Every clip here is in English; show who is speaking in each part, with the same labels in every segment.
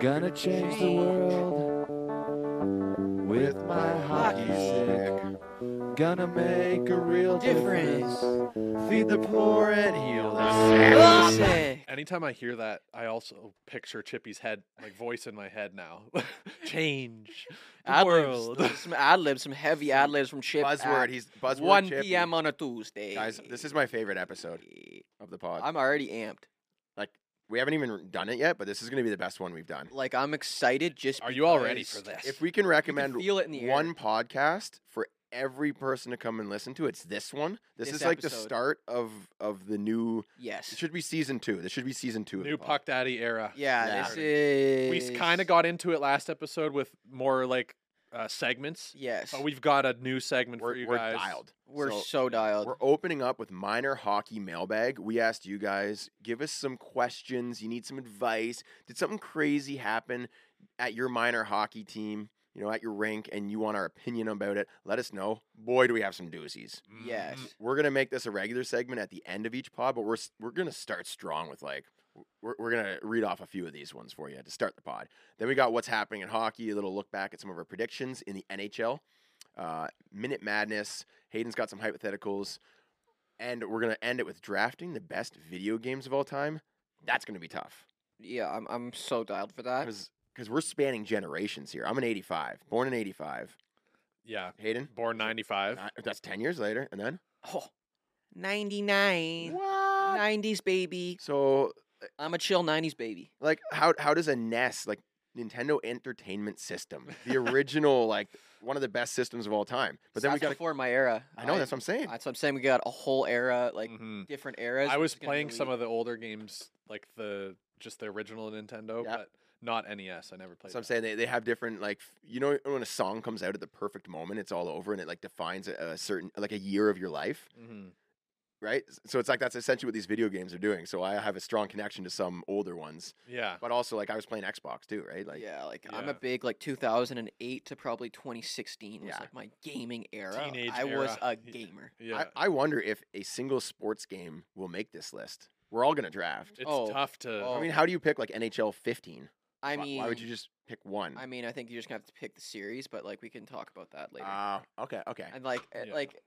Speaker 1: Gonna change the world with my hockey stick. Gonna make a real difference. Feed the poor and heal the sick.
Speaker 2: Sick.
Speaker 3: Anytime I hear that, I also picture Chippy's head, like voice in my head now. Change the
Speaker 2: Ad
Speaker 3: world.
Speaker 2: libs, some ad libs, some heavy ad libs from Chip.
Speaker 4: Buzzword.
Speaker 2: at
Speaker 4: He's buzzword.
Speaker 2: 1
Speaker 4: Chippy.
Speaker 2: p.m. on a Tuesday.
Speaker 4: Guys, this is my favorite episode of the pod.
Speaker 2: I'm already amped.
Speaker 4: we haven't even done it yet, but this is going to be the best one we've done.
Speaker 2: Like I'm excited. Just
Speaker 3: Are you all ready for
Speaker 2: because
Speaker 3: this?
Speaker 4: If we can
Speaker 2: You can
Speaker 4: recommend
Speaker 2: feel it in the air.
Speaker 4: one podcast for every person to come and listen to, it's this one. This,
Speaker 2: This
Speaker 4: is like the
Speaker 2: episode.
Speaker 4: start of of the new. It
Speaker 2: Yes.
Speaker 4: should be season two. This should be season two. of
Speaker 3: New
Speaker 4: the pod.
Speaker 3: Puck Daddy era.
Speaker 2: Yeah.
Speaker 4: Yeah.
Speaker 2: This is.
Speaker 3: We kind of got into it last episode with more like uh, segments,
Speaker 2: Yes.
Speaker 3: but we've got a new segment for
Speaker 4: We're,
Speaker 3: you
Speaker 4: we're
Speaker 3: guys.
Speaker 4: dialed.
Speaker 2: We're so,
Speaker 4: So,
Speaker 2: dialed.
Speaker 4: We're opening up with minor hockey mailbag. We asked you guys, give us some questions. You need some advice. Did something crazy happen at your minor hockey team? You know, at your rink, and you want our opinion about it? Let us know. Boy, do we have some doozies.
Speaker 3: Mm,
Speaker 2: yes.
Speaker 4: We're gonna make this a regular segment at the end of each pod, but we're s- we're gonna start strong with like we're, we're gonna read off a few of these ones for you to start the pod. Then we got what's happening in hockey, a little look back at some of our predictions in the NHL, uh, minute madness. Hayden's got some hypotheticals, and we're gonna end it with drafting the best video games of all time. That's gonna be tough
Speaker 2: Yeah. I'm. I'm so dialed for that.
Speaker 4: because because we're spanning generations here. I'm an '85, born in '85.
Speaker 3: Yeah.
Speaker 4: Hayden,
Speaker 3: Born 95.
Speaker 4: uh, that's ten years later, and then
Speaker 2: Oh, 99.
Speaker 4: what?
Speaker 2: 90s baby.
Speaker 4: So
Speaker 2: I'm a chill 90s baby.
Speaker 4: like how how does a NES like Nintendo Entertainment System, the original like one of the best systems of all time, but then we
Speaker 2: That's
Speaker 4: got to
Speaker 2: before my era.
Speaker 4: I know that's what I'm saying.
Speaker 2: That's what I'm saying. We got a whole era, like
Speaker 3: Mhm.
Speaker 2: different eras.
Speaker 3: I was
Speaker 2: It's gonna
Speaker 3: playing
Speaker 2: be
Speaker 3: some of the older games, like the just the original Nintendo,
Speaker 4: Yeah.
Speaker 3: but not NES. I never played.
Speaker 4: So I'm
Speaker 3: that.
Speaker 4: saying they, they have different like f- you know when a song comes out at the perfect moment, it's all over and it like defines a, a certain like a year of your life,
Speaker 3: Mhm.
Speaker 4: right? S- So it's like that's essentially what these video games are doing. So I have a strong connection to some older ones,
Speaker 3: Yeah.
Speaker 4: but also like I was playing Xbox too, right? Like
Speaker 2: yeah, like I'm
Speaker 3: Yeah.
Speaker 2: a big like 2008 to probably 2016 was
Speaker 4: Yeah.
Speaker 2: like my gaming era.
Speaker 3: Teenage
Speaker 2: I was
Speaker 3: era.
Speaker 2: a
Speaker 3: Yeah.
Speaker 2: gamer.
Speaker 3: Yeah.
Speaker 4: I, I wonder if a single sports game will make this list. We're all gonna draft.
Speaker 3: it's
Speaker 2: oh,
Speaker 3: tough to.
Speaker 2: oh,
Speaker 4: I mean, how do you pick like NHL 15?
Speaker 2: I
Speaker 4: Why-
Speaker 2: mean,
Speaker 4: why would you just pick one?
Speaker 2: I mean, I think you're just gonna have to pick the series, but like we can talk about that later.
Speaker 4: Ah, okay, okay.
Speaker 2: and like, uh,
Speaker 3: yeah.
Speaker 2: like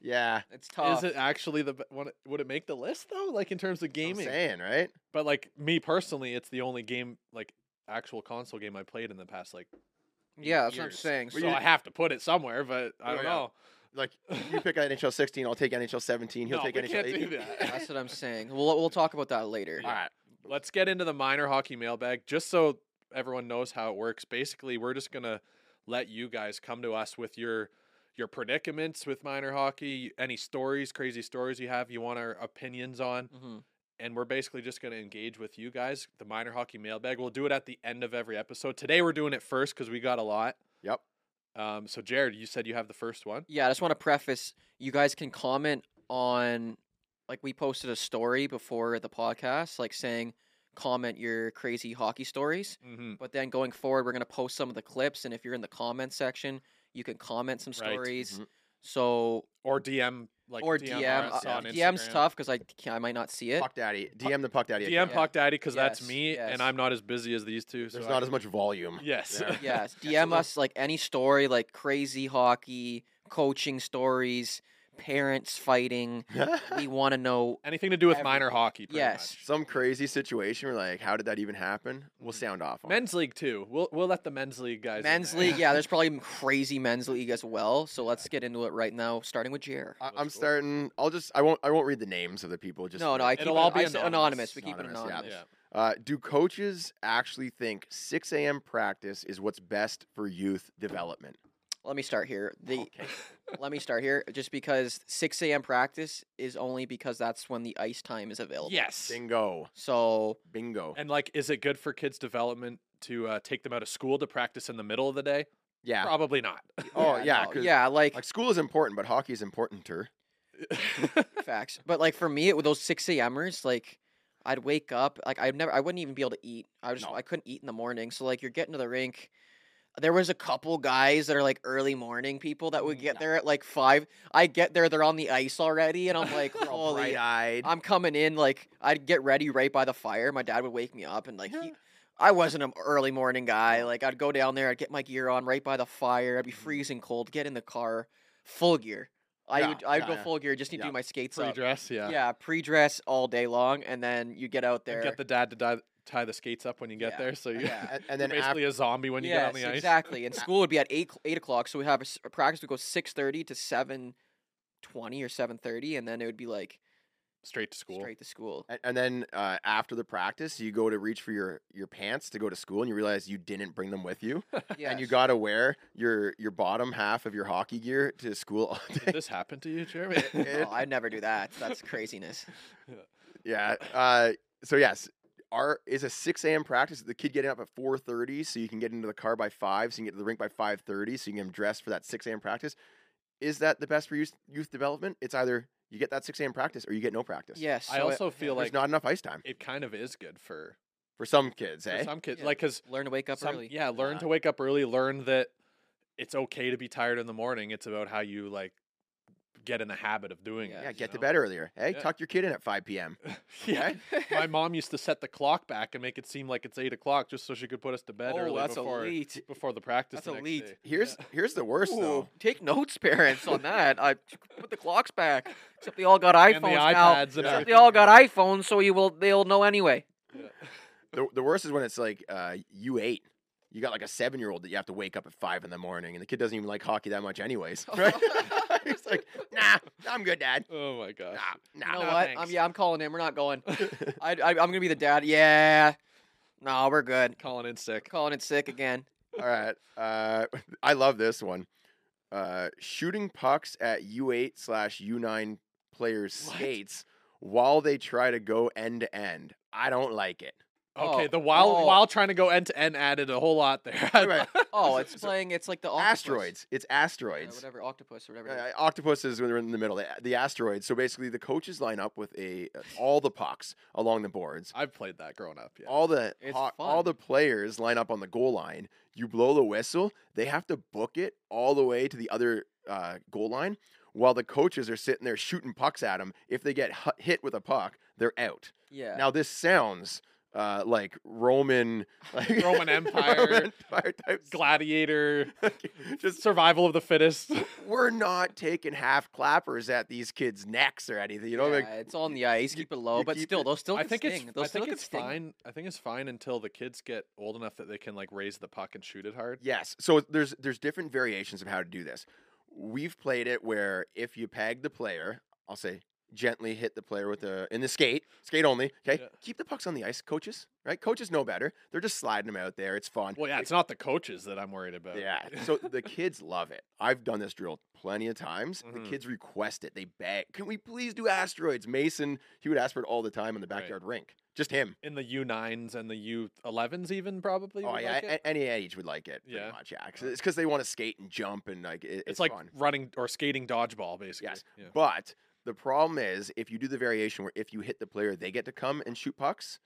Speaker 4: Yeah,
Speaker 2: it's tough.
Speaker 3: Is it actually the be- one? Would it make the list though? Like in terms of
Speaker 4: I'm
Speaker 3: gaming,
Speaker 4: saying, right?
Speaker 3: but like me personally, it's the only game like actual console game I played in the past like. eight
Speaker 2: yeah, that's what I'm
Speaker 3: years.
Speaker 2: saying.
Speaker 3: So
Speaker 2: So
Speaker 3: I have to put it somewhere, but I
Speaker 4: Yeah,
Speaker 3: don't
Speaker 4: yeah.
Speaker 3: know.
Speaker 4: Like you pick NHL 16, I'll take NHL 17. He'll
Speaker 3: No,
Speaker 4: take
Speaker 3: we
Speaker 4: NHL
Speaker 3: can't
Speaker 4: 18.
Speaker 3: do that.
Speaker 2: that's what I'm saying. We'll we'll talk about that later.
Speaker 4: All right,
Speaker 3: Let's get into the minor hockey mailbag, just so everyone knows how it works. Basically, we're just gonna let you guys come to us with your your predicaments with minor hockey, any stories, crazy stories you have, you want our opinions on.
Speaker 2: hmm
Speaker 3: and we're basically just going to engage with you guys. The minor hockey mailbag. We'll do it at the end of every episode. Today we're doing it first because we got a lot.
Speaker 4: Yep.
Speaker 3: Um, so Jared, you said you have the first one.
Speaker 2: Yeah, I just want to preface you guys can comment on like we posted a story before the podcast like saying comment your crazy hockey stories.
Speaker 3: Mm-hmm.
Speaker 2: But then going forward we're going to post some of the clips and if you're in the comment section, you can comment some
Speaker 3: Right,
Speaker 2: stories.
Speaker 4: mhm.
Speaker 2: So
Speaker 3: Or DM like
Speaker 2: or
Speaker 3: DM,
Speaker 2: DM,
Speaker 3: us
Speaker 2: uh,
Speaker 3: on
Speaker 2: DM's
Speaker 3: Instagram.
Speaker 2: tough cuz I ca- I might not see it.
Speaker 4: Puck Daddy, DM the Puck Daddy.
Speaker 3: DM
Speaker 4: account.
Speaker 2: Yeah.
Speaker 3: Puck Daddy because that's
Speaker 2: Yes,
Speaker 3: me
Speaker 2: yes.
Speaker 3: and I'm not as busy as these two.
Speaker 4: There's
Speaker 3: so
Speaker 4: not
Speaker 3: I-
Speaker 4: as much volume.
Speaker 3: Yes.
Speaker 4: there.
Speaker 2: Yes, DM us like any story like crazy hockey, coaching stories, parents fighting. We want to know
Speaker 3: Anything to do with minor
Speaker 2: Everything.
Speaker 3: hockey. Pretty
Speaker 2: Yes.
Speaker 4: Some crazy situation. We're like, how did that even happen? We'll
Speaker 2: Mm-hmm.
Speaker 3: Mhm.
Speaker 4: sound off.
Speaker 3: Much.
Speaker 4: on it.
Speaker 3: Men's league too. We'll we'll let the men's league guys. in
Speaker 2: Men's
Speaker 3: there.
Speaker 2: league, yeah, there's probably m- crazy men's league as well. So let's get into it right now, starting with Jer.
Speaker 4: I,
Speaker 3: Let's
Speaker 4: I'm
Speaker 3: go.
Speaker 4: starting. I'll just. I won't. I won't read the names of the people. Just
Speaker 2: no, no, I keep
Speaker 3: It'll
Speaker 2: it
Speaker 3: all be
Speaker 2: I said
Speaker 3: anonymous.
Speaker 2: anonymous. We keep it
Speaker 4: Anonymous, yeah.
Speaker 2: anonymous.
Speaker 3: Yeah.
Speaker 4: Uh, do coaches actually think 6 a.m. practice is what's best for youth development?
Speaker 2: Let me start here. The
Speaker 4: Okay.
Speaker 2: let me start here, just because 6 a.m. practice is only because that's when the ice time is available.
Speaker 3: Yes.
Speaker 4: Bingo.
Speaker 2: So
Speaker 4: Bingo.
Speaker 3: And like, is it good for kids' development to uh, take them out of school to practice in the middle of the day?
Speaker 4: Yeah.
Speaker 3: Probably not.
Speaker 4: Oh yeah.
Speaker 2: no,
Speaker 4: 'cause-
Speaker 2: yeah, like,
Speaker 4: Like school is important, but hockey is importanter.
Speaker 2: facts. But like for me, it, with those 6 a.m.ers, like I'd wake up, like I'd never, I wouldn't even be able to eat. I just,
Speaker 4: No.
Speaker 2: I couldn't eat in the morning. So like you're getting to the rink. There was a couple guys that are like early morning people that would
Speaker 3: Mm,
Speaker 2: get there at like five. I get there, they're on the ice already, and I'm like,
Speaker 4: We're all
Speaker 2: holy
Speaker 4: bright-eyed.
Speaker 2: I'm coming in like I'd get ready right by the fire. My dad would wake me up and like
Speaker 4: Yeah.
Speaker 2: he, I wasn't an early morning guy. Like I'd go down there, I'd get my gear on right by the fire. I'd be freezing cold. Get in the car, full gear. I
Speaker 4: Yeah,
Speaker 2: would I would
Speaker 4: yeah,
Speaker 2: go
Speaker 4: yeah.
Speaker 2: full gear. Just need
Speaker 4: Yeah.
Speaker 2: to do my skates
Speaker 3: Free
Speaker 2: up.
Speaker 3: dress, yeah.
Speaker 2: Yeah. pre-dress all day long, and then you get out there.
Speaker 3: And get the dad to die, tie the skates up when you get
Speaker 2: Yeah.
Speaker 3: there, so you,
Speaker 2: Yeah.
Speaker 4: And, and
Speaker 3: are
Speaker 4: then after,
Speaker 3: basically a zombie when you
Speaker 2: yes,
Speaker 3: get on the ice.
Speaker 2: exactly. And school would be at eight cl- eight o'clock, so we have a, s- a practice would go six thirty to seven twenty or seven thirty, and then it would be like
Speaker 3: Straight to school.
Speaker 2: straight to school.
Speaker 4: and, and then uh, after the practice, you go to reach for your your pants to go to school, and you realize you didn't bring them with you,
Speaker 2: Yeah,
Speaker 4: and you got to wear your your bottom half of your hockey gear to school all
Speaker 3: Did
Speaker 4: day.
Speaker 3: this happen to you, Jeremy?
Speaker 4: It-
Speaker 2: I'd never do that. That's craziness.
Speaker 4: yeah. Uh, so yes, our is a six a.m. practice. The kid getting up at four thirty, so you can get into the car by five, so you can get to the rink by five thirty, so you can get him dressed for that six a.m. practice. Is that the best for youth youth development? It's either you get that six a.m. practice or you get no practice.
Speaker 2: Yes,
Speaker 3: I also feel
Speaker 4: there's
Speaker 3: like
Speaker 4: not enough ice time
Speaker 3: it kind of is good for,
Speaker 4: for some kids.
Speaker 3: for
Speaker 4: Eh?
Speaker 3: some kids,
Speaker 2: Yeah.
Speaker 3: like because
Speaker 2: learn to wake up
Speaker 3: Some-
Speaker 2: early.
Speaker 3: Yeah, learn
Speaker 4: Yeah.
Speaker 3: to wake up early. Learn that it's okay to be tired in the morning. It's about how you like get in the habit of doing
Speaker 2: Yeah.
Speaker 3: it.
Speaker 4: yeah,
Speaker 3: you
Speaker 4: get to
Speaker 3: know?
Speaker 4: bed earlier. Hey,
Speaker 3: Yeah.
Speaker 4: tuck your kid in at five p.m.
Speaker 3: yeah. My mom used to set the clock back and make it seem like it's eight o'clock just so she could put us to bed
Speaker 2: oh,
Speaker 3: early
Speaker 2: that's
Speaker 3: before
Speaker 2: elite.
Speaker 3: before the practice.
Speaker 2: That's
Speaker 3: the next
Speaker 2: elite.
Speaker 3: day.
Speaker 4: Here's here's the worst
Speaker 2: Ooh,
Speaker 4: though.
Speaker 2: take notes, parents, on that. I put the clocks back. Except they all got iPhones
Speaker 3: and the
Speaker 2: now.
Speaker 3: iPads and
Speaker 4: Yeah.
Speaker 2: Except
Speaker 3: everything.
Speaker 2: they all got iPhones, so you will they'll know anyway.
Speaker 4: The, the worst is when it's like uh, you eight. You got like a seven year old that you have to wake up at five in the morning, and the kid doesn't even like hockey that much, anyways. Right? He's like, nah, I'm good, dad.
Speaker 3: Oh my gosh.
Speaker 4: Nah,
Speaker 2: You
Speaker 4: nah.
Speaker 2: know
Speaker 3: no,
Speaker 2: what? I'm,
Speaker 3: thanks.
Speaker 2: yeah, I'm calling in. We're not going. I, I, I'm gonna be the dad. Yeah. No, we're good.
Speaker 3: Calling in sick.
Speaker 2: Calling it sick again.
Speaker 4: All right. Uh, I love this one. Uh, shooting pucks at U8 slash U9 players'
Speaker 3: What?
Speaker 4: skates while they try to go end to end. I don't like it.
Speaker 3: Okay,
Speaker 2: Oh,
Speaker 3: the while
Speaker 2: oh.
Speaker 3: while trying to go end to end added a whole lot there.
Speaker 4: Right.
Speaker 2: Oh,
Speaker 4: So-
Speaker 2: it's
Speaker 4: so-
Speaker 2: playing. It's like the octopus.
Speaker 4: Asteroids. It's
Speaker 2: Yeah,
Speaker 4: asteroids.
Speaker 2: whatever, octopus or whatever. it
Speaker 4: Uh,
Speaker 2: is.
Speaker 4: octopuses when they're in the middle, the, the asteroids. So basically, the coaches line up with a uh, all the pucks along the boards.
Speaker 3: I've played that growing up. Yeah.
Speaker 4: All the
Speaker 2: Ah, It's
Speaker 4: ho- all
Speaker 2: fun.
Speaker 4: the players line up on the goal line. You blow the whistle. They have to book it all the way to the other uh, goal line, while the coaches are sitting there shooting pucks at them. If they get hu- hit with a puck, they're out.
Speaker 2: Yeah.
Speaker 4: Now this sounds uh, like Roman, like
Speaker 3: Roman Empire.
Speaker 4: Roman Empire type
Speaker 3: Gladiator,
Speaker 4: just
Speaker 3: survival of the fittest.
Speaker 4: we're not taking half clappers at these kids' necks or anything. You know,
Speaker 2: yeah,
Speaker 4: like
Speaker 2: it's on the ice.
Speaker 4: you-
Speaker 2: Keep it low,
Speaker 4: you
Speaker 2: but
Speaker 4: keep
Speaker 2: still,
Speaker 4: it-
Speaker 2: they'll still.
Speaker 3: I
Speaker 2: get
Speaker 3: think
Speaker 2: sting.
Speaker 3: it's
Speaker 2: They'll
Speaker 3: I
Speaker 2: still
Speaker 3: think
Speaker 2: get
Speaker 3: it's
Speaker 2: sting.
Speaker 3: fine. I think it's fine until the kids get old enough that they can like raise the puck and shoot it hard.
Speaker 4: yes. So there's there's different variations of how to do this. We've played it where if you peg the player, I'll say gently hit the player with the in the skate, skate only. Okay,
Speaker 3: Yeah.
Speaker 4: keep the pucks on the ice, coaches. Right, coaches know better. They're just sliding them out there. It's fun.
Speaker 3: Well, yeah, it's not the coaches that I'm worried about.
Speaker 4: Yeah. So the kids love it. I've done this drill plenty of times.
Speaker 3: Mhm.
Speaker 4: The kids request it. They beg, "Can we please do asteroids?" Mason, he would ask for it all the time in the
Speaker 3: Right.
Speaker 4: backyard rink. Just him.
Speaker 3: in the U9s and the U11s, even probably.
Speaker 4: Oh
Speaker 3: would
Speaker 4: yeah,
Speaker 3: like
Speaker 4: a-
Speaker 3: it.
Speaker 4: a- any age would like it.
Speaker 3: Yeah.
Speaker 4: Pretty much, yeah. 'Cause it's because they want to skate and jump and like it,
Speaker 3: it's, like
Speaker 4: fun.
Speaker 3: running or skating dodgeball, basically.
Speaker 4: Yes.
Speaker 3: Yeah.
Speaker 4: But the problem is if you do the variation where if you hit the player, they get to come and shoot pucks.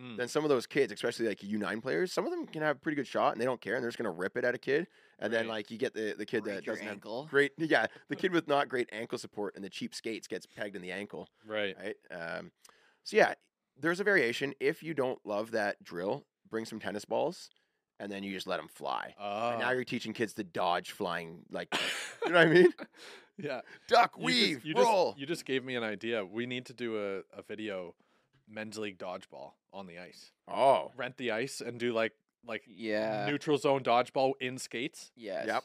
Speaker 3: Mm.
Speaker 4: Then some of those kids, especially like U nine players, some of them can have a pretty good shot and they don't care and they're just gonna rip it at a kid. And then
Speaker 3: Right.
Speaker 4: like you get the the kid
Speaker 2: Break
Speaker 4: that
Speaker 2: your
Speaker 4: doesn't have
Speaker 2: ankle.
Speaker 4: great yeah the kid with not great ankle support and the cheap skates gets pegged in the ankle
Speaker 3: Right.
Speaker 4: right? Um, so yeah, there's a variation. If you don't love that drill, bring some tennis balls, and then you just let them fly.
Speaker 3: Oh.
Speaker 4: And now you're teaching kids to dodge flying, like you know what I mean?
Speaker 3: yeah.
Speaker 4: Duck,
Speaker 3: You just-
Speaker 4: weave,
Speaker 3: you just,
Speaker 4: roll.
Speaker 3: you just gave me an idea. We need to do a, a video, men's league dodgeball on the ice.
Speaker 4: oh,
Speaker 3: Rent the ice and do like like
Speaker 2: Yeah.
Speaker 3: neutral zone dodgeball in skates.
Speaker 2: yes.
Speaker 4: Yep.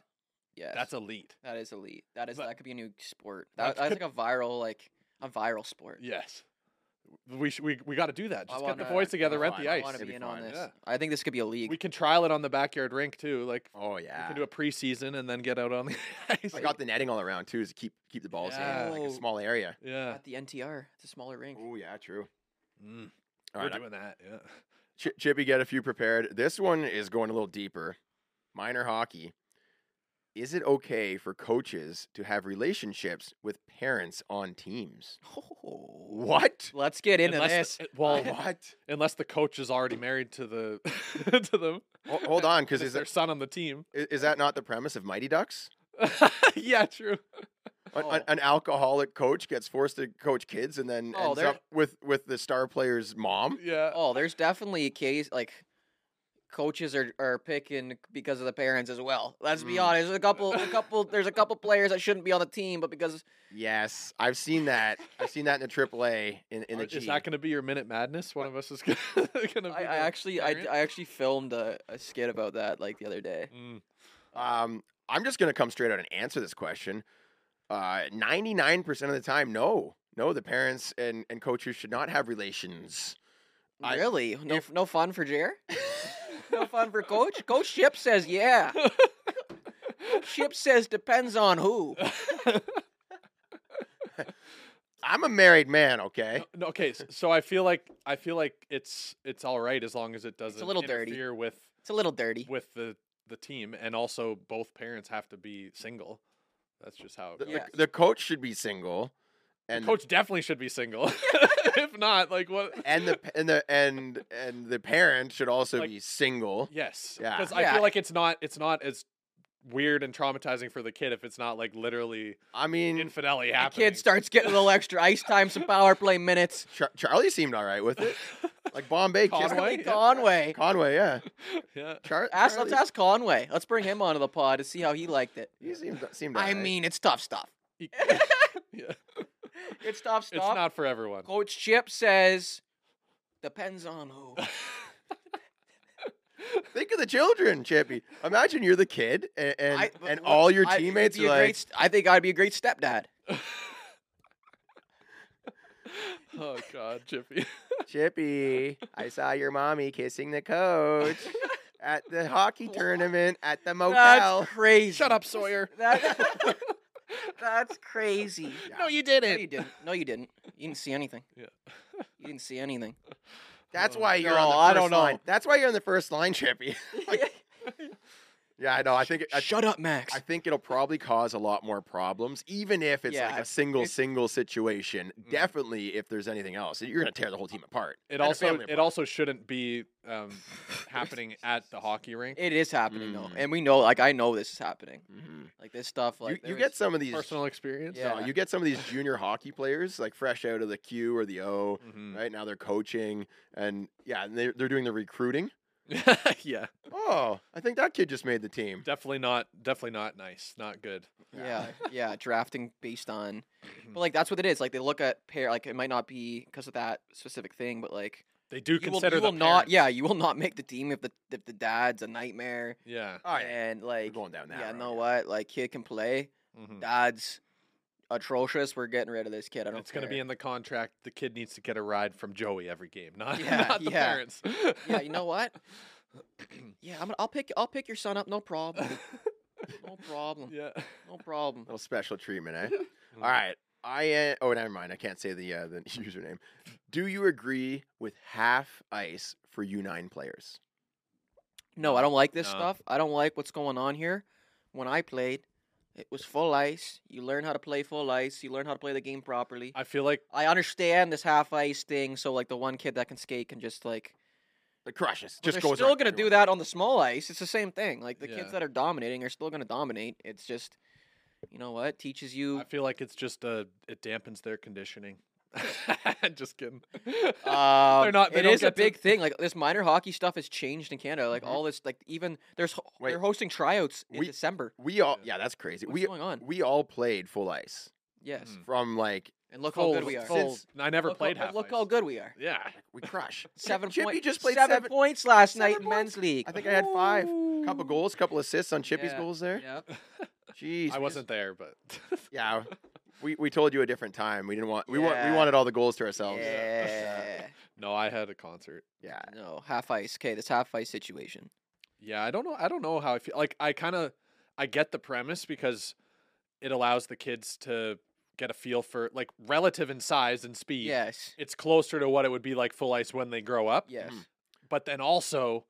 Speaker 2: Yes.
Speaker 3: That's elite.
Speaker 2: That is elite. That is
Speaker 3: But-
Speaker 2: that could be a new sport.
Speaker 3: that
Speaker 2: That, that's like a viral like a viral sport.
Speaker 3: Yes. We sh- we we got to do that.
Speaker 2: I
Speaker 3: Just get the
Speaker 2: wanna-
Speaker 3: boys together,
Speaker 4: I'm
Speaker 3: rent
Speaker 4: fine,
Speaker 3: the
Speaker 4: I
Speaker 2: I
Speaker 3: ice.
Speaker 2: want to
Speaker 4: It'd
Speaker 2: be
Speaker 4: be
Speaker 2: in on
Speaker 4: fun.
Speaker 2: this.
Speaker 3: Yeah.
Speaker 2: I think this could be a league.
Speaker 3: We can trial it on the backyard rink too. Like
Speaker 4: oh
Speaker 3: we
Speaker 4: yeah.
Speaker 3: can do a preseason and then get out on the ice.
Speaker 4: I got the netting all around too, is to keep keep the balls in like
Speaker 2: Yeah.
Speaker 4: a small area.
Speaker 3: yeah.
Speaker 2: at the NTR. It's a smaller rink.
Speaker 4: Oh yeah, true.
Speaker 3: Mm.
Speaker 4: All
Speaker 3: We're
Speaker 4: right,
Speaker 3: doing that. Yeah.
Speaker 4: Ch- Chippy, get a few prepared. This one is going a little deeper. Minor hockey. Is it okay for coaches to have relationships with parents on teams?
Speaker 2: Oh.
Speaker 4: What?
Speaker 2: Let's get into
Speaker 3: Unless
Speaker 2: this.
Speaker 3: the- well,
Speaker 4: what?
Speaker 3: unless the coach is already married to the to them.
Speaker 4: Ho- Hold on, because
Speaker 3: Because
Speaker 4: is,
Speaker 3: their
Speaker 4: that-
Speaker 3: son on the team.
Speaker 4: i- is that not the premise of Mighty Ducks?
Speaker 3: yeah, true.
Speaker 4: An, an-
Speaker 2: Oh.
Speaker 4: an alcoholic coach gets forced to coach kids and then
Speaker 2: Oh,
Speaker 4: ends
Speaker 2: they're-
Speaker 4: up with with the star player's mom.
Speaker 3: Yeah.
Speaker 2: Oh, there's definitely a case like coaches are, are picking because of the parents as well. Let's be
Speaker 4: Mm.
Speaker 2: honest. There's a couple, a couple. There's a couple players that shouldn't be on the team, but because
Speaker 4: Yes, I've seen that. I've seen that in the AAA in, in the
Speaker 3: Uh,
Speaker 4: G.
Speaker 3: Is that going to be your minute madness? One of us is going to be.
Speaker 2: I, I
Speaker 3: the
Speaker 2: actually, I, d-
Speaker 3: parent?
Speaker 2: I actually filmed a, a skit about that like the other day.
Speaker 3: Mm.
Speaker 4: Um, I'm just going to come straight out and answer this question. Uh, 99% of the time, no. No, the parents and, and coaches should not have relations. I-
Speaker 2: really? No,
Speaker 4: if-
Speaker 2: no fun for Jer. no fun for coach. Coach Ship says yeah. Ship says depends on who.
Speaker 4: I'm a married man, okay?
Speaker 3: No- no, okay, s- so I feel like I feel like it's it's all right as long as it doesn't
Speaker 2: little dirty.
Speaker 3: interfere with
Speaker 2: It's a little dirty.
Speaker 3: with the the team, and also both parents have to be single. That's just how it
Speaker 4: The,
Speaker 3: goes.
Speaker 4: the-
Speaker 2: Yeah.
Speaker 4: the, coach should be single. And
Speaker 3: coach definitely should be single. if not, like what?
Speaker 4: and the p- and the and and the parent should also
Speaker 3: Like-
Speaker 4: be single.
Speaker 3: yes,
Speaker 4: Yeah.
Speaker 3: because I
Speaker 2: Yeah.
Speaker 3: feel like it's not it's not as weird and traumatizing for the kid if it's not like literally
Speaker 4: I mean,
Speaker 3: infidelity
Speaker 2: The
Speaker 3: happening.
Speaker 2: kid starts getting a little extra ice time, some power play minutes.
Speaker 4: Char- Charlie seemed all right with it. Like Bombay kissed
Speaker 3: Conway?
Speaker 2: Conway. Conway.
Speaker 3: yeah.
Speaker 4: Conway, yeah.
Speaker 3: yeah.
Speaker 4: Char-
Speaker 2: Ask,
Speaker 4: Charlie,
Speaker 2: let's ask Conway. Let's bring him onto the pod to see how he liked it.
Speaker 4: He seemed seemed.
Speaker 2: I
Speaker 4: alright.
Speaker 2: mean, it's tough stuff.
Speaker 3: He- yeah.
Speaker 2: It's tough
Speaker 3: It's
Speaker 2: stuff.
Speaker 3: not for everyone.
Speaker 2: Coach Chip says, depends on who.
Speaker 4: Think of the children, Chippy. Imagine you're the kid, and and,
Speaker 2: I-
Speaker 4: and
Speaker 2: what-
Speaker 4: all your
Speaker 2: I- it'd
Speaker 4: teammates
Speaker 2: be
Speaker 4: are
Speaker 2: a
Speaker 4: like,
Speaker 2: great st- I think I'd be a great stepdad.
Speaker 3: oh God, Chippy.
Speaker 4: Chippy, I saw your mommy kissing the coach at the hockey tournament at the motel.
Speaker 2: That's crazy.
Speaker 3: Shut up, Sawyer.
Speaker 2: That- that's crazy.
Speaker 3: No, you didn't.
Speaker 2: No, you didn't. No, you didn't. You didn't see anything.
Speaker 3: Yeah.
Speaker 2: You didn't see anything.
Speaker 4: That's
Speaker 3: Oh,
Speaker 4: why you're
Speaker 2: no,
Speaker 4: on the
Speaker 2: I
Speaker 4: first
Speaker 2: don't know.
Speaker 4: line. That's why you're on the first line, Chippy. yeah, I know. I think I,
Speaker 2: Shut up, Max.
Speaker 4: I think it'll probably cause a lot more problems, even if it's
Speaker 2: Yeah,
Speaker 4: like a single
Speaker 2: it's-
Speaker 4: single situation.
Speaker 3: Mm.
Speaker 4: Definitely, if there's anything else, you're gonna tear the whole team apart.
Speaker 3: It
Speaker 4: And a
Speaker 3: also
Speaker 4: family
Speaker 3: it also shouldn't be um, happening at the hockey rink.
Speaker 2: it is happening though,
Speaker 4: Mm.
Speaker 2: and we know. Like I know this is happening.
Speaker 4: apart. Mhm.
Speaker 2: Like this stuff. Like
Speaker 4: you, you
Speaker 2: there
Speaker 4: get
Speaker 2: is-
Speaker 4: some of these.
Speaker 3: Personal experience.
Speaker 4: no,
Speaker 2: Yeah.
Speaker 4: you get some of these junior hockey players like fresh out of the Q or the O.
Speaker 3: Mhm.
Speaker 4: Right now they're coaching, and yeah, and they're, they're doing the recruiting.
Speaker 3: yeah.
Speaker 4: Oh, I think that kid just made the team.
Speaker 3: Definitely not. Definitely not nice. Not good.
Speaker 2: Yeah, yeah, drafting based on,
Speaker 4: Mm-hmm.
Speaker 2: but like that's what it is. Like they look at pair. Like it might not be because of that specific thing, but like
Speaker 3: They do
Speaker 2: you will,
Speaker 3: consider
Speaker 2: you
Speaker 3: the
Speaker 2: will not.
Speaker 3: parents.
Speaker 2: Yeah, you will not make the team if the if the dad's a nightmare.
Speaker 3: Yeah.
Speaker 4: Oh, yeah,
Speaker 2: and
Speaker 4: we're
Speaker 2: like,
Speaker 4: going down that.
Speaker 2: yeah,
Speaker 4: road, Mm.
Speaker 2: know what? Like kid can play.
Speaker 3: Mhm.
Speaker 2: Dad's atrocious. We're getting rid of this kid. I don't.
Speaker 3: It's going to be
Speaker 2: care.
Speaker 3: in the contract. The kid needs to get a ride from Joey every game, not,
Speaker 2: Yeah,
Speaker 3: not the
Speaker 2: yeah.
Speaker 3: parents.
Speaker 2: yeah, you know what? Yeah, I'm. Gonna, I'll pick. I'll pick your son up. No problem. No problem.
Speaker 3: yeah.
Speaker 2: No problem.
Speaker 4: Little special treatment, eh? All right. I uh, oh, never mind. I can't say the uh, the username. Do you agree with half ice for U nine players?
Speaker 2: No, I don't like this
Speaker 3: No.
Speaker 2: stuff. I don't like what's going on here. When I played, it was full ice. You learn how to play full ice. You learn how to play the game properly.
Speaker 3: I feel like
Speaker 2: I understand this half ice thing, so like the one kid that can skate can just like
Speaker 4: The crushes
Speaker 2: But
Speaker 4: just
Speaker 2: they're
Speaker 4: goes.
Speaker 2: still
Speaker 4: around
Speaker 2: gonna do
Speaker 4: everyone.
Speaker 2: that on the small ice. It's the same thing. Like the
Speaker 3: Yeah.
Speaker 2: kids that are dominating are still gonna dominate. It's just, you know what, teaches you.
Speaker 3: I feel like it's just uh it dampens their conditioning. just kidding.
Speaker 2: Um,
Speaker 3: not- they
Speaker 2: it
Speaker 3: don't
Speaker 2: is a
Speaker 3: get to- Mm-hmm.
Speaker 2: big thing. Like this minor hockey stuff has changed in Canada. Like
Speaker 4: Mhm.
Speaker 2: all this, like even there's ho-
Speaker 4: Wait.
Speaker 2: they're hosting tryouts in
Speaker 4: We-
Speaker 2: December.
Speaker 4: We all yeah, that's crazy.
Speaker 2: What's
Speaker 4: we
Speaker 2: going on?
Speaker 4: we all played full ice
Speaker 2: Yes,
Speaker 3: Mm.
Speaker 4: from like
Speaker 2: and look
Speaker 3: Full-
Speaker 2: how good we are.
Speaker 3: full- I never
Speaker 2: Look
Speaker 3: played
Speaker 2: how,
Speaker 3: half.
Speaker 2: Look
Speaker 3: ice.
Speaker 2: how good we are.
Speaker 3: Yeah.
Speaker 4: we crush. Chip-
Speaker 2: Seven
Speaker 4: Chippy
Speaker 2: point-
Speaker 4: just played
Speaker 2: seven,
Speaker 4: seven.
Speaker 2: points last
Speaker 4: seven
Speaker 2: night in men's league.
Speaker 4: I think I had five. Couple
Speaker 2: Ooh.
Speaker 4: goals, couple assists on Chippy's
Speaker 2: Yeah,
Speaker 4: goals there.
Speaker 2: Yeah.
Speaker 4: Jeez,
Speaker 3: I wasn't there, but
Speaker 4: Yeah, we, we told you a different time. We didn't want we want
Speaker 2: Yeah.
Speaker 4: we wanted all the goals to ourselves.
Speaker 2: yeah.
Speaker 3: no, I had a concert.
Speaker 4: Yeah.
Speaker 2: No half ice. Okay, this half ice situation.
Speaker 3: Yeah, I don't know. I don't know how I feel. Like I kind of, I get the premise because it allows the kids to get a feel for like relative in size and speed.
Speaker 2: Yes.
Speaker 3: it's closer to what it would be like full ice when they grow up.
Speaker 2: Yes.
Speaker 3: but then also,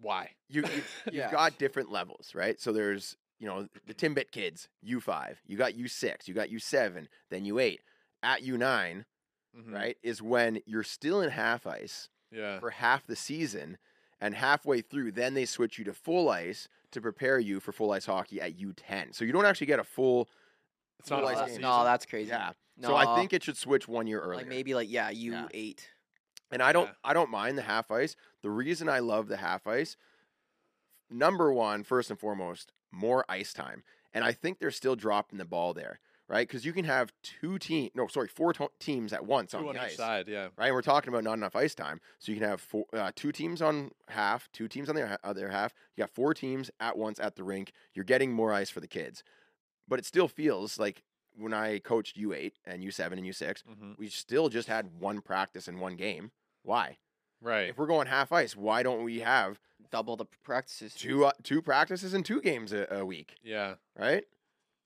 Speaker 3: why?
Speaker 4: You, you you've
Speaker 2: Yeah.
Speaker 4: got different levels, right? So there's you know the Timbit kids, U five. You got U six. You got U seven. Then U eight. At U 9
Speaker 3: Mhm.
Speaker 4: right, is when you're still in half ice
Speaker 3: Yeah.
Speaker 4: for half the season, and halfway through, then they switch you to full ice to prepare you for full ice hockey at U ten. So you don't actually get a full.
Speaker 3: It's not
Speaker 4: full
Speaker 3: a
Speaker 4: ice
Speaker 3: full
Speaker 2: no,
Speaker 4: game.
Speaker 3: season.
Speaker 2: no, that's crazy.
Speaker 4: Yeah.
Speaker 2: No,
Speaker 4: So I think it should switch one year earlier.
Speaker 2: like maybe like yeah, you
Speaker 4: Yeah.
Speaker 2: eight.
Speaker 4: And I don't
Speaker 3: Yeah.
Speaker 4: I don't mind the half ice. The reason I love the half ice, number one, first and foremost, more ice time. And I think they're still dropping the ball there, right? Because you can have two team, no, sorry, four to- teams at once
Speaker 3: Two
Speaker 4: on
Speaker 3: on
Speaker 4: the
Speaker 3: each
Speaker 4: ice,
Speaker 3: side, yeah.
Speaker 4: right? And we're talking about not enough ice time, so you can have four, uh, two teams on half, two teams on the ha- other half. You got four teams at once at the rink. You're getting more ice for the kids, but it still feels like when I coached U eight and U seven and U six,
Speaker 3: hmm
Speaker 4: we still just had one practice and one game. Why?
Speaker 3: Right.
Speaker 4: If we're going half ice, why don't we have
Speaker 2: Double the practices.
Speaker 4: two uh, two practices and two games a, a week?
Speaker 3: Yeah.
Speaker 4: Right?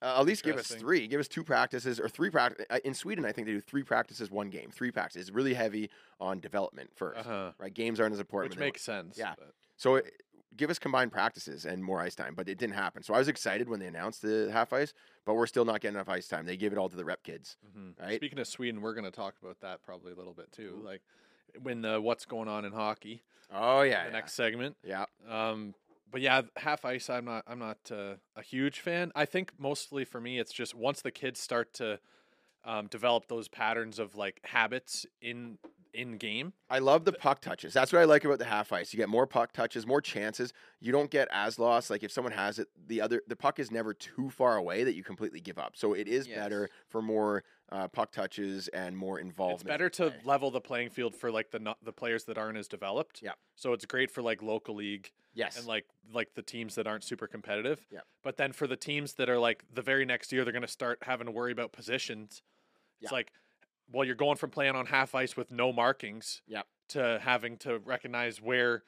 Speaker 4: Uh, at least give us
Speaker 3: Interesting.
Speaker 4: three. Give us two practices or three practices. In Sweden, I think they do three practices, one game. Three practices. It's really heavy on development 1st
Speaker 3: Uh huh.
Speaker 4: Right? Games aren't as important.
Speaker 3: Which
Speaker 4: when they-
Speaker 3: makes sense.
Speaker 4: Yeah.
Speaker 3: but-
Speaker 4: so it, give us combined practices and more ice time, but it didn't happen. So I was excited when they announced the half ice, but we're still not getting enough ice time. They give it all to the rep kids.
Speaker 3: Mhm.
Speaker 4: Right?
Speaker 3: Speaking of Sweden, we're going to talk about that probably a little bit too. Like when the what's going on in hockey,
Speaker 4: Oh yeah.
Speaker 3: the
Speaker 4: yeah.
Speaker 3: next segment.
Speaker 4: yeah.
Speaker 3: Um, but yeah, th- half ice. I'm not. I'm not uh, a huge fan. I think mostly for me, it's just once the kids start to um, develop those patterns of like habits in in game.
Speaker 4: I love the puck touches. That's what I like about the half ice. You get more puck touches, more chances. You don't get as lost. Like if someone has it, the other the puck is never too far away that you completely give up. So it is
Speaker 2: Yes.
Speaker 4: better for more uh, puck touches and more involvement.
Speaker 3: It's better
Speaker 4: in
Speaker 3: to
Speaker 4: play.
Speaker 3: level the playing field for like the not, the players that aren't as developed.
Speaker 4: Yeah.
Speaker 3: So it's great for like local league
Speaker 4: yes,
Speaker 3: and like like the teams that aren't super competitive.
Speaker 4: Yeah.
Speaker 3: But then for the teams that are like the very next year, they're going to start having to worry about positions. It's
Speaker 4: Yeah.
Speaker 3: like, well, you're going from playing on half ice with no markings.
Speaker 4: Yeah.
Speaker 3: To having to recognize where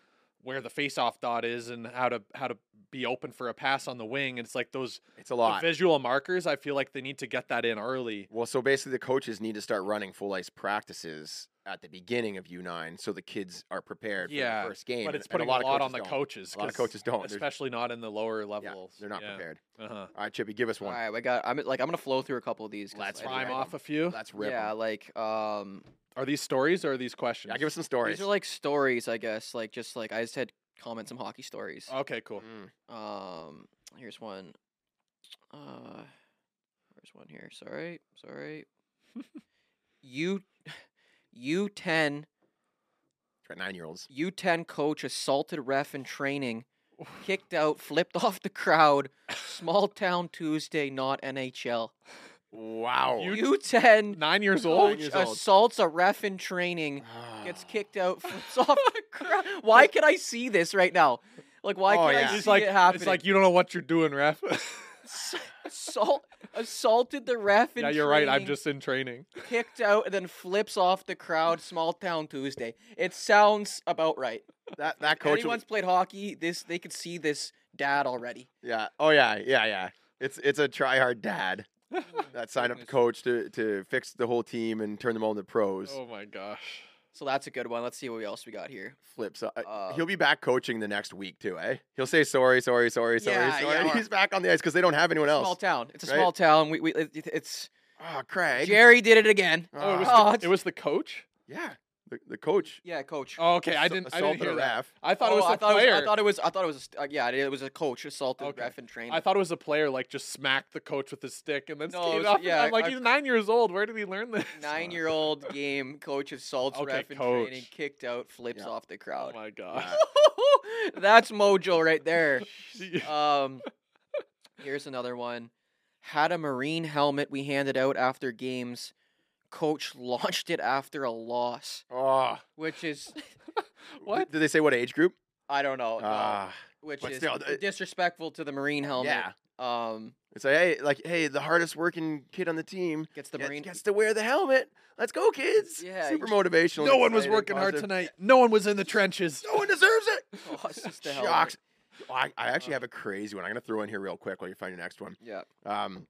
Speaker 3: where the faceoff dot is and how to how to be open for a pass on the wing. And it's like those
Speaker 4: it's a
Speaker 3: the
Speaker 4: lot.
Speaker 3: visual markers. I feel like they need to get that in early.
Speaker 4: Well, so basically the coaches need to start running full ice practices at the beginning of U nine, so the kids are prepared
Speaker 3: Yeah,
Speaker 4: for the first game.
Speaker 3: But
Speaker 4: and-
Speaker 3: it's
Speaker 4: and
Speaker 3: putting a lot,
Speaker 4: of
Speaker 3: on the
Speaker 4: coaches don't.
Speaker 3: coaches.
Speaker 4: A lot of
Speaker 3: 'cause
Speaker 4: coaches don't. There's-
Speaker 3: especially not in the lower
Speaker 4: Yeah,
Speaker 3: levels.
Speaker 4: they're not
Speaker 3: Yeah.
Speaker 4: prepared.
Speaker 3: Uh-huh.
Speaker 4: All right, Chippy, give us
Speaker 2: All
Speaker 4: one.
Speaker 2: right, we got. I'm like I'm gonna flow through a couple of these. 'cause
Speaker 4: Let's
Speaker 2: I-
Speaker 4: rip
Speaker 3: Prime
Speaker 4: them.
Speaker 3: off a few.
Speaker 4: Let's rip. 'em.
Speaker 2: Yeah, like um,
Speaker 3: Are these stories or are these questions?
Speaker 4: Yeah, give us some stories.
Speaker 2: these are like stories, I guess. Like just like I just had comment some hockey stories.
Speaker 3: Okay, cool.
Speaker 4: Mm.
Speaker 2: Um, here's one. Uh, where's one here? Sorry, sorry. U, U ten,
Speaker 4: Nine year olds.
Speaker 2: U ten coach assaulted ref in training, kicked out, flipped off the crowd. Small town Tuesday, not NHL.
Speaker 4: Wow.
Speaker 3: You-
Speaker 2: U ten
Speaker 3: Mm. Nine years old. Oh,
Speaker 2: coach
Speaker 4: years old.
Speaker 2: assaults a ref in training, gets
Speaker 4: Ah.
Speaker 2: kicked out, flips off
Speaker 4: Oh,
Speaker 2: the crowd. Why can I see this right now? Like, why
Speaker 4: Oh,
Speaker 2: can
Speaker 4: yeah.
Speaker 2: I see
Speaker 3: It's like
Speaker 2: it happening?
Speaker 3: it's like you don't know what you're doing, ref.
Speaker 2: s- assault, assaulted the ref. In
Speaker 3: yeah, you're right. I'm
Speaker 2: training,
Speaker 3: just in training.
Speaker 2: kicked out and then flips off the crowd. Small town Tuesday. It sounds about right.
Speaker 4: That that coach. will-
Speaker 2: Anyone's played hockey, this they could see this dad already.
Speaker 4: Yeah. Oh yeah. Yeah. Yeah. It's it's a try hard dad that signed up the
Speaker 2: Goodness.
Speaker 4: coach to to fix the whole team and turn them all into pros.
Speaker 3: Oh my gosh.
Speaker 2: So that's a good one. Let's see what else we got here.
Speaker 4: Flips. up.
Speaker 2: Uh,
Speaker 4: He'll be back coaching the next week too, eh? He'll say sorry, sorry, sorry,
Speaker 2: Yeah,
Speaker 4: sorry, sorry.
Speaker 2: yeah, or-
Speaker 4: He's back on the ice because they don't have anyone
Speaker 2: Small
Speaker 4: else.
Speaker 2: town. It's a
Speaker 4: right?
Speaker 2: small town. We, we it, it's
Speaker 4: oh, Craig.
Speaker 2: Jerry did it again.
Speaker 3: Oh, it was
Speaker 2: Oh,
Speaker 4: Ah,
Speaker 3: the,
Speaker 2: it's-
Speaker 3: it was the coach.
Speaker 4: yeah. The, the coach.
Speaker 2: Yeah, coach.
Speaker 3: Oh, okay. I
Speaker 4: asso-
Speaker 3: didn't. I didn't
Speaker 4: assaulted
Speaker 3: hear
Speaker 4: a
Speaker 3: that.
Speaker 4: ref.
Speaker 3: I thought
Speaker 2: Oh,
Speaker 3: it was
Speaker 2: I
Speaker 3: the
Speaker 2: thought
Speaker 3: player.
Speaker 2: it was. I thought it was. I thought it was. a st- uh, yeah, it was a coach assaulted
Speaker 3: Okay.
Speaker 2: ref in training.
Speaker 3: I thought it was a player like just smacked the coach with his stick and then
Speaker 2: No,
Speaker 3: skated
Speaker 2: it's-
Speaker 3: off.
Speaker 2: yeah,
Speaker 3: Yeah, I'm like
Speaker 2: I-
Speaker 3: he's nine years old. Where did he learn this?
Speaker 2: Nine-year-old game coach assaults
Speaker 3: Okay,
Speaker 2: ref in
Speaker 3: coach.
Speaker 2: training, kicked out, flips
Speaker 4: Yeah. Oh
Speaker 2: off the
Speaker 3: Oh
Speaker 2: crowd.
Speaker 3: my gosh.
Speaker 2: That's mojo right there.
Speaker 3: Gee.
Speaker 2: Um, here's another one. Had a marine helmet we handed out after games. Coach launched it after a loss,
Speaker 4: Oh.
Speaker 2: which is
Speaker 3: Ah. What?
Speaker 4: Did they say what age group?
Speaker 2: I don't know, no,
Speaker 4: Ah.
Speaker 2: which
Speaker 4: but
Speaker 2: is
Speaker 4: still, th-
Speaker 2: disrespectful to the marine helmet.
Speaker 4: yeah.
Speaker 2: Um,
Speaker 4: It's like hey, like hey, the hardest working kid on the team
Speaker 2: gets the
Speaker 4: gets,
Speaker 2: marine.
Speaker 4: gets to wear the helmet. Let's go, kids.
Speaker 2: Yeah,
Speaker 4: Super
Speaker 2: you-
Speaker 4: motivational.
Speaker 3: No one was
Speaker 4: exciting,
Speaker 3: working hard
Speaker 4: positive.
Speaker 3: tonight. No one was in the trenches.
Speaker 4: No one deserves it.
Speaker 2: Tosses the helmet.
Speaker 4: Shocks. I, I actually have a crazy one. I'm gonna throw in here real quick while you find your next one.
Speaker 2: Yeah.
Speaker 4: Um,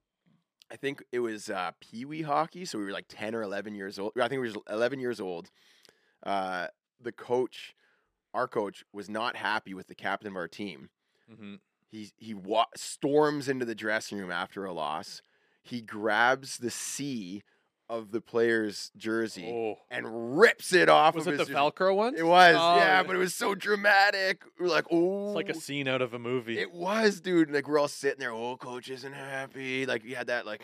Speaker 4: I think it was uh, Pee Wee hockey, so we were like ten or eleven years old. I think we were 11 years old. Uh, the coach, our coach, was not happy with the captain of our team.
Speaker 3: Mm-hmm.
Speaker 4: He he wa- storms into the dressing room after a loss. He grabs the C of the player's jersey
Speaker 3: Oh.
Speaker 4: and rips it off.
Speaker 3: Was
Speaker 4: of
Speaker 3: it the
Speaker 4: his jersey.
Speaker 3: Velcro one?
Speaker 4: It was,
Speaker 3: Oh,
Speaker 4: yeah, but it was so dramatic. We were like, oh,
Speaker 3: It's like a scene out of a movie.
Speaker 4: it was, dude. Like we're all sitting there. Oh, coach isn't happy. Like you had that. Like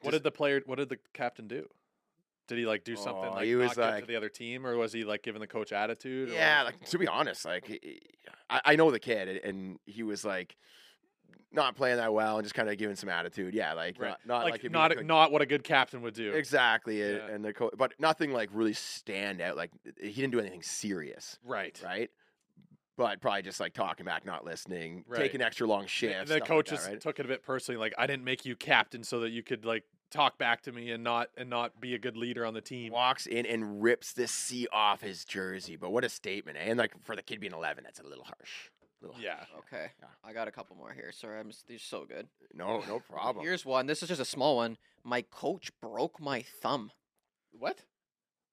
Speaker 3: what
Speaker 4: just-
Speaker 3: did the player? What did the captain do? Did he like do something
Speaker 4: Oh,
Speaker 3: like
Speaker 4: he
Speaker 3: not
Speaker 4: was
Speaker 3: good
Speaker 4: like-
Speaker 3: to the other team, or was he like giving the coach attitude? or
Speaker 4: Yeah,
Speaker 3: what
Speaker 4: like to be honest, like he- he- I, I know the kid, and- and he was like not playing that well, and just kind of giving some attitude. Yeah, like
Speaker 3: Right.
Speaker 4: not, not
Speaker 3: was-
Speaker 4: like,
Speaker 3: like,
Speaker 4: if he
Speaker 3: not
Speaker 4: could-
Speaker 3: not what a good captain would do.
Speaker 4: exactly, and-
Speaker 3: Yeah.
Speaker 4: and the co- but nothing like really stand out. Like he didn't do anything serious,
Speaker 3: Right.
Speaker 4: right? But probably just like talking back, not listening,
Speaker 3: Right.
Speaker 4: taking extra long
Speaker 3: The-
Speaker 4: shifts.
Speaker 3: the
Speaker 4: stuff like that,
Speaker 3: coaches
Speaker 4: right?
Speaker 3: took it a bit personally. Like I didn't make you captain so that you could like talk back to me and not and not be a good leader on the team.
Speaker 4: walks in and rips the C off his jersey. But what a statement! eh? And like for the kid being 11, that's a little harsh. Little harsh.
Speaker 3: Yeah.
Speaker 2: Okay,
Speaker 4: Yeah.
Speaker 2: I got a couple more here. Sorry, I'm just, these are so good.
Speaker 4: No, no problem.
Speaker 2: Here's one. This is just a small one. My coach broke my thumb.
Speaker 3: What?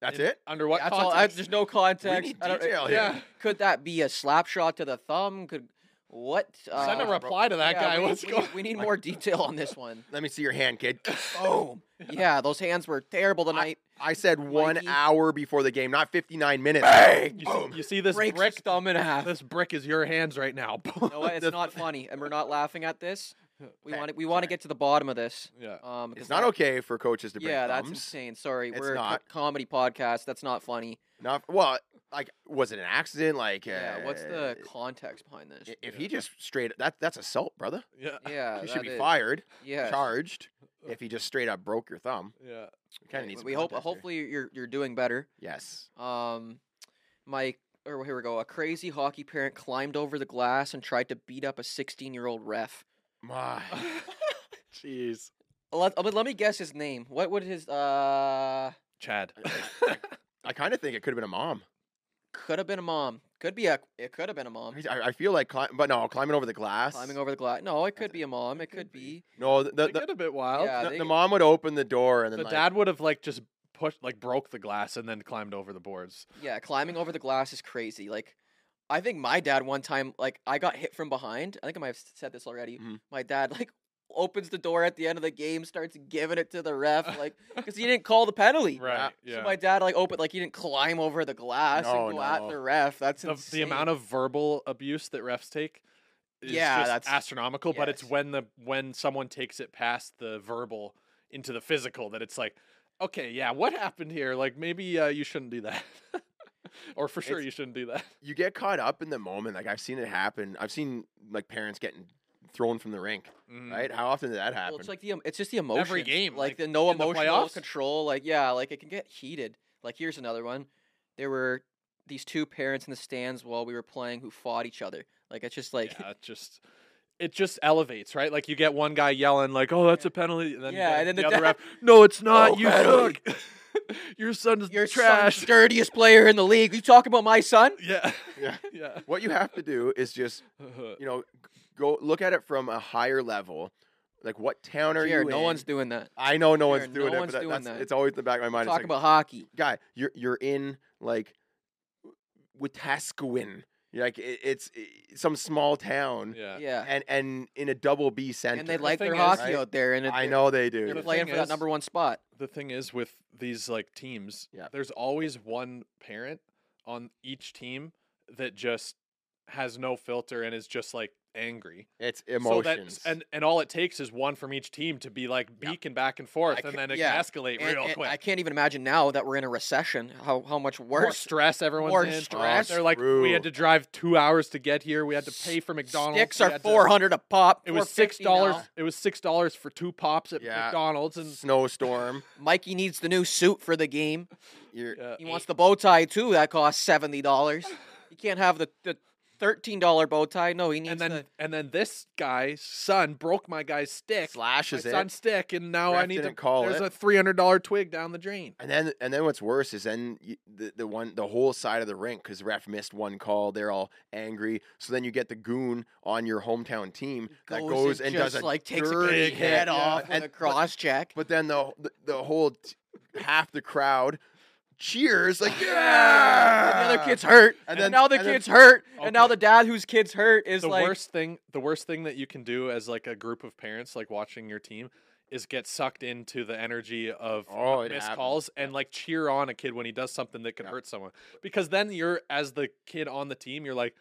Speaker 4: that's
Speaker 3: In-
Speaker 4: it.
Speaker 3: Under what
Speaker 2: That's all. I,
Speaker 3: context?
Speaker 2: there's no context.
Speaker 4: need
Speaker 2: I don't-
Speaker 4: detail here.
Speaker 3: yeah.
Speaker 2: Could that be a slap shot to the thumb? Could what?
Speaker 3: Send a
Speaker 4: Uh,
Speaker 3: reply to that
Speaker 2: yeah,
Speaker 3: guy.
Speaker 2: We,
Speaker 3: What's
Speaker 2: we,
Speaker 3: going?
Speaker 2: We need more detail on this one.
Speaker 4: Let me see your hand, kid. Oh,
Speaker 2: Boom. Yeah, those hands were terrible tonight.
Speaker 4: I said one
Speaker 2: Mikey.
Speaker 4: hour before the game, not 59 minutes.
Speaker 3: You
Speaker 4: Boom.
Speaker 3: see, you see this
Speaker 2: Breaks
Speaker 3: brick?
Speaker 2: his thumb in half.
Speaker 3: This brick is your hands right now.
Speaker 2: You know what? It's not funny, and we're not laughing at this. We
Speaker 4: Okay,
Speaker 2: want to, we want to
Speaker 4: sorry.
Speaker 2: get to the bottom of this.
Speaker 3: yeah.
Speaker 2: Um, 'cause
Speaker 4: It's not
Speaker 2: that-
Speaker 4: okay for coaches to break
Speaker 2: Yeah, that's
Speaker 4: thumbs.
Speaker 2: insane. Sorry,
Speaker 4: It's
Speaker 2: we're a co-
Speaker 4: not.
Speaker 2: comedy podcast. That's not funny.
Speaker 4: Not well. Like, was it an accident? Like, uh,
Speaker 2: Yeah, what's the context behind this?
Speaker 4: i- If he just straight that that's assault, brother.
Speaker 3: Yeah.
Speaker 2: Yeah,
Speaker 4: he
Speaker 2: that
Speaker 4: should be
Speaker 2: is-
Speaker 4: fired,
Speaker 2: Yeah,
Speaker 4: charged. If he just straight up broke your thumb,
Speaker 3: Yeah.
Speaker 4: we kind of
Speaker 2: we-
Speaker 4: needs.
Speaker 2: Uh, we hope. Hopefully, you're you're doing better.
Speaker 4: Yes.
Speaker 2: Um, my or here we go. A crazy hockey parent climbed over the glass and tried to beat up a 16 year old ref.
Speaker 4: My.
Speaker 3: Jeez.
Speaker 2: Let, uh, but let me guess his name. What would his uh
Speaker 3: Chad.
Speaker 4: I kind of think it could have been a mom.
Speaker 2: could have been a mom. Could be a it could have been a mom.
Speaker 4: I, I feel like, cli- but no, climbing over the glass.
Speaker 2: Um, Climbing over the glass. No, it
Speaker 4: That's
Speaker 2: could be a mom. It could
Speaker 3: could
Speaker 2: be.
Speaker 3: be.
Speaker 4: No, the,
Speaker 3: they
Speaker 4: the, the,
Speaker 3: get a bit wild.
Speaker 2: Yeah, they
Speaker 4: the
Speaker 2: get-
Speaker 4: mom would open the door and then
Speaker 3: the
Speaker 4: like,
Speaker 3: dad would have like just pushed, like broke the glass and then climbed over the boards.
Speaker 2: Yeah, climbing over the glass is crazy. Like, I think my dad one time, like, I got hit from behind. I think I might have s- said this already.
Speaker 3: Mm-hmm.
Speaker 4: Mhm.
Speaker 2: My dad, like, opens the door at the end of the game, starts giving it to the ref, like, because he didn't call the penalty.
Speaker 3: Right.
Speaker 2: So
Speaker 3: Yeah.
Speaker 2: my dad, like, opened, like, he didn't climb over the glass
Speaker 4: No,
Speaker 2: and go at
Speaker 4: no.
Speaker 2: the ref. That's
Speaker 3: the, the amount of verbal abuse that refs take is
Speaker 2: Yeah,
Speaker 3: just
Speaker 2: that's-
Speaker 3: astronomical. But it's
Speaker 2: yes.
Speaker 3: when the when someone takes it past the verbal into the physical that it's like, okay, yeah, what happened here? Like maybe uh, you shouldn't do that, or for sure
Speaker 4: It's-
Speaker 3: you shouldn't do that.
Speaker 4: you get caught up in the moment. Like I've seen it happen. I've seen like parents getting thrown from the rink.
Speaker 3: Mm.
Speaker 4: Right? How often did that happen?
Speaker 2: Well, it's like the em- it's just the emotion.
Speaker 3: game,
Speaker 2: like,
Speaker 3: like,
Speaker 2: the no
Speaker 3: in the
Speaker 2: emotional
Speaker 3: playoffs?
Speaker 2: control. Like yeah, like it can get heated. Like here's another one. There were these two parents in the stands while we were playing who fought each other. Like it's just like
Speaker 3: yeah, it just it just elevates, right? Like you get one guy yelling like, "Oh, that's a penalty," and then you
Speaker 2: Yeah,
Speaker 3: get
Speaker 2: and then
Speaker 3: the,
Speaker 2: the
Speaker 3: other
Speaker 2: dad- Oh,
Speaker 3: ref, "No, it's not.
Speaker 4: No
Speaker 3: you
Speaker 4: penalty."
Speaker 3: suck. Your son's
Speaker 2: your
Speaker 3: trash."
Speaker 2: son's dirtiest player in the league. You talking about my son?
Speaker 3: yeah,
Speaker 4: Yeah.
Speaker 3: yeah.
Speaker 4: what you have to do is just you know g- go look at it from a higher level. Like what town are
Speaker 2: Jared,
Speaker 4: you
Speaker 2: no
Speaker 4: in?
Speaker 2: one's doing that.
Speaker 4: I know no
Speaker 2: Jared,
Speaker 4: one's doing
Speaker 2: no
Speaker 4: it,
Speaker 2: one's
Speaker 4: but that-
Speaker 2: doing
Speaker 4: that's
Speaker 2: that.
Speaker 4: it's always in the back of my mind.
Speaker 2: Talk
Speaker 4: it's like,
Speaker 2: about hockey.
Speaker 4: guy, you're you're in like Wetaskiwin. Like it, it's i some small town,
Speaker 3: yeah,
Speaker 2: Yeah,
Speaker 4: and and in a double B center.
Speaker 2: and they like their
Speaker 3: thing is-
Speaker 2: hockey
Speaker 4: Right?
Speaker 2: out there, and it,
Speaker 4: I know they
Speaker 2: they're
Speaker 4: do.
Speaker 3: The
Speaker 2: playing
Speaker 3: thing
Speaker 2: for that
Speaker 3: is-
Speaker 2: number one spot.
Speaker 3: the thing is with these like teams,
Speaker 4: Yeah.
Speaker 3: there's always one parent on each team that just has no filter and is just like angry.
Speaker 4: It's
Speaker 3: So that-
Speaker 4: emotions.
Speaker 3: and and all it takes is one from each team to be like
Speaker 4: Yeah.
Speaker 3: beacon back and forth,
Speaker 4: ca-
Speaker 3: and then it
Speaker 2: yeah.
Speaker 3: can escalate
Speaker 2: And-
Speaker 3: real
Speaker 2: and
Speaker 3: quick.
Speaker 2: I can't even imagine now that we're in a recession. How how much
Speaker 3: more
Speaker 2: worse
Speaker 3: stress everyone's
Speaker 2: more
Speaker 3: in.
Speaker 2: stress.
Speaker 3: They're like, we had
Speaker 4: True.
Speaker 3: to drive two hours to get here. We had to pay for McDonald's.
Speaker 2: Sticks
Speaker 3: we
Speaker 2: are
Speaker 3: had to-
Speaker 2: four hundred a pop.
Speaker 3: It was six
Speaker 2: $4.50
Speaker 3: dollars.
Speaker 2: now.
Speaker 3: It was six dollars for two pops at
Speaker 4: Yeah.
Speaker 3: McDonald's, and
Speaker 4: snowstorm.
Speaker 2: Mikey needs the new suit for the game.
Speaker 4: You're,
Speaker 3: uh,
Speaker 2: He wants the bow tie too. That costs seventy dollars. He can't have the, the thirteen dollar bow tie. No, he needs
Speaker 3: and then
Speaker 2: the.
Speaker 3: and then this guy's son broke my guy's stick. my
Speaker 4: slashes it.
Speaker 3: son's stick, and now I
Speaker 4: Ref
Speaker 3: need to
Speaker 4: didn't call
Speaker 3: There's
Speaker 4: it.
Speaker 3: a three hundred dollar twig down the drain.
Speaker 4: And then, and then what's worse is then you, the the one the whole side of the rink because ref missed one call. They're all angry. So then you get the goon on your hometown team that
Speaker 2: goes
Speaker 4: goes and, does
Speaker 2: just,
Speaker 4: a
Speaker 2: like takes a
Speaker 4: dirty
Speaker 2: big
Speaker 4: hit,
Speaker 2: head
Speaker 4: yeah.
Speaker 2: off with
Speaker 4: And-
Speaker 2: a
Speaker 4: but-
Speaker 2: cross check.
Speaker 4: But, then the, the the whole t- half the crowd cheers like yeah.
Speaker 2: And the other kid's hurt, and,
Speaker 4: And
Speaker 2: then
Speaker 4: then-
Speaker 2: now the
Speaker 4: and then-
Speaker 2: kid's hurt, and now
Speaker 3: Okay.
Speaker 2: the dad whose kid's hurt is
Speaker 3: the
Speaker 2: like,
Speaker 3: worst thing, the worst thing that you can do as like a group of parents, like watching your team, is get sucked into the energy of
Speaker 4: Oh, it
Speaker 3: missed
Speaker 4: happens.
Speaker 3: calls and like cheer on a kid when he does something that could
Speaker 4: Yeah.
Speaker 3: hurt someone. Because then you're as the kid on the team, you're like,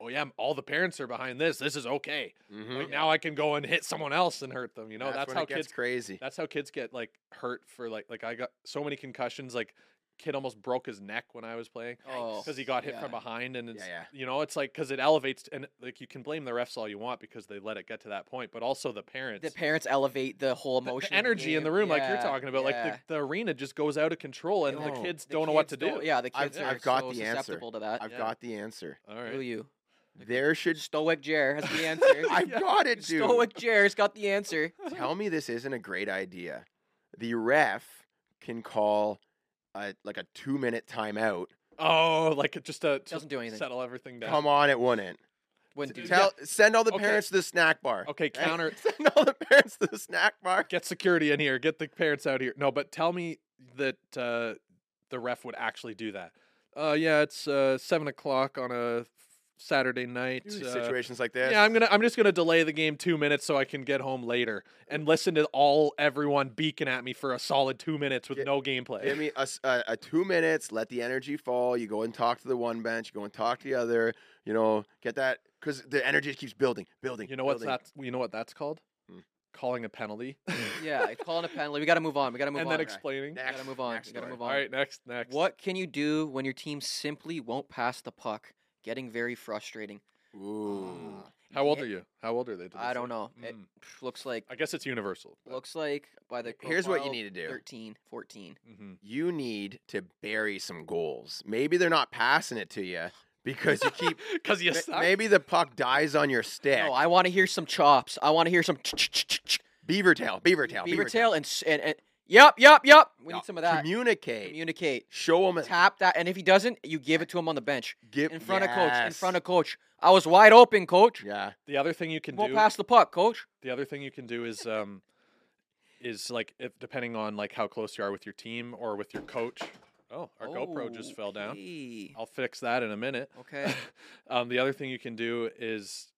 Speaker 3: oh yeah, all the parents are behind this. This is okay.
Speaker 4: Mhm.
Speaker 3: Like, now I can go and hit someone else and hurt them. You know, that's,
Speaker 4: when
Speaker 3: how
Speaker 4: it gets
Speaker 3: kids.
Speaker 4: crazy.
Speaker 3: That's how kids get like hurt for like like I got so many concussions. Like kid almost broke his neck when I was playing
Speaker 2: Oh,
Speaker 3: because he got hit from
Speaker 2: yeah.
Speaker 3: behind and it's
Speaker 4: yeah.
Speaker 3: you know it's like because it elevates and like you can blame the refs all you want because they let it get to that point, but also the parents.
Speaker 2: The parents elevate the whole
Speaker 3: the- the
Speaker 2: emotion, of
Speaker 3: energy in the
Speaker 2: game.
Speaker 3: room, like you're
Speaker 2: Yeah,
Speaker 3: talking about,
Speaker 2: yeah.
Speaker 3: like the, the arena just goes out of control, and the
Speaker 4: Oh.
Speaker 3: kids
Speaker 2: The
Speaker 3: don't know what to
Speaker 2: kids
Speaker 3: do.
Speaker 2: don't- Yeah, the
Speaker 4: I've-
Speaker 2: kids are
Speaker 4: I've got
Speaker 2: so
Speaker 4: the answer.
Speaker 2: susceptible to that.
Speaker 4: I've
Speaker 3: yeah.
Speaker 4: got the answer.
Speaker 3: All
Speaker 2: Who
Speaker 3: right,
Speaker 2: you?
Speaker 4: There should.
Speaker 2: Stoic Jer has the answer.
Speaker 4: I've got it, dude.
Speaker 2: Stoic Jer's got the answer.
Speaker 4: Tell me this isn't a great idea. The ref can call a, like a two minute timeout.
Speaker 3: oh, like it just to, to
Speaker 2: Doesn't do anything.
Speaker 3: settle everything down.
Speaker 4: Come on, it wouldn't.
Speaker 2: Wouldn't do
Speaker 3: Yeah.
Speaker 4: Tell send all the
Speaker 3: Okay.
Speaker 4: parents to the snack bar.
Speaker 3: Okay,
Speaker 4: Hey,
Speaker 3: counter.
Speaker 4: send all the parents to the snack bar.
Speaker 3: get security in here. Get the parents out here. No, but tell me that uh, the ref would actually do that. Uh, yeah, it's uh, seven o'clock on a Saturday night. uh,
Speaker 4: Situations like this.
Speaker 3: yeah, I'm gonna. I'm just gonna delay the game two minutes so I can get home later and listen to all everyone beacon at me for a solid two minutes with
Speaker 4: Gi-
Speaker 3: no gameplay.
Speaker 4: Give me a, s- a- a two minutes. Let the energy fall. You go and talk to the one bench. You go and talk to the other. You know, get that because the energy keeps building, building.
Speaker 3: You know what's
Speaker 4: building.
Speaker 3: that? You know what that's called?
Speaker 4: Hmm.
Speaker 3: Calling a penalty
Speaker 2: anything. Yeah, calling a penalty. We got to move on. We got to move
Speaker 3: and
Speaker 2: on.
Speaker 3: then explaining.
Speaker 2: we got to
Speaker 4: Next-
Speaker 2: move on.
Speaker 4: next
Speaker 2: We got to
Speaker 4: story.
Speaker 2: move
Speaker 3: All
Speaker 2: on.
Speaker 3: right, next, next.
Speaker 2: What can you do when your team simply won't pass the puck? Getting very frustrating.
Speaker 4: Ooh.
Speaker 3: How old
Speaker 2: Yeah.
Speaker 3: are you? How old are they?
Speaker 2: I don't know. It
Speaker 3: Mm.
Speaker 2: pff, looks like
Speaker 3: I guess it's universal.
Speaker 2: looks like by the
Speaker 4: Here's what you
Speaker 2: profile,
Speaker 4: need to do.
Speaker 2: 13, 14.
Speaker 3: Mm-hmm.
Speaker 4: You need to bury some goals. Maybe they're not passing it to you because you keep.
Speaker 3: Because you
Speaker 4: ma-
Speaker 3: suck.
Speaker 4: maybe the puck dies on your stick.
Speaker 2: No, Oh, I want to hear some chops. I want to hear some ch- ch- ch- ch- ch-
Speaker 4: beaver tail. Beaver tail.
Speaker 2: beaver tail and s- and and yep, yep, yep. We
Speaker 4: No,
Speaker 2: need some of that.
Speaker 4: Communicate.
Speaker 2: Communicate.
Speaker 4: Show them.
Speaker 2: Tap that, and if he doesn't, you give it to him on the bench in front of coach. In front of coach. I was wide open, coach.
Speaker 4: Yeah.
Speaker 3: The other thing you can
Speaker 2: Won't
Speaker 3: do.
Speaker 2: pass the puck, coach.
Speaker 3: The other thing you can do is um, is like if depending on like how close you are with your team or with your coach. Oh, our GoPro just fell down.
Speaker 2: Okay.
Speaker 3: I'll fix that in a minute.
Speaker 2: Okay.
Speaker 3: um, the other thing you can do is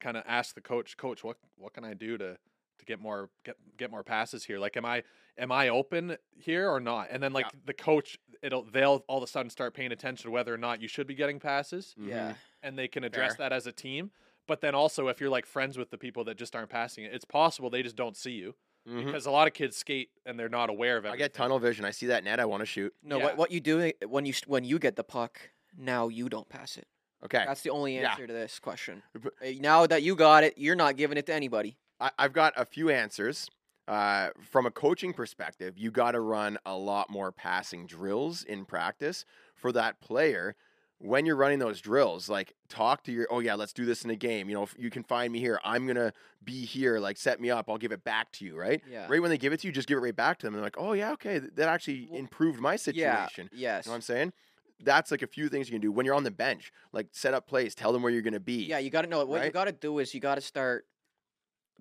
Speaker 3: kind of ask the coach, coach, what what can I do to to get more get get more passes here? Like, am I am I open here or not? And then like the coach, it'll they'll all of a sudden start paying attention to whether or not you should be getting passes,
Speaker 2: Yeah.
Speaker 3: and they can address
Speaker 4: Fair.
Speaker 3: that as a team. But then also, if you're like friends with the people that just aren't passing it, it's possible they just don't see you
Speaker 4: Mhm. Mhm.
Speaker 3: because a lot of kids skate and they're not aware of it.
Speaker 4: I get tunnel vision. I see that net. I want to shoot.
Speaker 2: No,
Speaker 3: Yeah.
Speaker 2: what what you do i- when you s- when you get the puck, now you don't pass it.
Speaker 4: Okay.
Speaker 2: That's the only
Speaker 4: Yeah.
Speaker 2: answer to this question.
Speaker 4: But-
Speaker 2: Uh, Now that you got it, you're not giving it to anybody.
Speaker 4: I, I've got a few answers. Uh, from a coaching perspective, you got to run a lot more passing drills in practice for that player. When you're running those drills, like talk to your, oh yeah, let's do this in a game. You know, if you can find me here. I'm gonna be here. Like set me up. I'll give it back to you. Right.
Speaker 2: Yeah.
Speaker 4: Right when they give it to you, just give it right back to them. And they're like, oh yeah, okay, th- that actually
Speaker 2: Well,
Speaker 4: improved my
Speaker 2: Yeah.
Speaker 4: situation.
Speaker 2: Yes.
Speaker 4: You know what I'm saying? That's like a few things you can do when you're on the bench. Like set up plays, tell them where you're gonna be.
Speaker 2: yeah, you got to know what you
Speaker 4: right?
Speaker 2: got to do is you got to start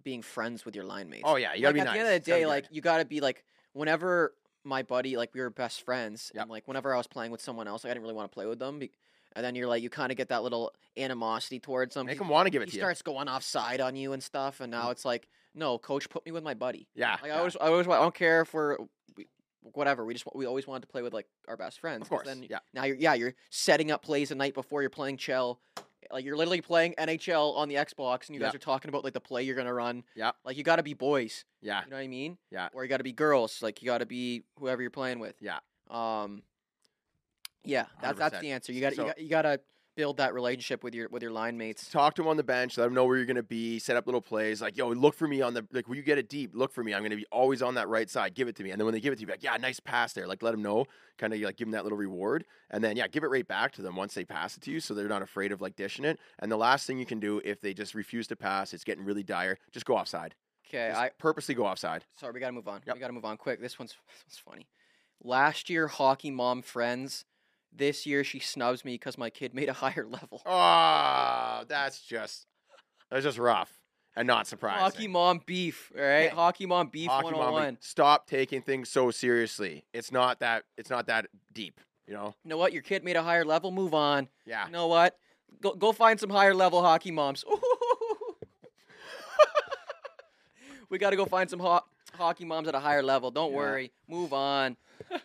Speaker 2: being friends with your line mates.
Speaker 4: Oh yeah, you gotta be
Speaker 2: like, at
Speaker 4: nice.
Speaker 2: the end of the
Speaker 4: Sound
Speaker 2: day,
Speaker 4: good.
Speaker 2: like you gotta be like whenever my buddy, like we were best friends,
Speaker 4: Yep.
Speaker 2: and like whenever I was playing with someone else, like, I didn't really want to play with them. Be- and then you're like, you kind of get that little animosity towards them.
Speaker 4: make
Speaker 2: 'cause
Speaker 4: them want to give it
Speaker 2: he
Speaker 4: to you. Mm-hmm.
Speaker 2: starts going offside on you and stuff, and now it's like, no, coach, put me with my buddy.
Speaker 4: Yeah.
Speaker 2: Like I
Speaker 4: yeah.
Speaker 2: always, I always, wa- I don't care if we're we, whatever. We just wa- we always wanted to play with like our best friends.
Speaker 4: Of
Speaker 2: 'cause
Speaker 4: course.
Speaker 2: Then
Speaker 4: yeah.
Speaker 2: now you're yeah you're setting up plays the night before you're playing chell like you're literally playing nhl on the xbox and you guys
Speaker 4: Yep.
Speaker 2: are talking about like the play you're gonna run
Speaker 4: Yep.
Speaker 2: like you gotta be boys
Speaker 4: Yeah.
Speaker 2: you know what i mean
Speaker 4: Yeah.
Speaker 2: or you gotta be girls like you gotta be whoever you're playing with
Speaker 4: Yeah.
Speaker 2: um yeah that's that's
Speaker 4: 100%.
Speaker 2: the answer you gotta
Speaker 4: So-
Speaker 2: you, gotta, you gotta build that relationship with your with your line mates
Speaker 4: Talk to them on the bench. Let them know where you're going to be. Set up little plays. Like, yo, look for me on the like. When you get it deep, look for me. I'm going to be always on that right side. Give it to me. And then when they give it to you, be like, yeah, nice pass there. Like, let them know. Kind of like give them that little reward. And then yeah, give it right back to them once they pass it to you, so they're not afraid of like dishing it. And the last thing you can do if they just refuse to pass, it's getting really dire. Just go offside.
Speaker 2: okay
Speaker 4: Just
Speaker 2: i
Speaker 4: purposely go offside.
Speaker 2: Sorry, we gotta move on.
Speaker 4: Yep.
Speaker 2: We gotta move on quick. This one's this one's funny. Last year, hockey mom friends. This year, she snubs me because my kid made a higher level.
Speaker 4: Oh, that's just that's just rough and not surprising.
Speaker 2: Hockey mom beef, all right?
Speaker 4: Yeah.
Speaker 2: Hockey mom beef
Speaker 4: Hockey mom, like,
Speaker 2: 101.
Speaker 4: Stop taking things so seriously. It's not that. It's not that deep. You know.
Speaker 2: You know what? Your kid made a higher level. Move on.
Speaker 4: Yeah.
Speaker 2: You know what? Go, go find some higher level hockey moms. we gotta go find some ho- hockey moms at a higher level. Don't
Speaker 4: Yeah.
Speaker 2: worry. Move on.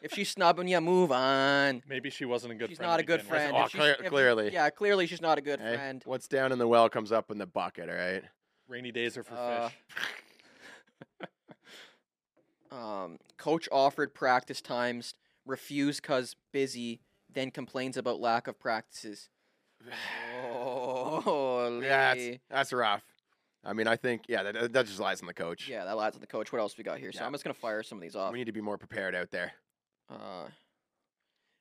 Speaker 2: if she's snubbing you, move on.
Speaker 3: Maybe she wasn't a good
Speaker 2: she's
Speaker 3: friend.
Speaker 2: not
Speaker 3: to
Speaker 2: a good
Speaker 3: begin with.
Speaker 2: friend.
Speaker 4: Oh,
Speaker 2: If she's-
Speaker 4: clear-
Speaker 2: if-
Speaker 4: clearly.
Speaker 2: Yeah, clearly she's not a good
Speaker 4: Hey,
Speaker 2: friend.
Speaker 4: What's down in the well comes up in the bucket, all right?
Speaker 3: Rainy days are for
Speaker 2: Uh,
Speaker 3: fish.
Speaker 2: Um, coach offered practice times, refused cause busy, then complains about lack of practices. Oh,
Speaker 4: Yeah, that's, that's rough. I mean, I think, yeah, that, that just lies on the coach.
Speaker 2: yeah, that lies on the coach. What else we got here? So
Speaker 4: Yeah.
Speaker 2: I'm just gonna fire some of these off.
Speaker 4: We need to be more prepared out there.
Speaker 2: Uh,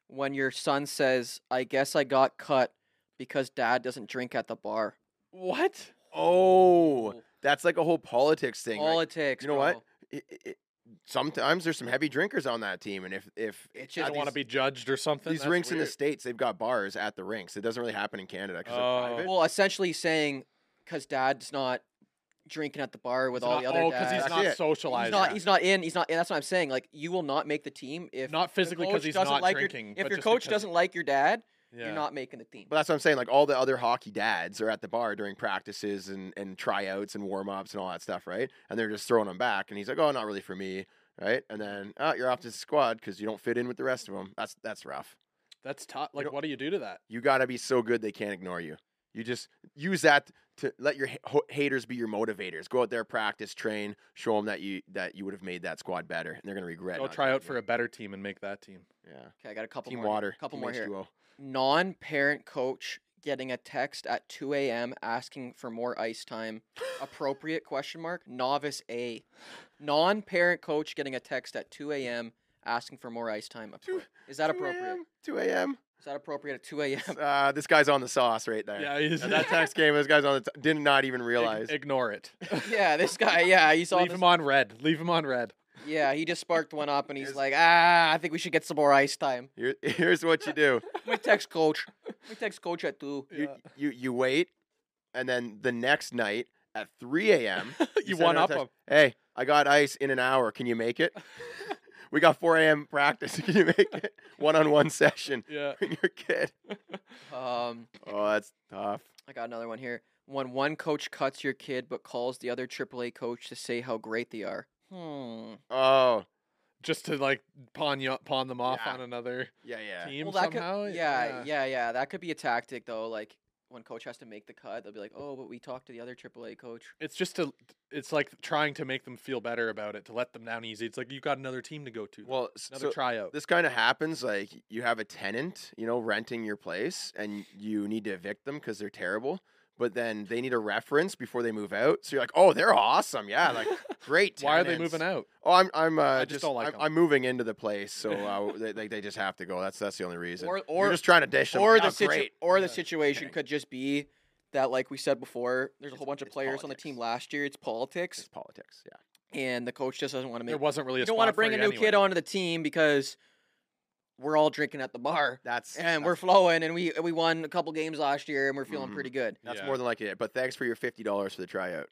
Speaker 2: when your son says, "I guess I got cut because dad doesn't drink at the bar,"
Speaker 3: What?
Speaker 4: Oh,
Speaker 3: Cool.
Speaker 4: that's like a whole politics thing.
Speaker 2: all
Speaker 4: like,
Speaker 2: it takes.
Speaker 4: you know
Speaker 2: bro.
Speaker 4: what? it, it- it- sometimes there's some heavy drinkers on that team, and if if
Speaker 2: It's
Speaker 4: uh,
Speaker 2: just-
Speaker 3: I don't want to
Speaker 4: these-
Speaker 3: be judged or something.
Speaker 4: these
Speaker 3: That's
Speaker 4: rinks in the
Speaker 3: weird.
Speaker 4: states, they've got bars at the rinks. It doesn't really happen in Canada because
Speaker 3: Oh.
Speaker 4: private.
Speaker 2: Well, essentially saying, "Cause dad's not drinking at the bar with
Speaker 3: It's
Speaker 2: all
Speaker 3: not-
Speaker 2: the other
Speaker 3: oh,
Speaker 2: dads."
Speaker 3: he's
Speaker 4: That's
Speaker 3: not
Speaker 4: it. He's
Speaker 3: socialized.
Speaker 2: He's not. He's not in. He's not. in. That's what I'm saying. Like you will not make the team if
Speaker 3: Not
Speaker 2: your
Speaker 3: physically 'cause
Speaker 2: coach
Speaker 3: he's
Speaker 2: doesn't
Speaker 3: not
Speaker 2: like
Speaker 3: drinking,
Speaker 2: Your, if
Speaker 3: but
Speaker 2: your
Speaker 3: just
Speaker 2: coach
Speaker 3: because-
Speaker 2: doesn't like your dad,
Speaker 3: Yeah.
Speaker 2: you're not making the team.
Speaker 4: But that's what I'm saying. Like all the other hockey dads are at the bar during practices and, and tryouts and warm ups and all that stuff, right? And they're just throwing him back, and he's like, "Oh, not really for me." Right, and then oh, you're off to the squad because you don't fit in with the rest of them. That's that's rough.
Speaker 3: That's tough. Like,
Speaker 4: don't-
Speaker 3: what do you do to that?
Speaker 4: You got to be so good they can't ignore you. You just use that to let your ha- ho- haters be your motivators. Go out there, practice, train, show them that you that you would have made that squad better, and they're gonna regret.
Speaker 3: Go
Speaker 4: not
Speaker 3: try
Speaker 4: doing
Speaker 3: out for a better team and make that team.
Speaker 4: it. yeah.
Speaker 2: Okay, I got a couple
Speaker 4: Team
Speaker 2: more. here-
Speaker 4: Water,
Speaker 2: Couple
Speaker 4: Team
Speaker 2: more here.
Speaker 4: H2O.
Speaker 2: Non-parent coach getting a text at 2 a.m. asking for more ice time. Appropriate question mark. Novice A. Non-parent coach getting a text at 2 a.m. asking for more ice time.
Speaker 4: Two-
Speaker 2: Appro- Is that
Speaker 4: 2
Speaker 2: appropriate?
Speaker 4: a.m., Two a.m.
Speaker 2: Is that appropriate at 2 a.m.?
Speaker 4: Uh, this guy's on the sauce right there.
Speaker 3: Yeah, he's,
Speaker 4: Yeah, that text came. This guy's on the t- did not even realize.
Speaker 3: ignore it.
Speaker 2: yeah, this guy. Yeah, he's all.
Speaker 3: Leave him on red. Leave him on red.
Speaker 2: Yeah, he just sparked one up and he's
Speaker 4: Is-
Speaker 2: like, ah, I think we should get some more ice time.
Speaker 4: Here, here's what you do:
Speaker 2: My text coach. My text coach at two.
Speaker 4: you, you you wait, and then the next night at 3 a.m.
Speaker 3: You
Speaker 4: send
Speaker 3: one
Speaker 4: out
Speaker 3: up
Speaker 4: a text,
Speaker 3: him.
Speaker 4: Hey, I got ice in an hour. Can you make it? we got 4 a.m. practice. Can you make it? One-on-one session.
Speaker 3: Yeah.
Speaker 4: Bring your kid.
Speaker 2: Um,
Speaker 4: Oh, that's tough.
Speaker 2: I got another one here. When one coach cuts your kid but calls the other AAA coach to say how great they are. Hmm.
Speaker 4: Oh,
Speaker 3: Just to like pawn you, pawn them off
Speaker 4: Yeah.
Speaker 3: on another
Speaker 4: yeah, yeah.
Speaker 3: team
Speaker 2: Well, that
Speaker 3: somehow.
Speaker 2: could, yeah, yeah, yeah, That could be a tactic though. Like when coach has to make the cut, they'll be like, "Oh, but we talked to the other AAA coach."
Speaker 3: It's just to, it's like trying to make them feel better about it, to let them down easy. It's like you got another team to go to,
Speaker 4: Well, s-
Speaker 3: another
Speaker 4: so
Speaker 3: tryout.
Speaker 4: this kind of happens like you have a tenant, you know, renting your place and you need to evict them because they're terrible. But then they need a reference before they move out. So you're like, oh, they're awesome. Yeah. Like, great.
Speaker 3: Why are they moving
Speaker 4: tenants."
Speaker 3: out?
Speaker 4: Oh, I'm, I'm, uh,
Speaker 3: just don't like
Speaker 4: I'm,
Speaker 3: 'em.
Speaker 4: I'm moving into the place. So uh, they, they, they just have to go. That's, that's the only reason.
Speaker 2: Or,
Speaker 4: you're
Speaker 2: or,
Speaker 4: just trying to dish them.
Speaker 2: or
Speaker 4: "Yeah,
Speaker 2: the situ-
Speaker 4: great.
Speaker 2: or the
Speaker 3: Yeah.
Speaker 2: situation could just be that, like we said before, there's a
Speaker 4: It's-
Speaker 2: whole bunch of
Speaker 4: it's
Speaker 2: players on the team
Speaker 4: politics.
Speaker 2: last year. It's
Speaker 4: It's
Speaker 2: politics,
Speaker 4: politics. Yeah.
Speaker 2: and the coach just doesn't want to make
Speaker 3: There wasn't really. A
Speaker 2: you don't want to
Speaker 3: spot for
Speaker 2: bring a
Speaker 3: you
Speaker 2: new
Speaker 3: anyway.
Speaker 2: kid onto the team because we're all drinking at the bar
Speaker 4: That's,
Speaker 2: and
Speaker 4: that's,
Speaker 2: we're flowing and we we won a couple games last year and we're feeling
Speaker 3: Mm-hmm.
Speaker 4: Mhm.
Speaker 2: pretty good.
Speaker 4: that's
Speaker 3: Yeah.
Speaker 4: more than likely it. But thanks for your $50 for the tryout.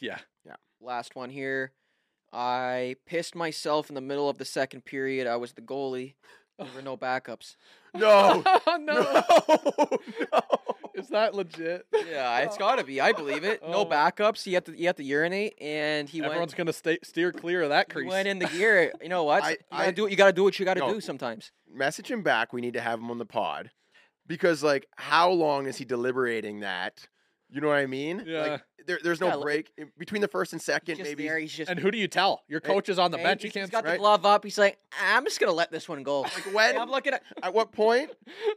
Speaker 3: Yeah.
Speaker 2: Last one here. I pissed myself in the middle of the second period. I was the goalie. There were no backups.
Speaker 4: No.
Speaker 2: Oh,
Speaker 3: Oh, no.
Speaker 4: no.
Speaker 3: Is that legit?
Speaker 2: Yeah, it's got to be. I believe it. No
Speaker 3: Oh.
Speaker 2: backups. You have to you have to urinate and he
Speaker 3: Everyone's
Speaker 2: went
Speaker 3: gonna stay, steer clear of that
Speaker 2: he
Speaker 3: crease.
Speaker 2: went in the gear. You know what?
Speaker 4: I-
Speaker 2: you gotta
Speaker 4: I-
Speaker 2: do you gotta do what you gotta
Speaker 4: No.
Speaker 2: do sometimes.
Speaker 4: message him back. We need to have him on the pod because, like, how long is he deliberating that? You know what I mean?
Speaker 3: Yeah.
Speaker 4: Like, there, there's no
Speaker 2: Yeah, like-
Speaker 4: break in between the first and second.
Speaker 2: Just
Speaker 4: maybe
Speaker 2: there, he's just
Speaker 3: and who do you tell? Your
Speaker 4: Hey,
Speaker 3: coach is on the
Speaker 2: Hey,
Speaker 3: bench. You
Speaker 2: he's-
Speaker 3: can't.
Speaker 2: he's got the
Speaker 4: right?
Speaker 2: glove up. He's like, I'm just gonna let this one go.
Speaker 4: like when?
Speaker 2: I'm looking at.
Speaker 4: at what point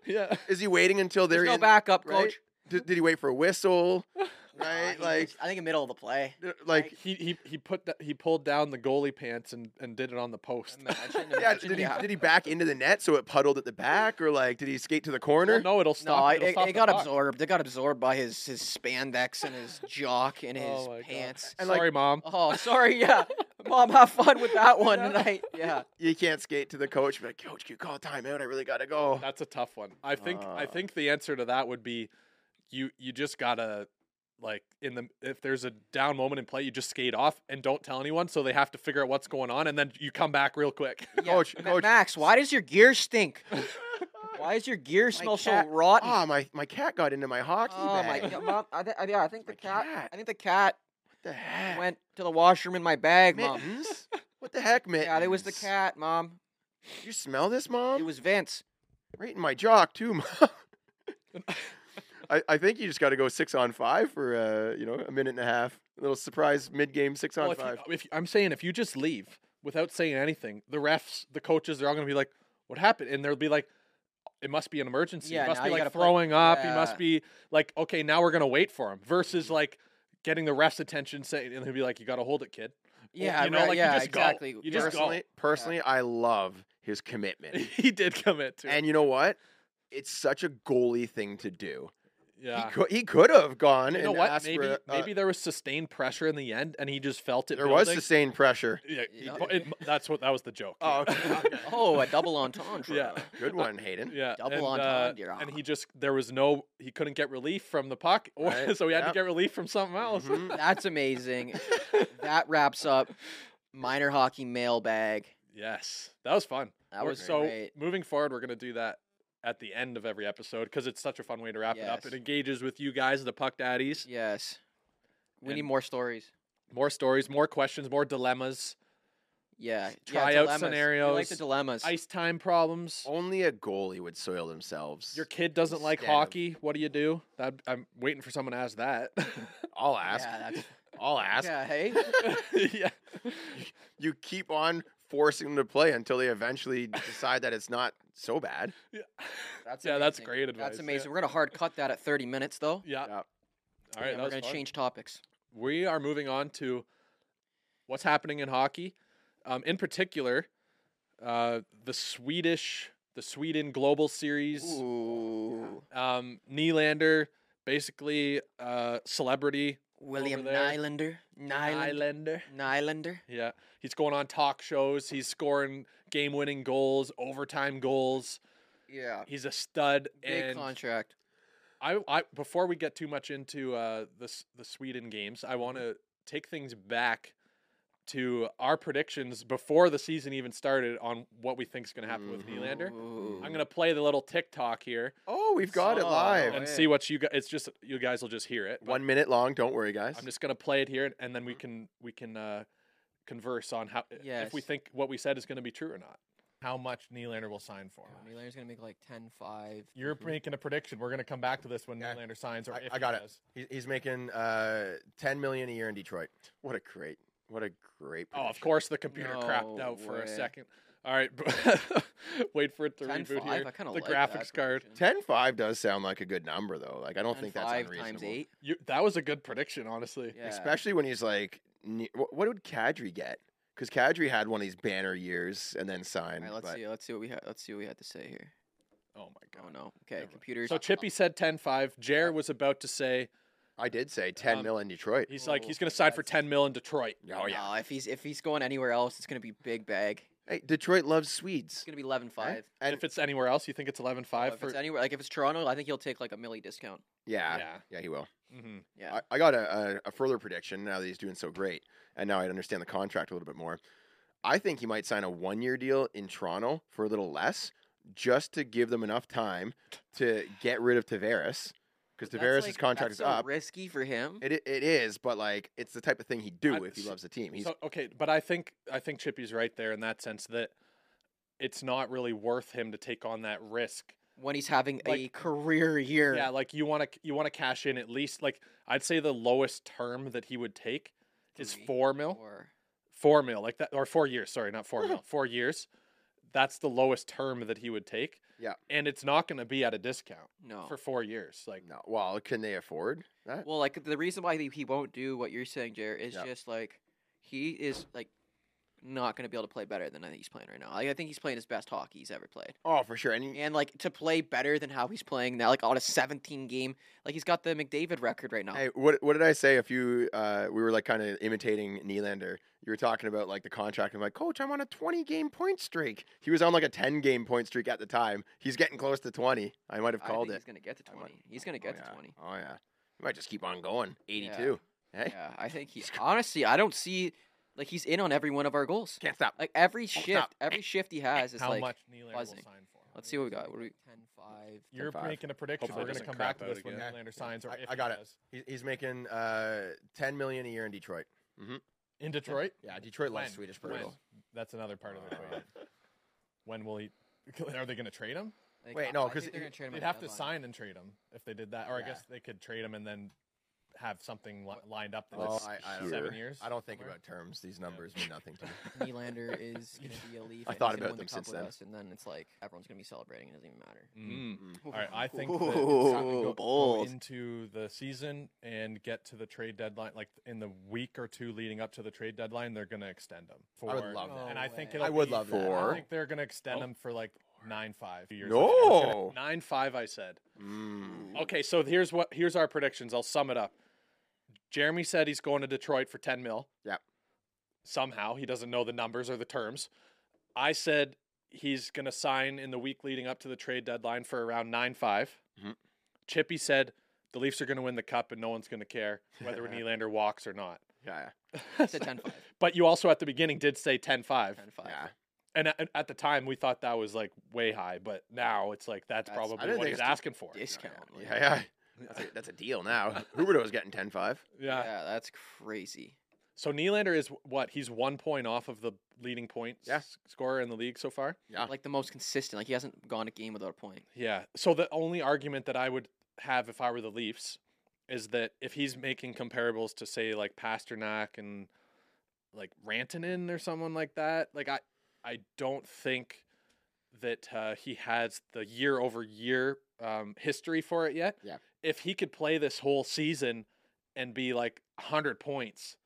Speaker 3: yeah.
Speaker 4: is he waiting until they're
Speaker 2: There's no
Speaker 4: in-
Speaker 2: backup,
Speaker 4: right?
Speaker 2: coach.
Speaker 4: Did, did he wait for a whistle?
Speaker 2: Nah,
Speaker 4: Right?
Speaker 2: he-
Speaker 4: like,
Speaker 2: I think in middle of the play.
Speaker 4: uh, like,
Speaker 3: He he he put that, he pulled down the goalie pants and, and did it on the post.
Speaker 2: Imagine,
Speaker 4: yeah.
Speaker 2: imagine,
Speaker 4: Did he
Speaker 2: yeah.
Speaker 4: did he back into the net so it puddled at the back, or like did he skate to the corner?
Speaker 3: Well, no, it'll stop.
Speaker 2: No, it,
Speaker 3: it'll
Speaker 2: it,
Speaker 3: stop
Speaker 2: it
Speaker 3: the
Speaker 2: got
Speaker 3: puck.
Speaker 2: absorbed. It got absorbed by his his spandex and his jock and his
Speaker 3: Oh my God.
Speaker 2: pants.
Speaker 4: And, like-
Speaker 3: Sorry, mom.
Speaker 2: Oh, sorry. Yeah, mom, have fun with that one
Speaker 3: Yeah.
Speaker 2: tonight. Yeah.
Speaker 4: You can't skate to the coach. Be like, coach, can you call a timeout? I really gotta go.
Speaker 3: That's a tough one. I think I
Speaker 4: Uh.
Speaker 3: think the answer to that would be you you just gotta like in the if there's a down moment in play, you just skate off and don't tell anyone so they have to figure out what's going on and then you come back real quick.
Speaker 2: yeah.
Speaker 4: Coach,
Speaker 2: Ma-
Speaker 4: coach.
Speaker 2: Max, why does your gear stink? why does your gear smell so
Speaker 4: cat-
Speaker 2: rotten?
Speaker 4: Ah, my my cat got into my hockey
Speaker 2: Oh my
Speaker 4: bag.
Speaker 2: god, mom! I, th- yeah, I think the
Speaker 4: My
Speaker 2: cat,
Speaker 4: cat.
Speaker 2: I think the cat
Speaker 4: What the heck?
Speaker 2: went to the washroom in my bag, mom.
Speaker 4: mittens? what the heck, mittens?
Speaker 2: Yeah, it was the cat, mom.
Speaker 4: You smell this, mom?
Speaker 2: It was Vince.
Speaker 4: right in my jock too, mom. I, I think you just got to go six on five for uh, you know a minute and a half. A little surprise mid game six on
Speaker 3: Well, if you-
Speaker 4: five.
Speaker 3: if you- I'm saying if you just leave without saying anything, the refs, the coaches, they're all going to be like, "What happened?" And they'll be like, "It must be an emergency.
Speaker 2: Yeah,
Speaker 3: he must
Speaker 2: now
Speaker 3: be
Speaker 2: you
Speaker 3: like
Speaker 2: gotta play-
Speaker 3: throwing up. He
Speaker 2: Yeah. Mm-hmm.
Speaker 3: must be like, okay, now we're going to wait for him." Versus like getting the refs' attention, saying, and he'll be like, "You got to hold it, kid."
Speaker 2: Yeah,
Speaker 3: you know,
Speaker 2: right,
Speaker 3: like, you
Speaker 2: yeah,
Speaker 3: just go.
Speaker 2: exactly.
Speaker 3: You just go.
Speaker 4: personally, personally, I love his commitment.
Speaker 3: he did commit to. it.
Speaker 4: and you know what? It's such a goalie thing to do.
Speaker 3: yeah.
Speaker 4: He could he could have gone
Speaker 3: You know
Speaker 4: and
Speaker 3: what?
Speaker 4: asked
Speaker 3: Maybe
Speaker 4: for a,
Speaker 3: maybe there was sustained pressure in the end, and he just felt it.
Speaker 4: there was
Speaker 3: building.
Speaker 4: sustained pressure.
Speaker 3: Yeah, he
Speaker 2: Yeah.
Speaker 3: pu- it- that's what that was the joke.
Speaker 4: Oh,
Speaker 3: yeah.
Speaker 4: okay.
Speaker 2: Oh, a double entendre.
Speaker 3: Yeah.
Speaker 4: Good one, Hayden.
Speaker 3: Yeah,
Speaker 2: Double
Speaker 3: and,
Speaker 2: entendre.
Speaker 3: Uh, and he just there was no he couldn't get relief from the puck, or,
Speaker 4: Right,
Speaker 3: so he had to
Speaker 4: yep.
Speaker 3: get relief from something else.
Speaker 4: Mhm.
Speaker 2: That's amazing. that wraps up minor hockey mailbag.
Speaker 3: yes, that was fun.
Speaker 2: That
Speaker 3: We're-
Speaker 2: was
Speaker 3: so
Speaker 2: great.
Speaker 3: moving forward, we're gonna do that at the end of every episode because it's such a fun way to wrap it up.
Speaker 2: Yes.
Speaker 3: It engages with you guys, the puck daddies.
Speaker 2: Yes. We need
Speaker 3: And-
Speaker 2: more stories.
Speaker 3: More stories, more questions, more dilemmas,
Speaker 2: Yeah. yeah,
Speaker 3: Tryout
Speaker 2: dilemmas. We like the
Speaker 3: scenarios,
Speaker 2: dilemmas.
Speaker 3: ice time problems.
Speaker 4: Only a goalie would soil themselves.
Speaker 3: Your kid doesn't like
Speaker 4: Instead of-
Speaker 3: hockey. What do you do? That I'm waiting for someone to ask that.
Speaker 4: I'll ask.
Speaker 2: Yeah, that's,
Speaker 4: I'll ask.
Speaker 2: yeah, hey.
Speaker 3: yeah.
Speaker 4: You keep on forcing them to play until they eventually decide that it's not so bad.
Speaker 2: That's
Speaker 3: Yeah, that's
Speaker 2: amazing.
Speaker 3: great advice,
Speaker 2: That's
Speaker 3: yeah.
Speaker 2: amazing. We're gonna hard cut that at 30 minutes though.
Speaker 3: Yeah.
Speaker 4: Yeah.
Speaker 3: All right,
Speaker 2: and
Speaker 3: that
Speaker 2: we're
Speaker 3: was
Speaker 2: gonna
Speaker 3: fun.
Speaker 2: change topics.
Speaker 3: we are moving on to what's happening in hockey. Um, in particular, uh, the Swedish, the Sweden Global Series.
Speaker 2: Ooh.
Speaker 3: Um, Nylander, basically uh, celebrity
Speaker 2: William
Speaker 3: there.
Speaker 2: Nylander. Nylander.
Speaker 3: Nylander.
Speaker 2: Nylander.
Speaker 3: Yeah, he's going on talk shows. He's scoring game-winning goals, overtime goals.
Speaker 2: Yeah.
Speaker 3: He's a stud.
Speaker 2: Big
Speaker 3: and
Speaker 2: contract.
Speaker 3: I, I before we get too much into uh, the S- the Sweden games,
Speaker 4: Mm-hmm.
Speaker 3: I want to take things back to our predictions before the season even started on what we think is going to happen with
Speaker 4: Mhm.
Speaker 3: Nylander.
Speaker 2: Ooh.
Speaker 3: I'm going to play the little TikTok here
Speaker 4: Oh, we've got it
Speaker 2: Oh,
Speaker 4: live.
Speaker 3: and
Speaker 2: yeah.
Speaker 3: see what you guys. It's just you guys will just hear it. but
Speaker 4: One minute long. Don't worry, guys.
Speaker 3: I'm just going to play it here, and then we can we can uh, converse on how if we
Speaker 2: Yes.
Speaker 3: think what we said is going to be true or not. How much Nylander will sign for?
Speaker 2: Nylander's gonna make like 10, 5.
Speaker 3: You're making a prediction. We're going to come back to this when
Speaker 4: Mm-hmm. Yeah.
Speaker 3: Nylander signs, or
Speaker 4: I-
Speaker 3: if
Speaker 4: I
Speaker 3: he
Speaker 4: got it.
Speaker 3: does.
Speaker 4: He- He's making uh, ten million a year in Detroit. What a great, what a great.
Speaker 3: Oh, of
Speaker 4: prediction.
Speaker 3: course the computer crapped
Speaker 2: No
Speaker 3: out for
Speaker 2: way.
Speaker 3: a second. All right, wait for it to
Speaker 2: 10,
Speaker 3: reboot
Speaker 2: 5.
Speaker 3: here.
Speaker 2: I kind
Speaker 3: the
Speaker 2: of like
Speaker 3: graphics
Speaker 2: that
Speaker 3: card.
Speaker 2: prediction.
Speaker 4: 10-5 does sound like a good number though. Like I don't
Speaker 2: 10,
Speaker 4: think that's
Speaker 2: 5
Speaker 4: unreasonable.
Speaker 2: times 8.
Speaker 3: You, that was a good prediction, honestly.
Speaker 2: Yeah.
Speaker 4: Especially when he's like, ne- wh- what would Kadri get? Because Kadri had one of these banner years and then
Speaker 2: All
Speaker 4: signed.
Speaker 2: right, let's
Speaker 4: but
Speaker 2: see. Let's see what we had. Let's see what we had to say here.
Speaker 3: Oh my
Speaker 2: Oh
Speaker 3: god.
Speaker 2: no. Okay,
Speaker 3: Never-
Speaker 2: computers.
Speaker 3: So Chippy said 10-5. Jer was about to say
Speaker 4: I did say ten
Speaker 3: Um,
Speaker 4: mil in Detroit.
Speaker 3: he's like
Speaker 2: Oh,
Speaker 3: he's going to sign for
Speaker 2: that's-
Speaker 3: 10 mil in Detroit.
Speaker 4: Oh yeah.
Speaker 2: No, if he's if he's going anywhere else, it's gonna be big bag.
Speaker 4: Hey, Detroit loves
Speaker 2: It's
Speaker 4: Swedes.
Speaker 2: gonna be 11, 5.
Speaker 4: right? And
Speaker 3: if it's anywhere else, you think it's 11-5
Speaker 2: Oh, if
Speaker 3: for
Speaker 2: it's anywhere, like if it's Toronto, I think he'll take like a milli discount.
Speaker 4: yeah, yeah,
Speaker 3: yeah.
Speaker 4: he will.
Speaker 3: Mhm.
Speaker 2: Yeah.
Speaker 4: I, I got a, a, a further prediction now that he's doing so great, and now I understand the contract a little bit more. I think he might sign a one year deal in Toronto for a little less, just to give them enough time to get rid of Tavares, because
Speaker 2: That's,
Speaker 4: Tavares'
Speaker 2: like-
Speaker 4: contract
Speaker 2: that's so
Speaker 4: is up.
Speaker 2: Risky for him.
Speaker 4: It, it is, but like it's the type of thing he'd do
Speaker 3: I-
Speaker 4: if he
Speaker 3: so-
Speaker 4: loves the team. He's
Speaker 3: So, okay, but I think I think Chippy's right there in that sense that it's not really worth him to take on that risk
Speaker 2: when he's having a
Speaker 3: Like-
Speaker 2: career year.
Speaker 3: Yeah, like you want to you want to cash in at least like I'd say the lowest term that he would take is
Speaker 2: Three,
Speaker 3: four mil,
Speaker 2: Or,
Speaker 3: four mil like that, or four years. Sorry, not four mil, four years. That's the lowest term that he would take.
Speaker 4: Yeah.
Speaker 3: and it's not going to be at a discount
Speaker 2: no.
Speaker 3: for four years. Like
Speaker 4: no, well, can they afford that?
Speaker 2: well, like the reason why he- he won't do what you're saying, Jared, is
Speaker 4: Yeah.
Speaker 2: just like he is like not gonna be able to play better than I think he's playing right now. Like, I think he's playing his best hockey he's ever played.
Speaker 4: Oh, for sure. And he-
Speaker 2: And like to play better than how he's playing now, like on a 17 game, like he's got the McDavid record right now.
Speaker 4: Hey, what what did I say? A few uh, we were like kind of imitating Nylander. You were talking about like the contract. I'm like, Coach, I'm on a 20 game point streak. He was on like a 10 game point streak at the time. He's getting close to 20. I might have
Speaker 2: I
Speaker 4: called
Speaker 2: think
Speaker 4: it.
Speaker 2: He's gonna get to
Speaker 4: I might-
Speaker 2: 20. He's gonna get
Speaker 4: oh,
Speaker 2: to
Speaker 4: yeah.
Speaker 2: 20.
Speaker 4: Oh yeah, he might just keep on going. 82. Hey,
Speaker 2: Yeah, I think he. Honestly, I don't see like he's in on every one of our goals.
Speaker 4: can't stop.
Speaker 2: Like every
Speaker 4: Stop.
Speaker 2: shift, every shift he has is
Speaker 3: how
Speaker 2: like.
Speaker 3: much Nylander
Speaker 2: buzzing.
Speaker 3: will sign for?
Speaker 2: Let's see what we got. What do we? 10, 5.
Speaker 3: You're
Speaker 4: 10-5.
Speaker 3: making a prediction.
Speaker 4: Hopefully it
Speaker 3: We're going to
Speaker 4: doesn't
Speaker 3: come
Speaker 4: crap
Speaker 3: back to
Speaker 4: out
Speaker 3: this when
Speaker 4: again.
Speaker 3: Nylander signs, or
Speaker 4: I-
Speaker 3: if
Speaker 4: I
Speaker 3: he
Speaker 4: got it.
Speaker 3: does.
Speaker 4: He- He's making uh, 10 million a year in Detroit.
Speaker 3: in Detroit.
Speaker 4: Yeah, Detroit
Speaker 3: When?
Speaker 4: loves Swedish
Speaker 3: When?
Speaker 4: brutal.
Speaker 3: That's another part of the
Speaker 4: Uh,
Speaker 3: equation.
Speaker 5: when will he? Are they going to trade him?
Speaker 2: Like,
Speaker 4: Wait,
Speaker 2: I-
Speaker 4: no,
Speaker 2: I
Speaker 4: 'cause
Speaker 2: think they're
Speaker 4: it-
Speaker 2: gonna trade him
Speaker 5: They'd
Speaker 2: at
Speaker 5: have to
Speaker 2: deadline.
Speaker 5: sign and trade him if they did that, or I
Speaker 4: Yeah.
Speaker 5: guess they could trade him and then have something li- lined up that's
Speaker 4: Oh, I, I don't
Speaker 5: seven
Speaker 4: know.
Speaker 5: years.
Speaker 4: I don't think
Speaker 5: somewhere.
Speaker 4: about terms. These numbers mean nothing to me.
Speaker 2: Nylander is going to be a leaf.
Speaker 4: I
Speaker 2: and
Speaker 4: thought
Speaker 2: he's gonna win
Speaker 4: about
Speaker 2: the
Speaker 4: them
Speaker 2: cup
Speaker 4: since
Speaker 2: with
Speaker 4: then.
Speaker 2: us, and then it's like everyone's going to be celebrating. It doesn't even matter.
Speaker 3: Hmm.
Speaker 5: Mm.
Speaker 4: Mm.
Speaker 5: All right, I think that it's time to go,
Speaker 2: Ooh,
Speaker 5: go
Speaker 2: bold.
Speaker 5: into the season and get to the trade deadline. Like in the week or two leading up to the trade deadline, they're going to extend them. For,
Speaker 4: I would love
Speaker 2: No
Speaker 4: that.
Speaker 5: and I think
Speaker 2: way.
Speaker 5: it'll
Speaker 4: I would
Speaker 5: be-
Speaker 4: love that.
Speaker 5: I
Speaker 4: Four.
Speaker 5: think they're going to extend
Speaker 3: Oh.
Speaker 5: them for like nine five years.
Speaker 4: No.
Speaker 3: Nine five, I said.
Speaker 4: Mm.
Speaker 3: Okay, so here's what here's our predictions. I'll sum it up. Jeremy said he's going to Detroit for ten mil.
Speaker 4: Yep.
Speaker 3: Somehow he doesn't know the numbers or the terms. I said he's going to sign in the week leading up to the trade deadline for around nine five.
Speaker 4: Mhm.
Speaker 3: Chippy said the Leafs are going to win the cup and no one's going to care whether Nylander walks or not.
Speaker 4: Yeah.
Speaker 2: It's a 10-5.
Speaker 3: But you also at the beginning did say 10-5.
Speaker 2: 10-5.
Speaker 4: Yeah.
Speaker 3: and at, at the time we thought that was like way high, but now it's like that's,
Speaker 2: That's- I
Speaker 3: probably
Speaker 4: didn't
Speaker 3: what
Speaker 4: think
Speaker 3: he's
Speaker 4: it's-
Speaker 3: asking for.
Speaker 2: Discount. like-
Speaker 4: Yeah. yeah. That's, a, that's a deal now. Huberto's getting 10 5.
Speaker 3: yeah.
Speaker 2: yeah, that's crazy.
Speaker 3: So Nylander is what? He's one point off of the leading point
Speaker 4: Yeah.
Speaker 3: s- scorer in the league so far.
Speaker 4: Yeah.
Speaker 2: Like the most consistent. Like he hasn't gone a game without a point.
Speaker 3: Yeah. So the only argument that I would have if I were the Leafs is that if he's making comparables to say like Pasternak and like Rantanen or someone like that, like I, I don't think that uh, he has the year over year um, history for it yet.
Speaker 4: Yeah.
Speaker 3: If he could play this whole season and be like hundred points,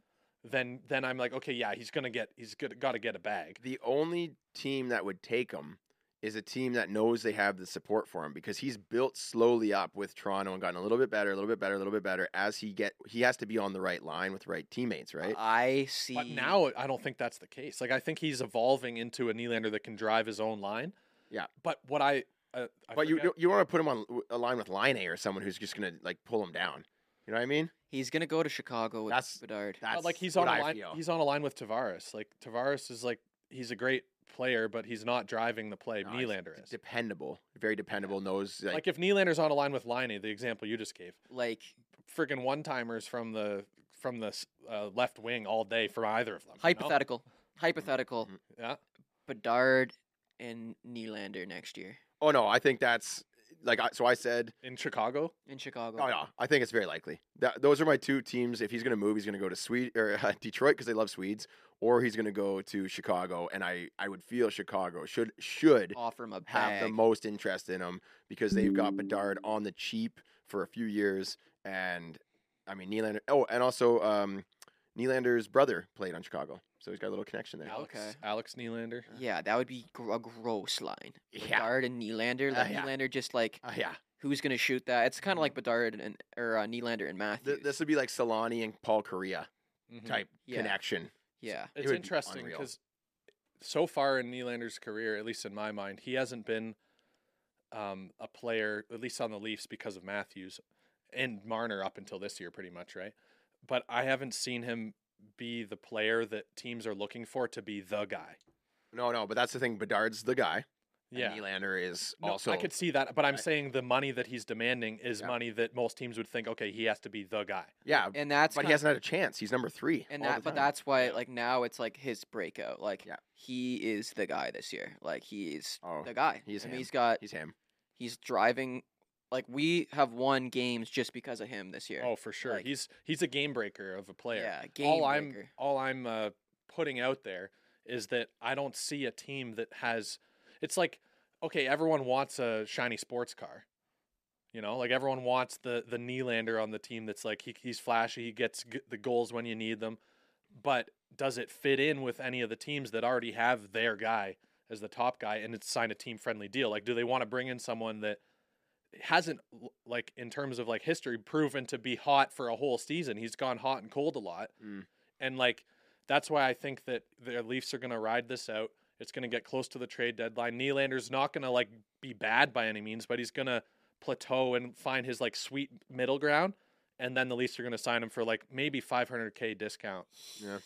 Speaker 3: then then I'm like, okay, yeah, he's gonna get he's gonna got to get a bag.
Speaker 4: The only team that would take him is a team that knows they have the support for him because he's built slowly up with Toronto and gotten a little bit better, a little bit better, a little bit better as he get he has to be on the right line with right teammates, right?
Speaker 2: I see.
Speaker 3: But now I don't think that's the case. Like I think he's evolving into a Nylander that can drive his own line.
Speaker 4: Yeah.
Speaker 3: But what I, uh, I
Speaker 4: but you
Speaker 3: forget-
Speaker 4: you want to put him on a line with Line A or someone who's just gonna like pull him down. You know what I mean?
Speaker 2: he's going to go to Chicago with
Speaker 4: That's-
Speaker 2: Bedard.
Speaker 4: That's
Speaker 3: but, like he's
Speaker 4: what
Speaker 3: on a
Speaker 4: I
Speaker 3: line.
Speaker 4: feel.
Speaker 3: He's on a line with Tavares. Like Tavares is like he's a great player, but he's not driving the play.
Speaker 4: No, he's
Speaker 3: Nylander is.
Speaker 4: dependable, very dependable. Knows like,
Speaker 3: Like if Nylander's on a line with Liney, the example you just gave,
Speaker 2: Like
Speaker 3: freaking one timers from the from the s- uh, left wing all day from either of them. you know?
Speaker 2: hypothetical. Hypothetical.
Speaker 4: mhm.
Speaker 3: Yeah.
Speaker 2: Bedard and Nylander next year
Speaker 4: oh no, I think that's like I, so. I said,
Speaker 3: In Chicago,
Speaker 2: in Chicago.
Speaker 4: oh no, I think it's very likely. That, those are my two teams. If he's gonna move, he's gonna go to Sweden or Detroit because they love Swedes, or he's gonna go to Chicago. And I I would feel Chicago should should
Speaker 2: Offer him a
Speaker 4: have
Speaker 2: bag.
Speaker 4: the most interest in him because they've got Bedard on the cheap for a few years, and I mean Nylander. Oh, and also um, Nylander's brother played on Chicago, so he's got a little connection there.
Speaker 3: Alex
Speaker 2: Okay.
Speaker 3: Alex Nylander.
Speaker 4: Uh,
Speaker 2: yeah, that would be gr- a gross line.
Speaker 4: Yeah,
Speaker 2: Bedard and Nylander. Like
Speaker 4: Uh, yeah.
Speaker 2: Nylander just like
Speaker 4: Uh, yeah.
Speaker 2: who's gonna shoot that? It's kind of like Bedard and or uh, Nylander and Matthews. Mm-hmm.
Speaker 4: Th- this would be like Solani and Paul Correa
Speaker 3: Mhm.
Speaker 4: type
Speaker 2: Yeah.
Speaker 4: connection.
Speaker 2: yeah,
Speaker 4: It
Speaker 3: It's
Speaker 4: would be
Speaker 3: interesting
Speaker 4: unreal.
Speaker 3: because so far in Nylander's career, at least in my mind, he hasn't been um, a player, at least on the Leafs, because of Matthews and Marner up until this year, pretty much, right? But I haven't seen him be the player that teams are looking for to be the guy.
Speaker 4: No, no, but that's the thing. Bedard's the guy. and
Speaker 3: Yeah.
Speaker 4: Nylander is
Speaker 3: No,
Speaker 4: also.
Speaker 3: I could see that, but I'm
Speaker 4: I-
Speaker 3: saying the money that he's demanding is
Speaker 4: Yeah.
Speaker 3: money that most teams would think, okay, he has to be the guy.
Speaker 4: Yeah,
Speaker 2: and that's
Speaker 4: but he
Speaker 2: kinda-
Speaker 4: hasn't had a chance. He's number three.
Speaker 2: and
Speaker 4: all
Speaker 2: that
Speaker 4: the
Speaker 2: but
Speaker 4: time.
Speaker 2: that's why
Speaker 3: Yeah.
Speaker 2: like now it's like his breakout. Like
Speaker 4: Yeah.
Speaker 2: he is the guy this year. Like he is
Speaker 4: Oh,
Speaker 2: the guy.
Speaker 4: he's
Speaker 2: I mean,
Speaker 4: him.
Speaker 2: he's got
Speaker 4: he's him.
Speaker 2: he's driving. Like we have won games just because of him this year.
Speaker 3: Oh, for sure.
Speaker 2: Like-
Speaker 3: he's he's a game breaker of a player.
Speaker 2: yeah, game
Speaker 3: all I'm
Speaker 2: breaker.
Speaker 3: all I'm uh, putting out there is that I don't see a team that has. It's like okay, everyone wants a shiny sports car. You know, like everyone wants the the Nylander on the team that's like he, he's flashy, he gets g- the goals when you need them, but does it fit in with any of the teams that already have their guy as the top guy and it's signed a team friendly deal? Like, do they want to bring in someone that hasn't l- like in terms of like history proven to be hot for a whole season? He's gone hot and cold a lot,
Speaker 4: Mm.
Speaker 3: and like that's why I think that the Leafs are going to ride this out. It's going to get close to the trade deadline. Nylander's not going to like be bad by any means, but he's going to plateau and find his like sweet middle ground. And then the Leafs are going to sign him for like maybe 500k discount.
Speaker 4: Yeah.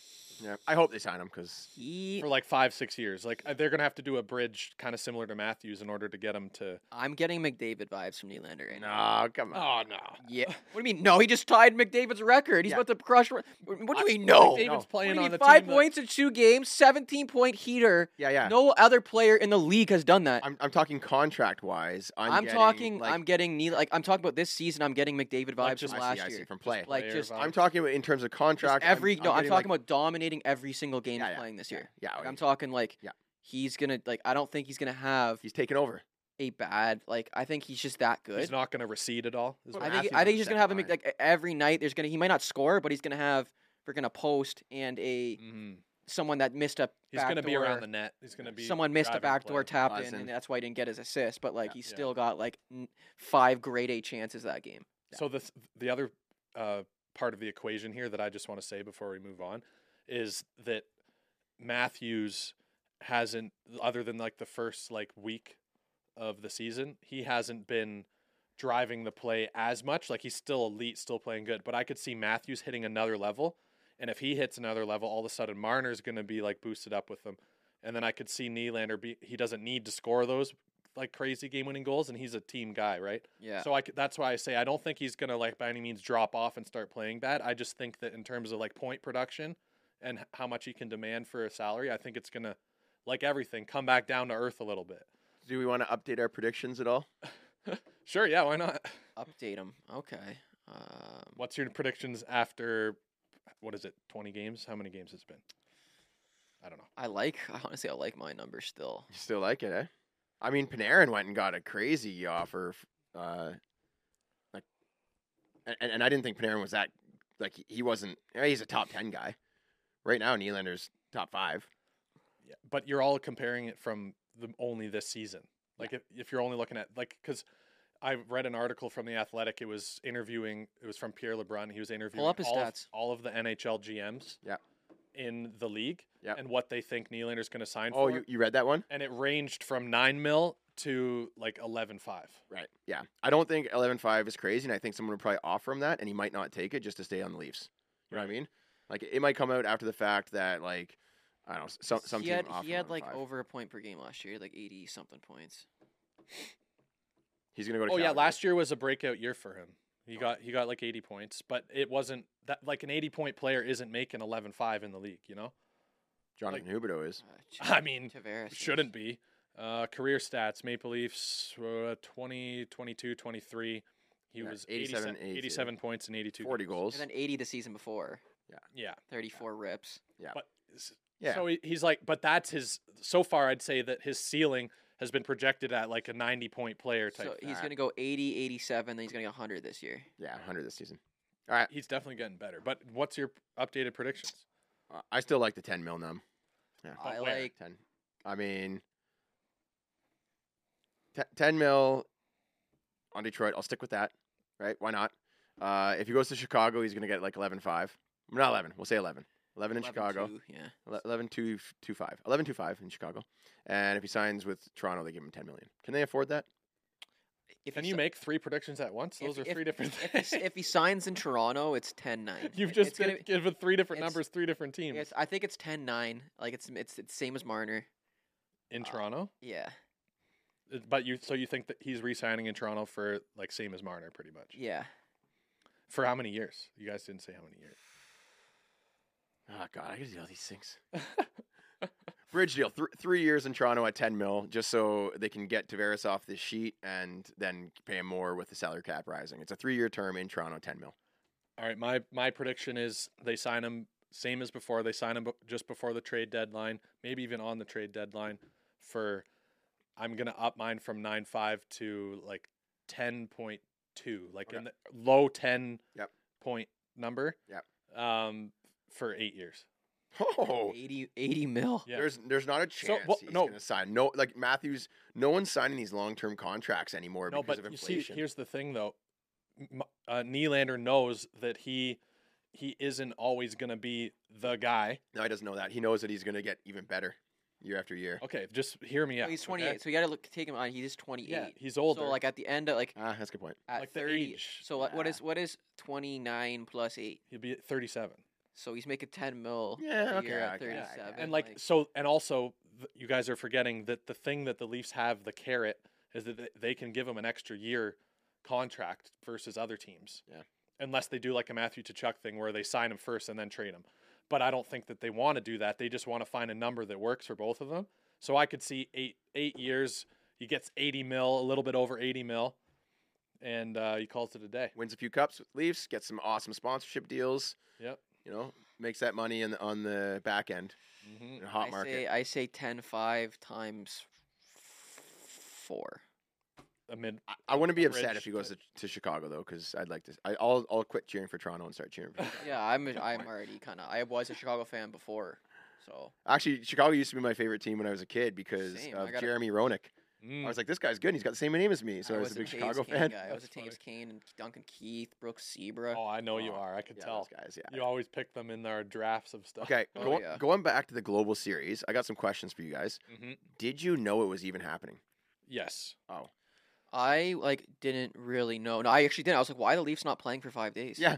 Speaker 4: Yeah, I hope they sign him because
Speaker 2: He,
Speaker 3: for like five, six years. Like uh, they're gonna have to do a bridge kind of similar to Matthews in order to get him to.
Speaker 2: I'm getting McDavid vibes from Nylander right now.
Speaker 4: no, come on.
Speaker 3: Oh no!
Speaker 2: Yeah. What do you mean? No, he just tied McDavid's record. He's
Speaker 4: Yeah.
Speaker 2: about to crush. What what do you mean? Oh, No.
Speaker 3: David's
Speaker 2: What do
Speaker 3: playing
Speaker 2: you
Speaker 3: on
Speaker 2: mean,
Speaker 3: the
Speaker 2: five
Speaker 3: team that-
Speaker 2: points in two games, 17 point heater.
Speaker 4: Yeah, yeah.
Speaker 2: No other player in the league has done that.
Speaker 4: I'm, I'm talking contract wise. I'm,
Speaker 2: I'm,
Speaker 4: getting,
Speaker 2: talking.
Speaker 4: Like,
Speaker 2: I'm getting Neil. Like I'm talking about this season. I'm getting McDavid vibes
Speaker 3: Like
Speaker 4: I
Speaker 3: just
Speaker 2: from
Speaker 4: see,
Speaker 2: last
Speaker 4: I see,
Speaker 2: year.
Speaker 4: from play.
Speaker 2: Like
Speaker 3: Player
Speaker 2: just,
Speaker 3: vibes.
Speaker 4: I'm talking about in terms of contract.
Speaker 2: just every.
Speaker 4: I'm,
Speaker 2: no, I'm,
Speaker 4: getting,
Speaker 2: talking
Speaker 4: like,
Speaker 2: about dominating every single game
Speaker 4: Yeah,
Speaker 2: he's
Speaker 4: yeah,
Speaker 2: playing this year.
Speaker 4: Yeah,
Speaker 2: Like,
Speaker 4: oh,
Speaker 2: I'm
Speaker 4: he-
Speaker 2: talking like.
Speaker 4: Yeah.
Speaker 2: He's gonna like. I don't think he's gonna have
Speaker 4: he's taking over.
Speaker 2: a bad. Like I think he's just that good.
Speaker 3: He's not gonna recede at all. is what
Speaker 4: But
Speaker 2: I
Speaker 3: I'm
Speaker 2: think.
Speaker 4: Matthews
Speaker 2: I
Speaker 4: on
Speaker 2: think
Speaker 4: the
Speaker 2: he's gonna have a
Speaker 4: second
Speaker 2: Mc- like e, every night. There's gonna. He might not score, but he's gonna have freaking a post and a
Speaker 3: saying. Mhm.
Speaker 2: someone that missed a.
Speaker 3: He's gonna be
Speaker 2: backdoor-
Speaker 3: around the net. He's gonna be
Speaker 2: someone missed a
Speaker 3: driving
Speaker 2: backdoor
Speaker 3: play.
Speaker 2: tap in,
Speaker 4: Buzzing.
Speaker 2: and that's why he didn't get his assist. But like,
Speaker 4: Yeah.
Speaker 2: he
Speaker 3: Yeah.
Speaker 2: still got like n- five grade A chances that game.
Speaker 3: So the th- the other uh, part of the equation here that I just want to say before we move on is that Matthews hasn't, other than like the first like week of the season, he hasn't been driving the play as much. Like he's still elite, still playing good, but I could see Matthews hitting another level. And if he hits another level, all of a sudden Marner's going to be like boosted up with them. And then I could see Nylander be he doesn't need to score those like crazy game-winning goals and he's a team guy, right?
Speaker 2: Yeah.
Speaker 3: So I c that's why I say I don't think he's gonna like by any means drop off and start playing bad. I just think that in terms of like point production and h- how much he can demand for a salary, I think it's gonna like everything come back down to earth a little bit.
Speaker 4: Do we want to update our predictions at all?
Speaker 3: Sure, yeah, why not?
Speaker 2: Update him. Okay. Um,
Speaker 3: What's your predictions after what is it? Twenty games? How many games it's been? I don't know.
Speaker 2: I like. Honestly, I like my number still.
Speaker 4: You still like it, eh? I mean, Panarin went and got a crazy offer. f- Uh, like, and- and, and I didn't think Panarin was that. Like, he- he wasn't. eh, He's a top ten guy. Right now, Nylander's top five.
Speaker 3: Yeah, but you're all comparing it from the only this season. Like if, if you're only looking at like because I read an article from the Athletic. It was interviewing. It was from Pierre LeBrun. He was interviewing
Speaker 2: up his
Speaker 3: all, of-
Speaker 2: stats.
Speaker 3: all of the NHL GMs.
Speaker 4: Yeah.
Speaker 3: In the league.
Speaker 4: Yeah.
Speaker 3: And what they think Nylander's going to sign
Speaker 4: Oh,
Speaker 3: for.
Speaker 4: you, you read that one?
Speaker 3: and it ranged from nine mil to like eleven five.
Speaker 4: Right. Yeah. I don't think eleven five is crazy, and I think someone would probably offer him that, and he might not take it just to stay on the Leafs. You know what I mean? Like, it might come out after the fact that, like, I don't know, s- some, some
Speaker 2: he
Speaker 4: team
Speaker 2: had
Speaker 4: offered
Speaker 2: he
Speaker 4: him
Speaker 2: had like
Speaker 4: 11.5.
Speaker 2: over a point per game last year, like eighty something points.
Speaker 4: He's gonna go to.
Speaker 3: Oh yeah,
Speaker 4: Calgary.
Speaker 3: last year was a breakout year for him. He got he got like eighty points, but it wasn't that like an eighty point player isn't making eleven five in the league. You know.
Speaker 4: Jonathan Huberto is.
Speaker 2: Uh,
Speaker 3: I mean,
Speaker 2: Tavares is-
Speaker 3: shouldn't be. Uh, career stats, Maple Leafs, uh, 20, 22, 23. He
Speaker 4: Yeah,
Speaker 3: was
Speaker 4: 87,
Speaker 3: 87,
Speaker 4: 82.
Speaker 3: 87 points and 82.
Speaker 4: 40 goals.
Speaker 2: And then eighty the season before,
Speaker 3: Yeah.
Speaker 2: thirty four rips.
Speaker 3: But s-
Speaker 4: Yeah.
Speaker 3: so he, he's like, but that's his, so far, I'd say that his ceiling has been projected at like a 90 point player type.
Speaker 2: So
Speaker 3: thing.
Speaker 2: he's
Speaker 4: that.
Speaker 2: gonna go 80, 87, then he's gonna go hundred this year.
Speaker 4: yeah, 100 this season.
Speaker 3: he's definitely getting better. But what's your updated predictions?
Speaker 4: Uh, I still like the 10 mil num. But
Speaker 2: I
Speaker 3: where?
Speaker 2: like
Speaker 4: 10. I mean, te- 10 mil on Detroit. I'll stick with that, right? Why not? Uh, if he goes to Chicago, he's going to get like 11 5. Not 11. We'll say 11. 11 in
Speaker 2: 11,
Speaker 4: Chicago.
Speaker 2: two, Yeah.
Speaker 4: Ele- 11 2 5. 11 5 in Chicago. And if he signs with Toronto, they give him 10 million. Can they afford that?
Speaker 2: If
Speaker 3: Can
Speaker 2: he
Speaker 3: you
Speaker 2: si-
Speaker 3: make three predictions at once?
Speaker 2: if-
Speaker 3: Those are
Speaker 2: if-
Speaker 3: three different
Speaker 2: if he,
Speaker 3: things.
Speaker 2: s- if he signs in Toronto, it's 10-9.
Speaker 3: You've
Speaker 2: It-
Speaker 3: just
Speaker 2: it's gonna,
Speaker 3: did- given three different
Speaker 2: it's-
Speaker 3: numbers, three different teams.
Speaker 2: it's, I think it's 10-9. Like it's it's it's same as Marner.
Speaker 3: in
Speaker 2: uh,
Speaker 3: Toronto?
Speaker 2: Yeah.
Speaker 3: Uh, But you, so you think that he's re signing in Toronto for like same as Marner pretty much?
Speaker 2: Yeah.
Speaker 3: For how many years? You guys didn't say how many years.
Speaker 4: Oh, God. I got to do all these things. Bridge deal. Th- three years in Toronto at 10 mil, just so they can get Tavares off this sheet and then pay him more with the salary cap rising. It's a three year term in Toronto, 10 mil.
Speaker 3: All right, my my prediction is they sign him same as before. They sign him b- just before the trade deadline, maybe even on the trade deadline. For I'm gonna up mine from nine five to like ten point two, like in the low ten
Speaker 4: Yep.
Speaker 3: point number.
Speaker 4: Yep.
Speaker 3: Um, for eight years.
Speaker 4: Oh,
Speaker 2: eighty eighty 80, 80 mil.
Speaker 3: Yeah.
Speaker 4: there's there's not a chance
Speaker 3: well,
Speaker 4: he's
Speaker 3: no.
Speaker 4: going to sign. No, like Matthews, no one's signing these long term contracts anymore
Speaker 3: no,
Speaker 4: because
Speaker 3: but
Speaker 4: of
Speaker 3: you see,
Speaker 4: inflation.
Speaker 3: here's the thing though. M- Uh, Nylander knows that he he isn't always gonna be the guy.
Speaker 4: no, he doesn't know that. He knows that he's going to get even better year after year.
Speaker 3: Okay, just hear me
Speaker 2: So
Speaker 3: out.
Speaker 2: he's
Speaker 3: okay?
Speaker 2: 28. So you got to look take him uh, on. He's just 28.
Speaker 3: Yeah, he's
Speaker 2: so
Speaker 3: older.
Speaker 2: like at the end of like
Speaker 4: Ah, that's a good point.
Speaker 2: at
Speaker 3: Like the
Speaker 2: 30.
Speaker 3: age.
Speaker 2: So what, what
Speaker 3: Yeah.
Speaker 2: is what is 29 plus 8?
Speaker 3: He'll be at 37.
Speaker 2: So he's making ten mil.
Speaker 4: Yeah,
Speaker 2: a
Speaker 4: okay,
Speaker 2: year at
Speaker 4: okay, okay.
Speaker 2: 37.
Speaker 4: And,
Speaker 3: and like, so and also th- you guys are forgetting that the thing that the leafs have the carrot is that th- they can give him an extra year contract versus other teams
Speaker 4: Yeah.
Speaker 3: unless they do like a matthew Tuchuk thing where they sign him first and then trade him but i don't think that they want to do that they just want to find a number that works for both of them so i could see eight eight years he gets 80 mil a little bit over 80 mil and uh, he calls it a day
Speaker 4: Wins a few cups with Leafs, gets some awesome sponsorship deals.
Speaker 3: Yep.
Speaker 4: You know, makes that money in the, on the back end
Speaker 3: mm-hmm.
Speaker 4: in a hot
Speaker 2: I
Speaker 4: market.
Speaker 2: say I say ten five times f- four.
Speaker 3: amid
Speaker 4: I, I wouldn't be upset
Speaker 3: Bridge,
Speaker 4: if he goes to,
Speaker 3: but-
Speaker 4: to Chicago though, because I'd like to. I, I'll I'll quit cheering for Toronto and start cheering. for Chicago.
Speaker 2: Yeah, I'm a, I'm already kind of I was a Chicago fan before, so
Speaker 4: Actually, Chicago used to be my favorite team when I was a kid because
Speaker 2: Same,
Speaker 4: of
Speaker 2: I gotta-
Speaker 4: Jeremy Roenick.
Speaker 3: Mm.
Speaker 4: I was like, this guy's good. and He's got the same name as me, so I was, a big
Speaker 2: Taves
Speaker 4: Chicago
Speaker 2: Kane
Speaker 4: fan.
Speaker 2: Guy. I
Speaker 3: That's
Speaker 2: was a Taves
Speaker 3: funny.
Speaker 2: Kane and Duncan Keith, Brooks Sebra.
Speaker 3: oh i know you
Speaker 2: Uh,
Speaker 4: Oh,
Speaker 3: are i could
Speaker 4: Yeah,
Speaker 3: tell
Speaker 4: those guys. Yeah.
Speaker 3: you always pick them in our drafts of stuff
Speaker 4: Okay,
Speaker 2: Oh,
Speaker 4: go,
Speaker 2: yeah.
Speaker 4: going back to the global series, I got some questions for you guys.
Speaker 3: mm-hmm.
Speaker 4: Did you know it was even happening?
Speaker 3: Yes.
Speaker 2: I like didn't really know. No, I actually didn't. I was like, why the Leafs not playing for five days?
Speaker 4: Yeah,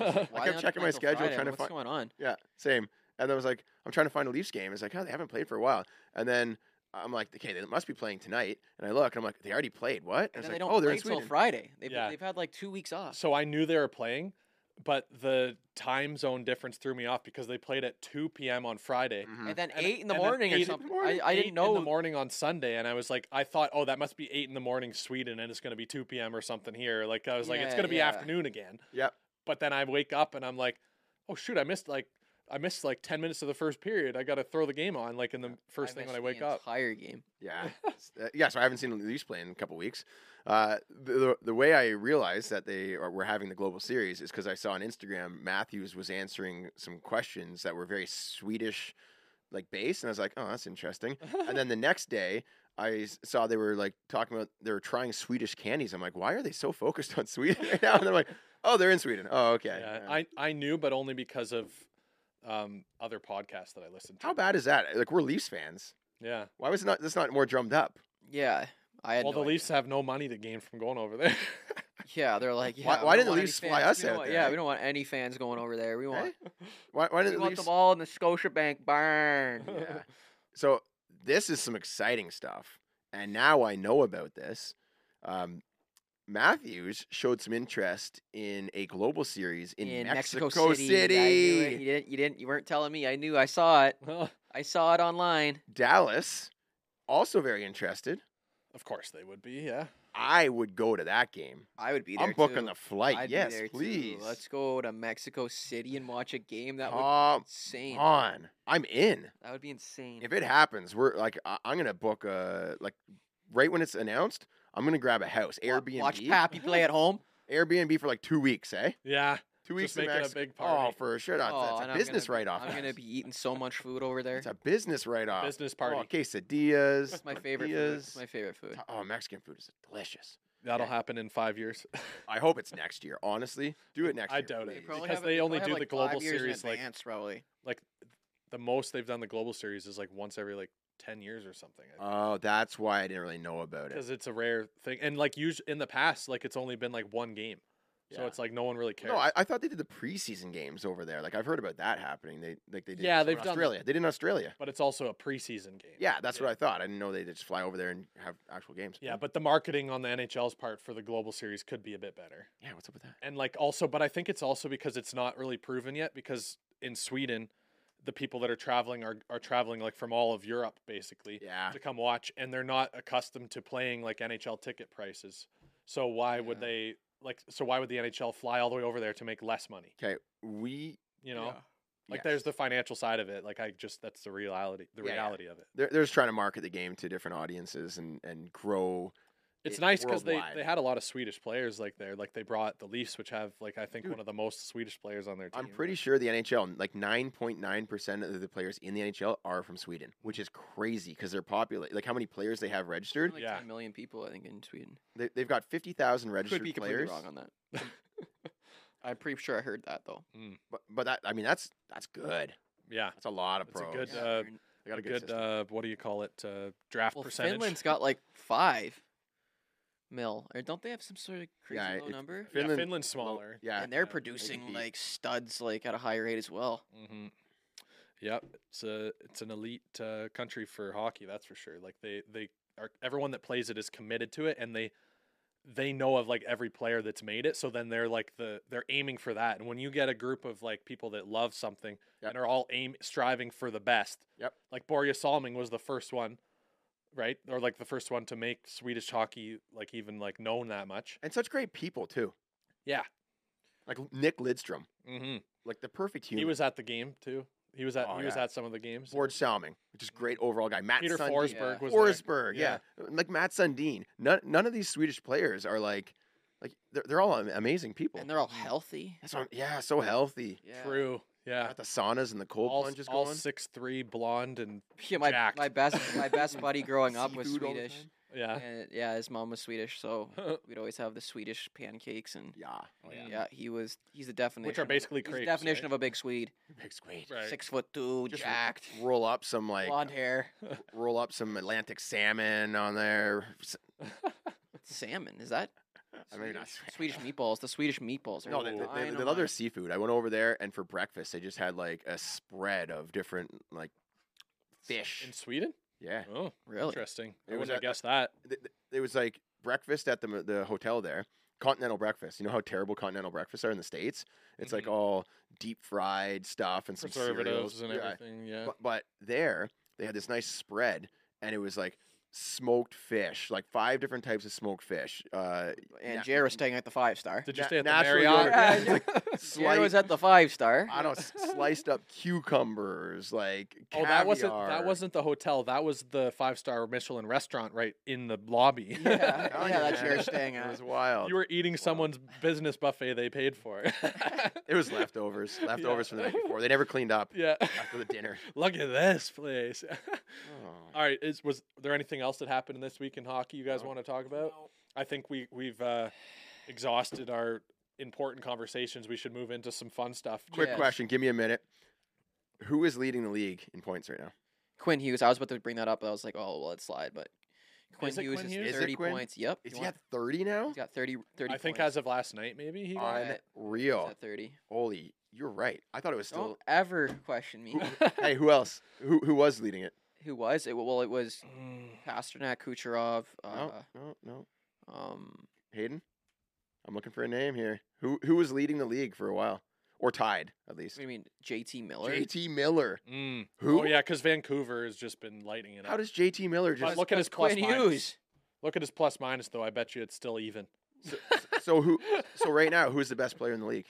Speaker 3: I
Speaker 2: Why
Speaker 4: kept
Speaker 2: not play
Speaker 4: checking my
Speaker 2: till
Speaker 4: schedule,
Speaker 2: Friday?
Speaker 4: trying to
Speaker 2: What's
Speaker 4: find-
Speaker 2: going on.
Speaker 4: Yeah, same. And then I was like, I'm trying to find a Leafs game. It's like, oh, they haven't played for a while. And then I'm like, okay, they must be playing tonight. And I look, and I'm like, they already played. What?
Speaker 2: And
Speaker 4: it's
Speaker 2: then
Speaker 4: like,
Speaker 2: they don't
Speaker 4: oh, they're
Speaker 2: play
Speaker 4: in
Speaker 2: until
Speaker 4: Sweden.
Speaker 2: Friday. They've,
Speaker 3: Yeah.
Speaker 2: they've had like two weeks off.
Speaker 3: So I knew they were playing, but the time zone difference threw me off because they played at 2 p.m. on Friday.
Speaker 4: Mhm.
Speaker 2: and then
Speaker 3: And-
Speaker 2: eight in the
Speaker 3: and then
Speaker 2: morning
Speaker 3: eight
Speaker 2: or
Speaker 3: in the
Speaker 2: something.
Speaker 4: morning?
Speaker 2: Mm. I, I
Speaker 3: 8
Speaker 2: didn't
Speaker 3: in
Speaker 2: know.
Speaker 3: the morning on Sunday, and I was like, I thought, oh, that must be eight in the morning Sweden, and it's going to be 2 p.m. or something here. Like I was like, it's
Speaker 2: Yeah,
Speaker 3: going to be
Speaker 2: yeah.
Speaker 3: afternoon again.
Speaker 4: Yep.
Speaker 3: But then I wake up and I'm like, oh shoot, I missed like I missed like 10 minutes of the first period. I got to throw the game on like in the first thing when I
Speaker 2: missed
Speaker 3: wake
Speaker 2: the
Speaker 3: up.
Speaker 2: Entire game.
Speaker 4: Yeah. S- uh, yeah, so I haven't seen the Leafs play in a couple weeks. Uh, the, the, the way I realized that they are, were having the Global Series is because I saw on Instagram Matthews was answering some questions that were very Swedish like based. And I was like, oh, that's interesting. and then the next day, I s- saw they were like talking about they were trying Swedish candies. I'm like, why are they so focused on Sweden right now? And they're like, oh, they're in Sweden. Oh, okay.
Speaker 3: Yeah,
Speaker 4: Yeah.
Speaker 3: I I knew, but only because of um, other podcasts that I listened to.
Speaker 4: How bad is that? Like, we're Leafs fans.
Speaker 3: Yeah.
Speaker 4: Why was it not this not more drummed up?
Speaker 2: Yeah, I had.
Speaker 3: Well,
Speaker 2: no
Speaker 3: the
Speaker 2: idea.
Speaker 3: Leafs have no money to gain from going over there.
Speaker 2: Yeah, they're like, yeah,
Speaker 4: Why-
Speaker 2: we
Speaker 4: why
Speaker 2: don't
Speaker 4: didn't the
Speaker 2: want any
Speaker 4: Leafs fly
Speaker 2: fans-
Speaker 4: us
Speaker 2: we don't
Speaker 4: out
Speaker 2: want-
Speaker 4: there, eh?
Speaker 2: Yeah, we don't want any fans going over there. We
Speaker 4: Eh?
Speaker 2: want,
Speaker 4: Why, why
Speaker 2: we
Speaker 4: didn't the
Speaker 2: want
Speaker 4: Leafs?
Speaker 2: the ball in the Scotiabank burn.
Speaker 4: yeah. So this is some exciting stuff, and now I know about this. Um, Matthews showed some interest in a global series in, Mexico, City.
Speaker 2: Yeah, I knew it. You didn't. You didn't. You weren't telling me. I knew. I saw it.
Speaker 3: Well,
Speaker 2: I saw it online.
Speaker 4: Dallas, also very interested.
Speaker 3: of course they would be. Yeah.
Speaker 4: I would go to that game.
Speaker 2: I would be there.
Speaker 4: I'm booking
Speaker 2: too.
Speaker 4: the flight.
Speaker 2: I'd be
Speaker 4: yes,
Speaker 2: there too.
Speaker 4: please.
Speaker 2: Let's go to Mexico City and watch a game. That would be
Speaker 4: Come
Speaker 2: insane.
Speaker 4: on. I'm in.
Speaker 2: That would be insane.
Speaker 4: If it happens, we're like, I- I'm gonna book a like right when it's announced. I'm gonna grab a house,
Speaker 2: Wa-
Speaker 4: Airbnb,
Speaker 2: Watch Pappy play at home.
Speaker 4: Airbnb for like two weeks, eh?
Speaker 3: Yeah.
Speaker 4: Two
Speaker 3: Just
Speaker 4: weeks in
Speaker 3: make it a
Speaker 4: Mexico.
Speaker 3: big
Speaker 4: Oh,
Speaker 3: party.
Speaker 4: for sure. That's,
Speaker 2: Oh,
Speaker 4: that's
Speaker 2: and
Speaker 4: a
Speaker 2: I'm gonna
Speaker 4: business
Speaker 2: be-
Speaker 4: write off.
Speaker 2: I'm gonna be eating so much food over there.
Speaker 4: It's a business write off.
Speaker 3: Business party.
Speaker 4: Oh, quesadillas.
Speaker 2: It's my favorite. Food.
Speaker 4: tortillas.
Speaker 2: It's my favorite food.
Speaker 4: Oh, Mexican food is delicious.
Speaker 3: That'll happen in five years.
Speaker 4: I hope it's next year. Honestly, do it next
Speaker 3: I
Speaker 4: year.
Speaker 3: doubt it.
Speaker 4: please.
Speaker 3: probably Because have it- they they only probably do have the like five global years in series, like- advance,
Speaker 2: probably.
Speaker 3: like the most they've done the global series is like once every like ten years or something.
Speaker 4: Oh, that's why I didn't really know about it.
Speaker 3: Because it's a rare thing, and like us in the past, like it's only been like one game, so
Speaker 4: Yeah.
Speaker 3: it's like no one really cares.
Speaker 4: No, I, I thought they did the preseason games over there. Like I've heard about that happening. They like they did.
Speaker 3: Yeah,
Speaker 4: some in
Speaker 3: they've done the-
Speaker 4: Australia. They did in Australia.
Speaker 3: but it's also a preseason game.
Speaker 4: Yeah, that's what I thought. I didn't know they just fly over there and have actual games.
Speaker 3: Yeah, but the marketing on the NHL's part for the global series could be a bit better.
Speaker 4: yeah. What's up with that?
Speaker 3: and like also but i think it's also because it's not really proven yet because in sweden the people that are traveling are, are traveling like from all of europe basically
Speaker 4: Yeah,
Speaker 3: to come watch and they're not accustomed to playing like nhl ticket prices so why would
Speaker 2: Yeah.
Speaker 3: they like so why would the nhl fly all the way over there to make less money
Speaker 4: we
Speaker 3: you know like
Speaker 4: yes.
Speaker 3: there's the financial side of it like i just that's the reality the
Speaker 4: Yeah, yeah.
Speaker 3: reality of it
Speaker 4: they're, they're just trying to market the game to different audiences and and grow.
Speaker 3: it's
Speaker 4: It-
Speaker 3: nice because they,
Speaker 4: worldwide.
Speaker 3: they had a lot of swedish players like there like they brought the leafs which have like i think
Speaker 4: Dude,
Speaker 3: one of the most swedish players on their team
Speaker 4: I'm pretty sure the NHL, like 9.9 percent of the players in the NHL are from Sweden, which is crazy because they're popular. Like how many players they have registered?
Speaker 2: Like
Speaker 3: Yeah.
Speaker 2: 10 million people, I think, in Sweden.
Speaker 4: They, they've got
Speaker 2: Could
Speaker 4: 50,000
Speaker 2: be
Speaker 4: registered
Speaker 2: completely
Speaker 4: players.
Speaker 2: wrong on that. I'm pretty sure I heard that though.
Speaker 4: But, but that I mean that's that's good.
Speaker 3: yeah
Speaker 4: That's a lot of
Speaker 3: That's a
Speaker 4: pros.
Speaker 3: good,
Speaker 2: Yeah,
Speaker 3: uh,
Speaker 2: they're in-
Speaker 4: they got a
Speaker 3: a
Speaker 4: good,
Speaker 3: good,
Speaker 4: system.
Speaker 3: uh, what do you call it uh, draft
Speaker 2: well,
Speaker 3: percentage
Speaker 2: Finland's got like five. mil. Or don't they have some sort of crazy
Speaker 4: Yeah,
Speaker 2: low
Speaker 4: it-
Speaker 2: number?
Speaker 4: Finland-
Speaker 3: yeah, Finland's smaller.
Speaker 4: Yeah.
Speaker 2: and they're
Speaker 3: yeah,
Speaker 2: producing
Speaker 4: compete.
Speaker 2: like studs like at a high rate as well.
Speaker 3: Mm-hmm. Yep, it's a it's an elite uh, country for hockey, that's for sure. Like they they are everyone that plays it is committed to it, and they they know of like every player that's made it. So then they're like the they're aiming for that. And when you get a group of like people that love something
Speaker 4: Yep.
Speaker 3: and are all aim striving for the best.
Speaker 4: Yep.
Speaker 3: Like Borja Salming was the first one, right? Or like the first one to make Swedish hockey like even like known that much.
Speaker 4: And such great people too.
Speaker 3: Yeah.
Speaker 4: Like Nick Lidstrom,
Speaker 3: Mm-hmm.
Speaker 4: like the perfect human.
Speaker 3: He was at the game too. He was at
Speaker 4: Oh,
Speaker 3: he was
Speaker 4: yeah.
Speaker 3: at some of the games.
Speaker 4: Board Salming, which is great overall guy. Matt
Speaker 3: Peter
Speaker 4: Sundin.
Speaker 3: Forsberg
Speaker 2: Yeah.
Speaker 3: was there.
Speaker 4: Forsberg, yeah. Like Matt Sundin. None, none of these Swedish players are like, like they're, they're all am- amazing people.
Speaker 2: And they're all healthy.
Speaker 4: That's what I'm- yeah, so healthy.
Speaker 2: Yeah.
Speaker 3: True. Yeah.
Speaker 4: Got the saunas and the cold
Speaker 3: All,
Speaker 4: plunges
Speaker 3: all
Speaker 4: going.
Speaker 3: six three blonde and
Speaker 2: Yeah, my
Speaker 3: Jacked.
Speaker 2: my best my best buddy growing up was
Speaker 4: Seafood all the
Speaker 2: Swedish.
Speaker 4: time.
Speaker 3: yeah.
Speaker 2: And it- yeah, his mom was Swedish, so
Speaker 3: Oh,
Speaker 2: we'd always have the Swedish pancakes and
Speaker 4: Oh, Yeah.
Speaker 3: yeah.
Speaker 2: yeah, he was he's the definition
Speaker 3: Which are
Speaker 2: of-
Speaker 3: basically
Speaker 2: he's the
Speaker 3: crepes,
Speaker 2: definition of
Speaker 3: right?
Speaker 2: a big Swede.
Speaker 4: Big squid.
Speaker 3: Right.
Speaker 2: Six foot two,
Speaker 4: Just r-
Speaker 2: jacked,
Speaker 4: Roll up some like
Speaker 2: blonde hair.
Speaker 4: roll up some Atlantic salmon on there. S-
Speaker 2: Salmon, is that?
Speaker 4: I mean, not
Speaker 2: Swedish meatballs. The Swedish meatballs. Are
Speaker 4: No, they, they,
Speaker 2: fine,
Speaker 4: they,
Speaker 2: oh
Speaker 4: they love their
Speaker 2: my.
Speaker 4: seafood. I went over there, and for breakfast, they just had like a spread of different like fish.
Speaker 3: In Sweden?
Speaker 4: yeah,
Speaker 3: Oh,
Speaker 2: Really?
Speaker 3: interesting. I
Speaker 4: It
Speaker 3: wouldn't
Speaker 4: was
Speaker 3: have
Speaker 4: at-
Speaker 3: guessed that.
Speaker 4: Th- th- it was like breakfast at the m- the hotel there. Continental breakfast. You know how terrible continental breakfasts are in the states. It's like
Speaker 3: Mhm.
Speaker 4: all deep fried stuff and some
Speaker 3: Preservatives
Speaker 4: cereals.
Speaker 3: and
Speaker 4: Yeah.
Speaker 3: everything. Yeah.
Speaker 4: But, but there they had this nice spread, and it was like smoked fish, like five different types of smoked fish. Uh,
Speaker 2: And
Speaker 4: Yeah.
Speaker 2: Jared was staying at the five star.
Speaker 3: Did you
Speaker 4: na-
Speaker 3: stay at the
Speaker 4: naturally
Speaker 3: Marriott?
Speaker 2: ordered. Jared was
Speaker 4: sliced,
Speaker 2: at the five star.
Speaker 4: I don't s- sliced up cucumbers, like
Speaker 3: Oh, that wasn't that
Speaker 4: caviar.
Speaker 3: wasn't the hotel. That was the five star Michelin restaurant right in the lobby.
Speaker 2: Yeah, yeah,
Speaker 4: telling you,
Speaker 2: that's
Speaker 4: man.
Speaker 2: Jared's staying
Speaker 4: It was
Speaker 2: at.
Speaker 4: wild.
Speaker 3: you were eating someone's business buffet they paid for.
Speaker 4: it was leftovers, leftovers from the night before. They never cleaned up
Speaker 3: yeah.
Speaker 4: after the dinner.
Speaker 3: Look at this place.
Speaker 4: Oh.
Speaker 3: All right, is was there anything else that happened this week in hockey you guys
Speaker 4: No.
Speaker 3: want to talk about? I think we we've uh, exhausted our important conversations. We should move into some fun stuff.
Speaker 4: Quick
Speaker 2: Yes.
Speaker 4: question. Give me a minute. Who is leading the league in points right now?
Speaker 2: Quinn Hughes. I was about to bring that up, but I was like, oh, well, it slide. But Quinn
Speaker 3: Is it
Speaker 2: Hughes
Speaker 3: Quinn
Speaker 2: is
Speaker 3: Hughes?
Speaker 4: Is it
Speaker 2: 30
Speaker 4: Quinn?
Speaker 2: points. Yep.
Speaker 4: Is
Speaker 2: you
Speaker 4: he
Speaker 2: want-
Speaker 4: at 30 now?
Speaker 2: he's got 30, 30
Speaker 3: I think
Speaker 2: points.
Speaker 3: as of last night, maybe he. got-
Speaker 2: at-
Speaker 4: Unreal.
Speaker 2: He's at Oh. 30.
Speaker 4: Holy, you're right. I thought it was still.
Speaker 2: Don't ever question me.
Speaker 4: hey, Oh. who else? Who who was leading it?
Speaker 2: Who was it? Well, it was
Speaker 3: Mm,
Speaker 2: Pasternak, Kucherov. Uh,
Speaker 4: No,
Speaker 3: Uh-huh.
Speaker 4: no, no.
Speaker 2: um,
Speaker 4: Hayden. I'm looking for a name here. Who who was leading the league for a while or tied at
Speaker 2: what
Speaker 4: least?
Speaker 2: do you mean? JT Miller.
Speaker 4: JT Miller.
Speaker 3: mm.
Speaker 4: Who?
Speaker 3: Oh yeah, because Vancouver has just been lighting it up.
Speaker 4: How does JT Miller
Speaker 3: But
Speaker 4: just?
Speaker 3: look at his plus
Speaker 2: Quinn
Speaker 3: minus.
Speaker 2: Hughes.
Speaker 3: Look at his plus minus though. I bet you it's still even.
Speaker 4: so who? So right now, who's the best player in the league?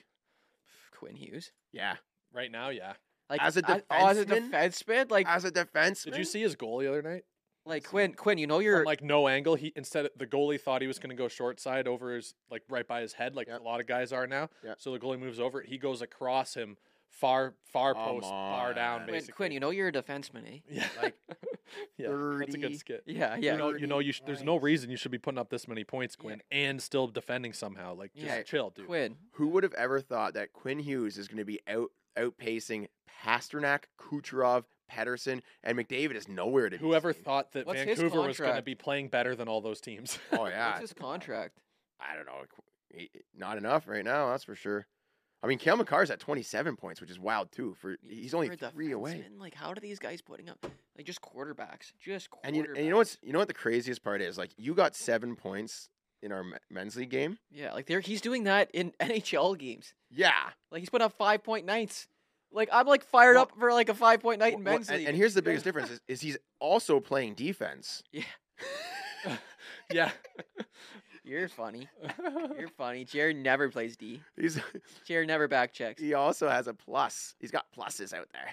Speaker 2: Quinn Hughes.
Speaker 4: Yeah,
Speaker 3: Right now, yeah.
Speaker 2: Like
Speaker 4: As a
Speaker 2: I- oh, as a
Speaker 4: defenseman?
Speaker 2: defenseman, like
Speaker 4: as a defense.
Speaker 3: Did you see his goal the other night?
Speaker 2: like Quinn. Quinn, you know
Speaker 3: From
Speaker 2: you're
Speaker 3: like no angle, he instead of- the goalie thought he was going to go short side over his like right by his head, like
Speaker 4: Yep.
Speaker 3: a lot of guys are now.
Speaker 4: Yep.
Speaker 3: So the goalie moves over. He goes across him, far far
Speaker 4: Come
Speaker 3: post, far down.
Speaker 4: on.
Speaker 2: Quinn,
Speaker 3: Basically,
Speaker 2: Quinn. You know you're a defenseman, eh?
Speaker 3: yeah,
Speaker 4: Like
Speaker 3: yeah, that's a
Speaker 4: 30
Speaker 3: good skit.
Speaker 2: Yeah, yeah.
Speaker 3: you know, you know, you sh- there's no
Speaker 4: points.
Speaker 3: reason you should be putting up this many points,
Speaker 2: Yeah.
Speaker 3: Quinn, and still defending somehow. Like, just
Speaker 2: Yeah,
Speaker 3: chill, dude.
Speaker 2: Quinn.
Speaker 4: Who would have ever thought that Quinn Hughes is going to be out outpacing Pasternak, Kucherov, Pedersen, and McDavid is nowhere to be
Speaker 3: Whoever
Speaker 4: seen.
Speaker 3: thought that
Speaker 2: What's his
Speaker 3: Vancouver was going to
Speaker 2: contract?
Speaker 3: be playing better than all those teams?
Speaker 4: Oh yeah,
Speaker 2: What's his contract?
Speaker 4: I don't know. He- Not enough right now, that's for sure. I mean, Kale McCarr's at 27 points, which is wild too. For he's only
Speaker 2: For a
Speaker 4: three away.
Speaker 2: defenseman, Like, how do these guys putting up like just quarterbacks? Just quarterbacks.
Speaker 4: And you, and you know what's you know what the craziest part is? Like you got seven points in our me- men's league game.
Speaker 2: Yeah, like they're he's doing that in NHL games.
Speaker 4: Yeah,
Speaker 2: Like he's putting up five point nights. Like I'm like fired
Speaker 4: Well-
Speaker 2: up for like a five point night in
Speaker 4: Well,
Speaker 2: men's
Speaker 4: and,
Speaker 2: league.
Speaker 4: and here's the biggest difference: is, is he's also playing defense.
Speaker 3: yeah.
Speaker 2: You're funny. You're funny. Jared never plays D.
Speaker 4: He's
Speaker 2: Jared never back checks.
Speaker 4: he also has a plus. He's got pluses out there.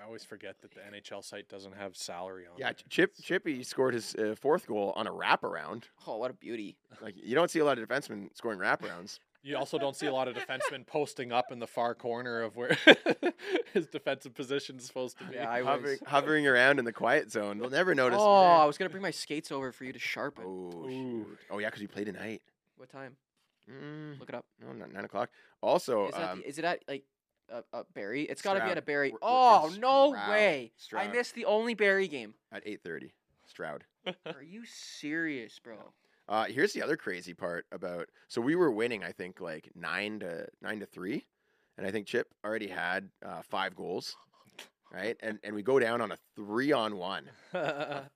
Speaker 3: I always forget that the NHL site doesn't have salary
Speaker 2: Oh
Speaker 3: on.
Speaker 4: Yeah,
Speaker 3: there.
Speaker 4: Ch- Chip Chippy scored his uh, fourth goal on a wraparound.
Speaker 2: Oh, what a beauty.
Speaker 4: Like you don't see a lot of defensemen scoring wraparounds.
Speaker 3: You also don't see a lot of defensemen posting up in the far corner of where his defensive position's supposed to be.
Speaker 2: Yeah, I
Speaker 4: hovering,
Speaker 2: was.
Speaker 4: hovering around in the quiet zone. They'll never notice.
Speaker 2: Oh, I was gonna bring my skates over for you to sharpen.
Speaker 4: Oh,
Speaker 3: Ooh.
Speaker 4: shoot. oh yeah, because you played tonight.
Speaker 2: What time?
Speaker 4: Mm,
Speaker 2: Look it up.
Speaker 4: no, not nine o'clock. Also,
Speaker 2: Is, that
Speaker 4: um,
Speaker 2: the- is it at like a, a berry? It's got to be at a
Speaker 4: Stroud.
Speaker 2: berry.
Speaker 4: We're- we're
Speaker 2: Oh
Speaker 4: in
Speaker 2: no
Speaker 4: Stroud.
Speaker 2: way!
Speaker 4: Stroud.
Speaker 2: I missed the only berry game.
Speaker 4: at eight thirty, Stroud.
Speaker 2: Are you serious, bro?
Speaker 4: Uh, here's the other crazy part about so we were winning, I think like nine to nine to three, and I think Chip already had uh, five goals, right? And and we go down on a three on one,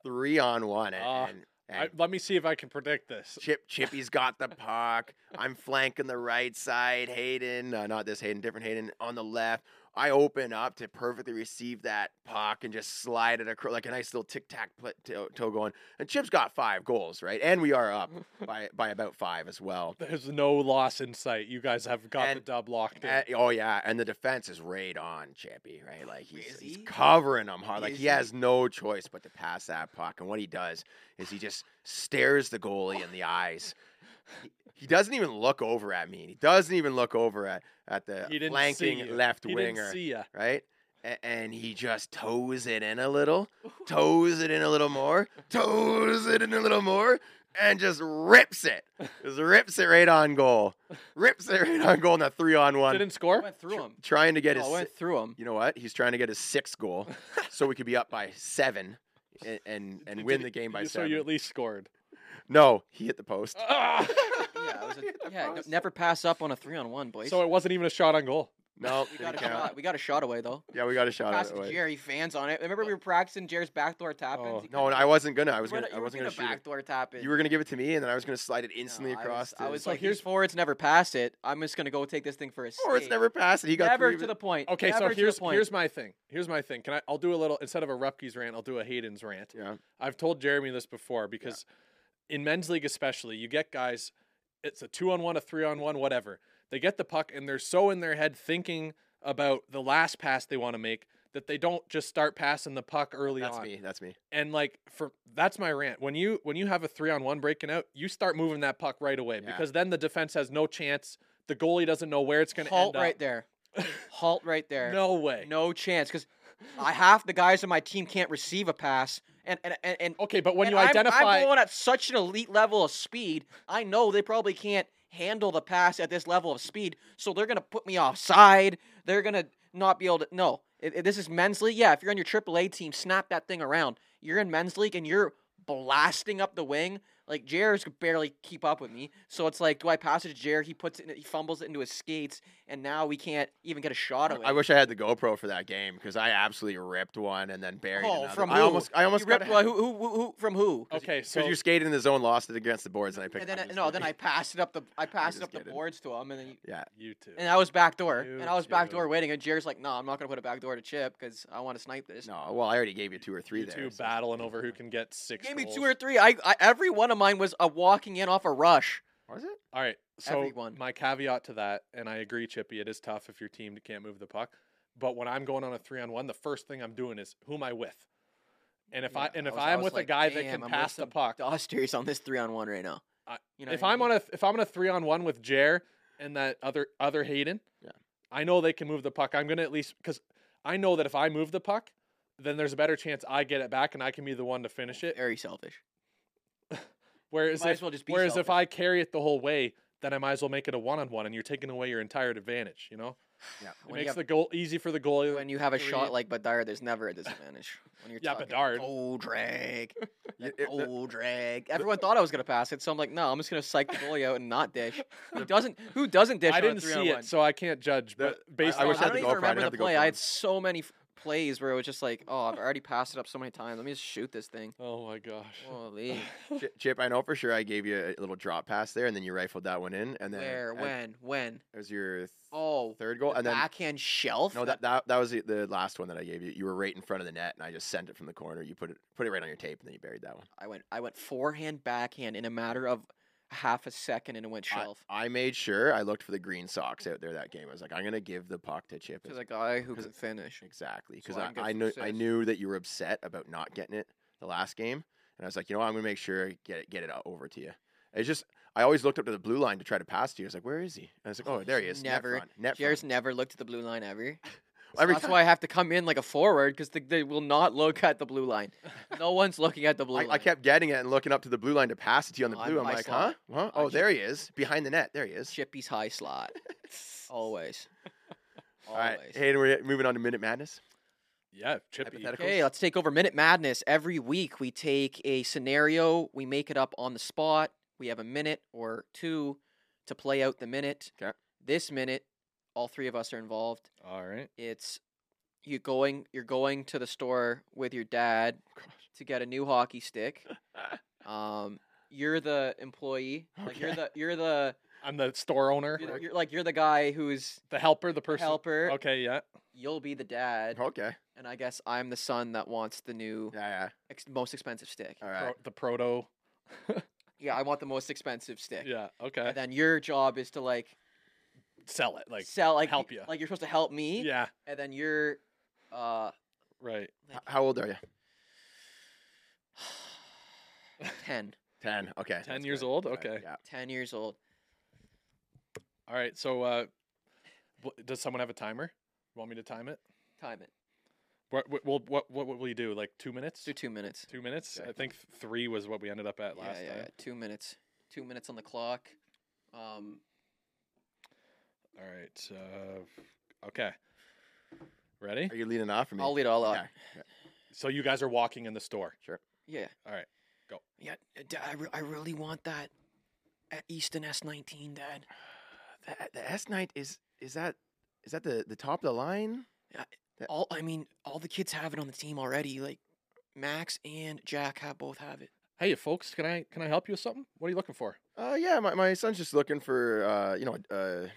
Speaker 4: three on one, and,
Speaker 3: Ah,
Speaker 4: and,
Speaker 3: I,
Speaker 4: and
Speaker 3: let me see if I can predict this.
Speaker 4: Chip Chippy's got the puck. I'm flanking the right side. Hayden, uh, not this Hayden, different Hayden on the left. I open up to perfectly receive that puck and just slide it across like a nice little tic tac toe toe going. And Chip's got five goals, right? And we are up by by about five as well.
Speaker 3: There's no loss in sight. You guys have got the
Speaker 4: And-
Speaker 3: dub locked in.
Speaker 4: And- oh yeah, and the defense is right on Chippy, right? Like he's,
Speaker 2: Is
Speaker 4: he's
Speaker 2: he?
Speaker 4: covering him hard. Like
Speaker 2: Is
Speaker 4: he
Speaker 2: he?
Speaker 4: has no choice but to pass that puck. And what he does is he just stares the goalie in the eyes. He, he doesn't even look over at me. He doesn't even look over at at the
Speaker 3: He didn't see you.
Speaker 4: flanking left
Speaker 3: he
Speaker 4: winger
Speaker 3: didn't see ya.
Speaker 4: right? A- And he just toes it in a little, toes it in a little more, toes it in a little more, and just rips it. Just rips it right on goal. Rips it right on goal in a three on one.
Speaker 3: Didn't score.
Speaker 2: went through him.
Speaker 4: trying to get his.
Speaker 2: Oh, I
Speaker 4: si-
Speaker 2: went through him.
Speaker 4: you know what? He's trying to get his sixth goal so we could be up by seven and, and, and
Speaker 3: Did
Speaker 4: win
Speaker 3: you-
Speaker 4: the game by
Speaker 3: you- So
Speaker 4: seven.
Speaker 3: you at least scored. Ah!
Speaker 4: No, he hit the post.
Speaker 2: Oh, Yeah, it was
Speaker 4: Yeah,
Speaker 2: a, yeah no-
Speaker 4: post.
Speaker 2: never pass up on a three on one, boys.
Speaker 3: so it wasn't even a shot on goal.
Speaker 4: No,
Speaker 2: we got
Speaker 4: didn't
Speaker 2: a
Speaker 4: count.
Speaker 2: shot. We got a shot away though.
Speaker 4: Yeah, we got a shot.
Speaker 2: Pass
Speaker 4: at it.
Speaker 2: to
Speaker 4: away. Oh.
Speaker 2: Jerry fans on it. Remember we were practicing Jerry's backdoor tap ins?
Speaker 3: Oh,
Speaker 2: He
Speaker 4: No,
Speaker 2: couldn't-
Speaker 4: and I wasn't gonna. I
Speaker 2: You
Speaker 4: was
Speaker 2: were
Speaker 4: gonna.
Speaker 2: you
Speaker 4: I
Speaker 2: were
Speaker 4: wasn't gonna shoot it.
Speaker 2: backdoor tap in.
Speaker 4: You were gonna give it to me, and then I was gonna slide it instantly
Speaker 2: No,
Speaker 4: across.
Speaker 2: I was, I
Speaker 4: to-
Speaker 2: was
Speaker 3: So
Speaker 2: like,
Speaker 3: here's-
Speaker 2: here's forwards never passed it. I'm just gonna go take this thing for a skate.
Speaker 4: Or oh, it's never passed, and he got
Speaker 2: Never
Speaker 4: three of
Speaker 2: to
Speaker 4: it.
Speaker 2: the point.
Speaker 3: Okay,
Speaker 2: Never
Speaker 3: so
Speaker 2: to the
Speaker 3: here's
Speaker 2: point.
Speaker 3: here's my thing. Here's my thing. Can I? I'll do a little instead of a Rupke's rant. I'll do a Hayden's rant.
Speaker 4: Yeah.
Speaker 3: I've told Jeremy this before because in men's league especially, you get guys. It's a two on one, a three on one, whatever. They get the puck and they're so in their head thinking about the last pass they want to make that they don't just start passing the puck early
Speaker 4: That's
Speaker 3: on.
Speaker 4: me. That's me.
Speaker 3: And like for that's my rant. When you when you have a three on one breaking out, you start moving that puck right away
Speaker 4: Yeah.
Speaker 3: because then the defense has no chance. The goalie doesn't know where it's going to
Speaker 2: halt
Speaker 3: end
Speaker 2: right
Speaker 3: up.
Speaker 2: there. halt right there.
Speaker 3: No way.
Speaker 2: no chance because I half the guys on my team can't receive a pass, and and and, and
Speaker 3: Okay, but when
Speaker 2: and
Speaker 3: you
Speaker 2: I'm,
Speaker 3: identify,
Speaker 2: I'm going at such an elite level of speed. I know they probably can't handle the pass at this level of speed, so they're gonna put me offside. They're gonna not be able to. No, If- if this is men's league. Yeah, if you're on your AAA team, snap that thing around. You're in men's league and you're blasting up the wing. Like Jair's could barely keep up with me, so it's like, do I pass it to Jair? He puts it, in, he fumbles it into his skates, and now we can't even get a shot away.
Speaker 4: I wish I had the GoPro for that game because I absolutely ripped one and then buried
Speaker 2: Oh,
Speaker 4: another.
Speaker 2: from
Speaker 4: I
Speaker 2: who?
Speaker 4: almost, I almost
Speaker 2: You
Speaker 4: got
Speaker 2: ripped one. Who, who, who, who, from who?
Speaker 3: okay,
Speaker 4: because
Speaker 3: so
Speaker 4: you skated in the zone, lost it against the boards, and I
Speaker 2: And
Speaker 4: picked.
Speaker 2: then
Speaker 4: I'm
Speaker 2: I-
Speaker 4: just
Speaker 2: no, then I
Speaker 4: kidding.
Speaker 2: passed it up the I passed it
Speaker 4: just
Speaker 2: up the
Speaker 4: kidding.
Speaker 2: boards to him, and then you,
Speaker 4: Yeah,
Speaker 3: you too.
Speaker 2: and I was backdoor,
Speaker 3: You
Speaker 2: and I was
Speaker 3: too.
Speaker 2: backdoor waiting, and Jerry's like, "No, I'm not gonna put a backdoor to Chip because I want to snipe this."
Speaker 4: no. Well, I already gave you two or three
Speaker 3: you
Speaker 4: there.
Speaker 3: two
Speaker 4: so-
Speaker 3: battling over who can get six.
Speaker 2: Gave me two
Speaker 3: goals.
Speaker 2: or three. I, I every one of mine was a walking in off a rush.
Speaker 4: Was it?
Speaker 3: All right, so
Speaker 2: everyone.
Speaker 3: my caveat to that, and I agree, Chippy, it is tough if your team can't move the puck. But when I'm going on a three on one, the first thing I'm doing is who am I with? And if I
Speaker 2: Yeah,
Speaker 3: and if
Speaker 2: was-
Speaker 3: I am
Speaker 2: was
Speaker 3: with
Speaker 2: like,
Speaker 3: a guy that
Speaker 2: "Damn,
Speaker 3: can
Speaker 2: I'm with
Speaker 3: pass the
Speaker 2: some
Speaker 3: puck,
Speaker 2: Dosters on this three on one right now.
Speaker 3: I-
Speaker 2: you know
Speaker 3: if
Speaker 2: what I
Speaker 3: I'm
Speaker 2: mean?
Speaker 3: on a if I'm on a three on one with Jer and that other other Hayden,
Speaker 4: Yeah.
Speaker 3: I know they can move the puck. I'm gonna at least because I know that if I move the puck, then there's a better chance I get it back and I can be the one to finish it.
Speaker 2: very selfish.
Speaker 3: Whereas
Speaker 2: Might
Speaker 3: if
Speaker 2: as well just be
Speaker 3: whereas if
Speaker 2: selfish.
Speaker 3: I carry it the whole way, then I might as well make it a one on one, and you're taking away your entire advantage. You know, it
Speaker 2: when you
Speaker 3: makes
Speaker 2: have,
Speaker 3: the goal easy for the goalie.
Speaker 2: when you have a
Speaker 3: three-
Speaker 2: shot like Bedard, there's never a disadvantage. When you're
Speaker 3: Yeah,
Speaker 2: talking
Speaker 3: Bedard.
Speaker 2: cold drag, that
Speaker 4: it- the-
Speaker 2: cold drag. Everyone thought I was gonna pass it, so I'm like, no, I'm just gonna psych the goalie out and not dish. Who doesn't? Who doesn't dish?
Speaker 3: I
Speaker 2: on a
Speaker 3: didn't
Speaker 2: three on
Speaker 3: see
Speaker 2: one?
Speaker 3: it, so I can't judge.
Speaker 4: The-
Speaker 3: But based
Speaker 4: I
Speaker 3: on
Speaker 4: wish
Speaker 2: I
Speaker 4: had
Speaker 2: don't
Speaker 4: the
Speaker 2: even
Speaker 4: GoPro. I didn't
Speaker 2: remember
Speaker 4: have
Speaker 2: the
Speaker 4: the GoPro.
Speaker 2: play. I had so many f- plays where it was just like, oh, I've already passed it up so many times. Let me just shoot this thing.
Speaker 3: oh my gosh,
Speaker 2: Holy.
Speaker 4: Chi- Chip, I know for sure I gave you a little drop pass there, and then you rifled that one in, and then
Speaker 2: Where?
Speaker 4: and
Speaker 2: When? When?
Speaker 4: that was your th-
Speaker 2: Oh,
Speaker 4: third goal,
Speaker 2: the
Speaker 4: and then
Speaker 2: backhand shelf.
Speaker 4: no, that that that was the, the last one that I gave you. You were right in front of the net, and I just sent it from the corner. You put it put it right on your tape, and then you buried that one.
Speaker 2: I went. I went forehand, backhand in a matter of half a second, and it went
Speaker 4: I-
Speaker 2: shelf
Speaker 4: I, made sure I looked for the green socks out there that game. I was like, I'm gonna give the puck to Chip.
Speaker 2: to the guy who
Speaker 4: Cause-
Speaker 2: could finish.
Speaker 4: Exactly,
Speaker 2: so
Speaker 4: because
Speaker 2: I
Speaker 4: I,
Speaker 2: can get
Speaker 4: I
Speaker 2: some
Speaker 4: knew I
Speaker 2: assists.
Speaker 4: knew that you were upset about not getting it the last game, and I was like, you know, what? I'm gonna make sure I get it get it o- over to you. It's just I always looked up to the blue line to try to pass to you. I was like, where is he? And I was like, oh, there he is.
Speaker 2: Never.
Speaker 4: Net front, net front.
Speaker 2: Jair's never looked at the blue line ever. So
Speaker 4: Every
Speaker 2: that's
Speaker 4: time-
Speaker 2: why I have to come in like a forward because they, they will not look at the blue line. No one's looking at the blue
Speaker 4: I,
Speaker 2: line.
Speaker 4: I kept getting it and looking up to the blue line to pass it to you on the
Speaker 2: I-
Speaker 4: blue. I'm
Speaker 2: I
Speaker 4: like,
Speaker 2: saw
Speaker 4: huh?
Speaker 2: it.
Speaker 4: Huh?
Speaker 2: I
Speaker 4: Oh,
Speaker 2: just-
Speaker 4: there he is, behind the net. There he is.
Speaker 2: Chippy's high slot. Always.
Speaker 4: All
Speaker 2: Always.
Speaker 4: right, Hayden, we're moving on to minute madness.
Speaker 3: yeah, Chippy.
Speaker 4: Hypothetical.
Speaker 2: Okay, let's take over Minute Madness. Every week we take a scenario, we make it up on the spot, We have a minute or two to play out the minute.
Speaker 4: 'Kay.
Speaker 2: This minute, all three of us are involved.
Speaker 3: All right.
Speaker 2: It's you going you're going to the store with your dad to get a new hockey stick. um, you're the employee. Like you're
Speaker 4: Okay.
Speaker 2: the you're the
Speaker 3: I'm the store owner,
Speaker 2: you're, the- you're- like you're the guy who's
Speaker 3: the helper, the
Speaker 2: the
Speaker 3: person.
Speaker 2: helper.
Speaker 3: Okay, yeah.
Speaker 2: You'll be the dad,
Speaker 4: Okay.
Speaker 2: and I guess I'm the son that wants the new
Speaker 4: Yeah,
Speaker 2: ex- most expensive stick.
Speaker 4: yeah. All
Speaker 3: Pro-
Speaker 4: right.
Speaker 3: the proto.
Speaker 2: Yeah, I want the most expensive stick.
Speaker 3: Yeah. Okay.
Speaker 2: And then your job is to like
Speaker 3: Sell it. Like.
Speaker 2: sell like
Speaker 3: help
Speaker 2: y-
Speaker 3: ya.
Speaker 2: like you're supposed to help me
Speaker 3: Yeah.
Speaker 2: and then you're uh
Speaker 3: Right.
Speaker 4: H- how old are you?
Speaker 2: 10
Speaker 4: Ten. Okay.
Speaker 3: Ten
Speaker 4: that's
Speaker 3: years
Speaker 4: good.
Speaker 3: old.
Speaker 4: That's
Speaker 3: Okay.
Speaker 4: good, Yeah.
Speaker 2: 10 years old
Speaker 3: All right. So, uh, bl- does someone have a timer? Want me to time it?
Speaker 2: time it
Speaker 3: What? What? What? What, what will we do? Like two minutes?
Speaker 2: let's do two minutes
Speaker 3: Two minutes.
Speaker 4: Okay.
Speaker 3: I think th- three was what we ended up at
Speaker 2: yeah,
Speaker 3: last
Speaker 2: yeah,
Speaker 3: time.
Speaker 2: yeah two minutes two minutes on the clock um
Speaker 3: All right. Uh, okay. Ready?
Speaker 4: Are you leading off for me?
Speaker 2: i'll lead all up
Speaker 4: Okay.
Speaker 3: So you guys are walking in the store.
Speaker 2: yeah
Speaker 3: All right, go.
Speaker 2: yeah uh, Dad, I, re- I really want that at easton s19 dad
Speaker 4: The, the S night is is that is that the the top of the line? Yeah.
Speaker 2: all i mean all the kids have it on the team already like max and jack have both have it
Speaker 3: Hey, you folks, can I can I help you with something? What are you looking for?
Speaker 4: Uh, yeah, my, my son's just looking for uh, you know a, a,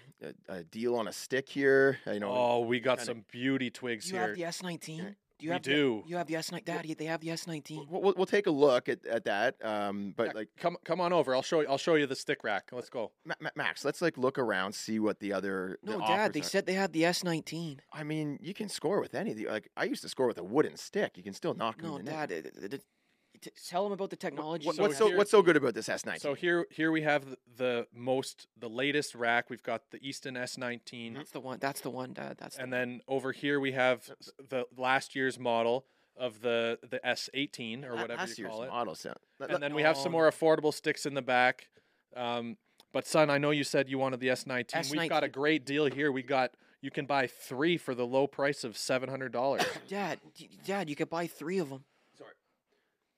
Speaker 4: a deal on a stick here. You know,
Speaker 3: Oh, we got
Speaker 4: kinda-
Speaker 3: some beauty twigs
Speaker 2: do you
Speaker 3: here.
Speaker 2: have the s19 do you
Speaker 3: We
Speaker 2: have the-
Speaker 3: do.
Speaker 2: you have the s19 daddy they have the s19
Speaker 4: we'll, we'll, we'll take a look at, at that. Um, but
Speaker 3: Yeah,
Speaker 4: like
Speaker 3: come come on over. I'll show you. I'll show you the stick rack. Let's go.
Speaker 4: Ma- Ma- Max, let's like look around, see what the other the
Speaker 2: No, Dad,
Speaker 4: offers
Speaker 2: they
Speaker 4: are.
Speaker 2: said they had the S19.
Speaker 4: I mean, you can score with any of the like. I used to score with a wooden stick. You can still knock 'em
Speaker 2: No,
Speaker 4: in the net.
Speaker 2: Dad, it- it- it- t- tell them about the technology.
Speaker 3: what-
Speaker 2: you
Speaker 4: what's
Speaker 2: have.
Speaker 4: so
Speaker 3: here-
Speaker 4: what's so good about this S nineteen?
Speaker 3: So here here we have th- the most the latest rack. We've got the Easton S19,
Speaker 2: That's the one. That's the one, Dad. That's the
Speaker 3: Hmm? and
Speaker 2: one.
Speaker 3: then over here we have s- the last year's model of the the S18 or whatever
Speaker 4: last
Speaker 3: you
Speaker 4: year's
Speaker 3: call it.
Speaker 4: model sound. Let- let-
Speaker 3: And then we have some
Speaker 2: No,
Speaker 3: more affordable sticks in the back. Um, but son, I know you said you wanted the S19. We've got a
Speaker 2: S19.
Speaker 3: great deal here. We got you can buy three for the low price of seven hundred dollars.
Speaker 2: Dad, d- Dad, you could buy three of them.
Speaker 4: Sorry.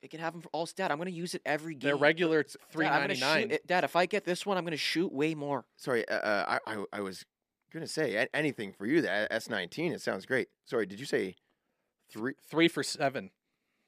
Speaker 2: You can have them for all. Dad, I'm gonna use it every game.
Speaker 3: They're regular three
Speaker 2: Dad, I'm
Speaker 3: ninety
Speaker 2: gonna shoot
Speaker 3: nine.
Speaker 2: it- Dad, if I get this one, I'm gonna shoot way more.
Speaker 4: sorry, uh, uh, I, I I was gonna say a- anything for you. That S nineteen. It sounds great. Sorry, did you say three
Speaker 3: Three for seven.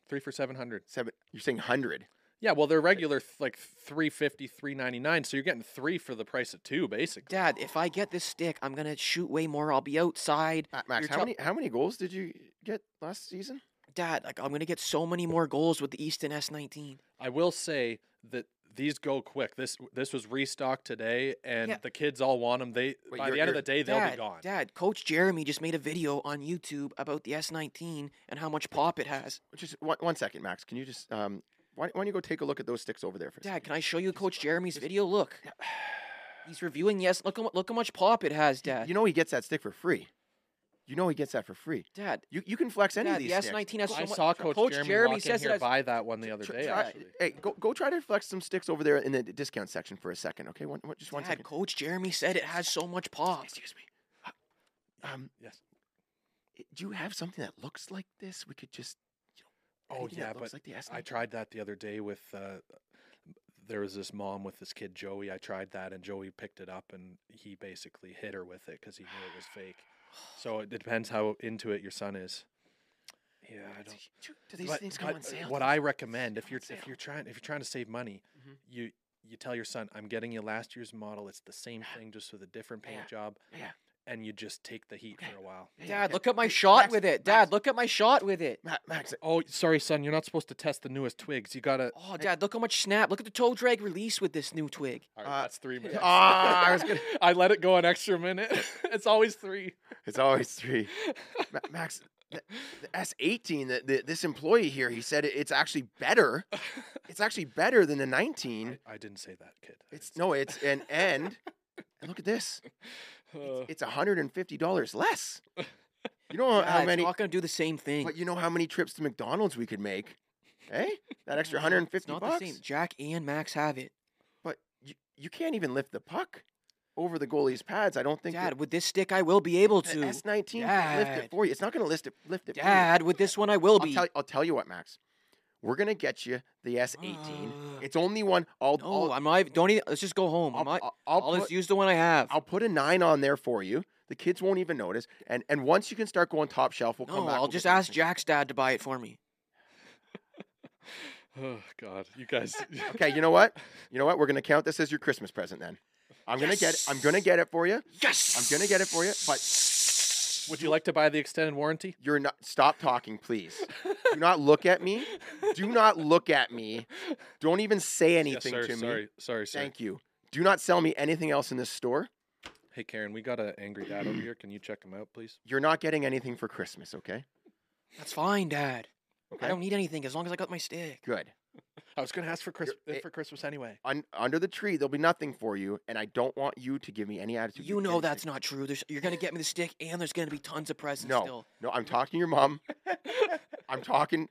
Speaker 3: Three for seven hundred.
Speaker 4: seven? You're saying hundred.
Speaker 3: Yeah, well they're regular th- like three fifty, three ninety nine. So you're getting three for the price of two, basically.
Speaker 2: Dad, if I get this stick, I'm gonna shoot way more. I'll be outside.
Speaker 4: Ma- Max,
Speaker 2: Uh, You're
Speaker 4: how
Speaker 2: tell-
Speaker 4: many how many goals did you get last season?
Speaker 2: Dad, like I'm gonna get so many more goals with the Easton S19.
Speaker 3: I will say that these go quick. This this was restocked today, and
Speaker 2: Yeah.
Speaker 3: the kids all want them. They
Speaker 4: Wait,
Speaker 3: by
Speaker 4: you're-
Speaker 3: the end of
Speaker 4: you're-
Speaker 3: the day they'll
Speaker 2: Dad,
Speaker 3: be gone.
Speaker 2: Dad, Coach Jeremy just made a video on YouTube about the S19 and how much pop it has.
Speaker 4: Just one, one second, Max. Can you just um why, why don't you go take a look at those sticks over there for a second?
Speaker 2: Dad, can I show you Coach Jeremy's video? Look, he's reviewing. Yes, look how mu- look how much pop it has, Dad.
Speaker 4: You know he gets that stick for free. You know he gets that for free.
Speaker 2: Dad,
Speaker 4: You you can flex any
Speaker 2: Dad,
Speaker 4: of these
Speaker 2: the
Speaker 4: sticks.
Speaker 2: S19 has so
Speaker 3: I
Speaker 2: much.
Speaker 3: saw Coach,
Speaker 2: Coach
Speaker 3: Jeremy,
Speaker 2: Jeremy
Speaker 3: walk in
Speaker 2: says it
Speaker 3: here
Speaker 2: as-
Speaker 3: buy that one the other
Speaker 4: Tr-
Speaker 3: day.
Speaker 4: try-
Speaker 3: actually,
Speaker 4: Hey, go go try to flex some sticks over there in the discount section for a second, okay? One, one just one
Speaker 2: Dad,
Speaker 4: second.
Speaker 2: Coach Jeremy said it has so much pop.
Speaker 4: Excuse me. Uh, Um,
Speaker 3: yes.
Speaker 4: i- do you have something that looks like this? We could just.
Speaker 3: Oh
Speaker 4: anything that
Speaker 3: yeah,
Speaker 4: looks
Speaker 3: but
Speaker 4: like the S19?
Speaker 3: I tried that the other day with. Uh, there was this mom with this kid Joey. I tried that, and Joey picked it up, and he basically hit her with it because he knew it was fake. So it depends how into it your son is. Yeah, I don't.
Speaker 4: Do, do these
Speaker 3: but-
Speaker 4: things come
Speaker 3: but,
Speaker 4: on
Speaker 3: uh,
Speaker 4: sale?
Speaker 3: What
Speaker 4: Do
Speaker 3: I
Speaker 4: these-
Speaker 3: recommend if
Speaker 4: come
Speaker 3: you're
Speaker 4: on
Speaker 3: if
Speaker 4: sale?
Speaker 3: you're trying if you're trying to save money,
Speaker 4: Mhm.
Speaker 3: you you tell your son, "I'm getting you last year's model. It's the same thing, just with a different paint
Speaker 4: Yeah.
Speaker 3: job."
Speaker 4: Yeah.
Speaker 3: And you just take the heat
Speaker 4: Okay.
Speaker 3: for a while.
Speaker 4: Yeah,
Speaker 2: Dad,
Speaker 4: okay.
Speaker 2: look at my
Speaker 4: Hey,
Speaker 2: shot
Speaker 4: Max,
Speaker 2: with it.
Speaker 4: Max,
Speaker 2: Dad, look at my shot with it.
Speaker 4: Ma- Max,
Speaker 3: Oh, sorry, son. You're not supposed to test the newest twigs. You gotta.
Speaker 2: Oh, Dad, look how much snap. Look at the toe drag release with this new twig.
Speaker 3: All
Speaker 4: Uh,
Speaker 3: that's three minutes.
Speaker 4: Ah, I was gonna-
Speaker 3: I let it go an extra minute. it's always three.
Speaker 4: It's always three. Ma- Max, the, the S eighteen. The, the, this employee here, he said it, it's actually better. It's actually better than the nineteen.
Speaker 3: I, I didn't say that, kid. I
Speaker 4: It's
Speaker 3: didn't
Speaker 4: no, it's an end. And look at this.
Speaker 3: say- Uh,
Speaker 4: It's hundred and fifty dollars less. You know
Speaker 2: Dad,
Speaker 4: how
Speaker 2: it's
Speaker 4: many?
Speaker 2: not gonna do the same thing.
Speaker 4: But you know how many trips to McDonald's we could make, eh? That extra
Speaker 2: Yeah,
Speaker 4: hundred and
Speaker 2: It's
Speaker 4: fifty
Speaker 2: not
Speaker 4: bucks.
Speaker 2: the same. Jack and Max have it.
Speaker 4: But you, you can't even lift the puck over the goalie's pads. I don't think.
Speaker 2: Dad, with this stick, I will be able to.
Speaker 4: S nineteen lift
Speaker 2: Dad.
Speaker 4: it for you. It's not going to lift it. Lift it. for you.
Speaker 2: Dad, with this one, I will
Speaker 4: I'll
Speaker 2: be.
Speaker 4: tell, I'll tell you what, Max. We're gonna get you the S18. it's only one. I'll
Speaker 2: Uh, No,
Speaker 4: I'll,
Speaker 2: I'm not. even- Don't even. Let's just go home.
Speaker 4: I'll,
Speaker 2: I'm not.
Speaker 4: I'll, I'll
Speaker 2: I'll
Speaker 4: put,
Speaker 2: just use the one I have.
Speaker 4: I'll put a nine on there for you. The kids won't even notice. And and once you can start going top shelf, we'll come
Speaker 2: no,
Speaker 4: back.
Speaker 2: I'll
Speaker 4: we'll
Speaker 2: just
Speaker 4: get you
Speaker 2: ask
Speaker 4: something.
Speaker 2: Jack's dad to buy it for me.
Speaker 3: Oh God, you guys.
Speaker 4: Okay, you know what? You know what? We're gonna count this as your Christmas present then. I'm gonna get. I'm gonna get it for you.
Speaker 2: Yes.
Speaker 4: I'm gonna get it for you. But
Speaker 3: Would you like to buy the extended warranty?
Speaker 4: you're not. Stop talking, please. Do not look at me. Do not look at me. Don't even say
Speaker 3: Yes,
Speaker 4: anything
Speaker 3: sir,
Speaker 4: to me.
Speaker 3: Sorry, sorry, sir.
Speaker 4: Thank you. Do not sell me anything else in this store.
Speaker 3: Hey, Karen, we got an angry dad over here. Can you check him out, please?
Speaker 4: You're not getting anything for Christmas, okay?
Speaker 2: That's fine, Dad.
Speaker 4: Okay.
Speaker 2: I don't need anything as long as I got my stick.
Speaker 4: Good.
Speaker 3: I was gonna ask for Chris-
Speaker 4: You're- eh,
Speaker 3: for Christmas anyway.
Speaker 4: Un- under the tree, there'll be nothing for you, and I don't want you to give me any attitude.
Speaker 2: You know
Speaker 4: anything.
Speaker 2: that's not true. There's, you're gonna get me the stick, and there's gonna be tons of presents
Speaker 4: No.
Speaker 2: still.
Speaker 4: No, I'm talking to your mom. I'm talking.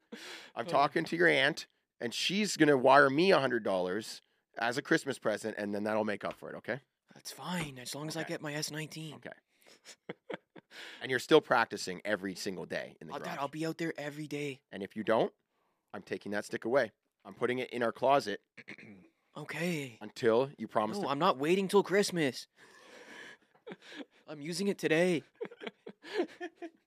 Speaker 4: I'm
Speaker 2: Oh.
Speaker 4: talking to your aunt, and she's gonna wire me a hundred dollars as a Christmas present, and then that'll make up for it. Okay.
Speaker 2: That's fine as long as I
Speaker 4: Okay.
Speaker 2: get my S19.
Speaker 4: Okay. And you're still practicing every single day in the
Speaker 2: Oh, I'll,
Speaker 4: garage.
Speaker 2: Dad, I'll be out there every day.
Speaker 4: and if you don't, I'm taking that stick away. I'm putting it in our closet
Speaker 2: Okay.
Speaker 4: until you promise
Speaker 2: No,
Speaker 4: to.
Speaker 2: I'm not waiting till Christmas. I'm using it today.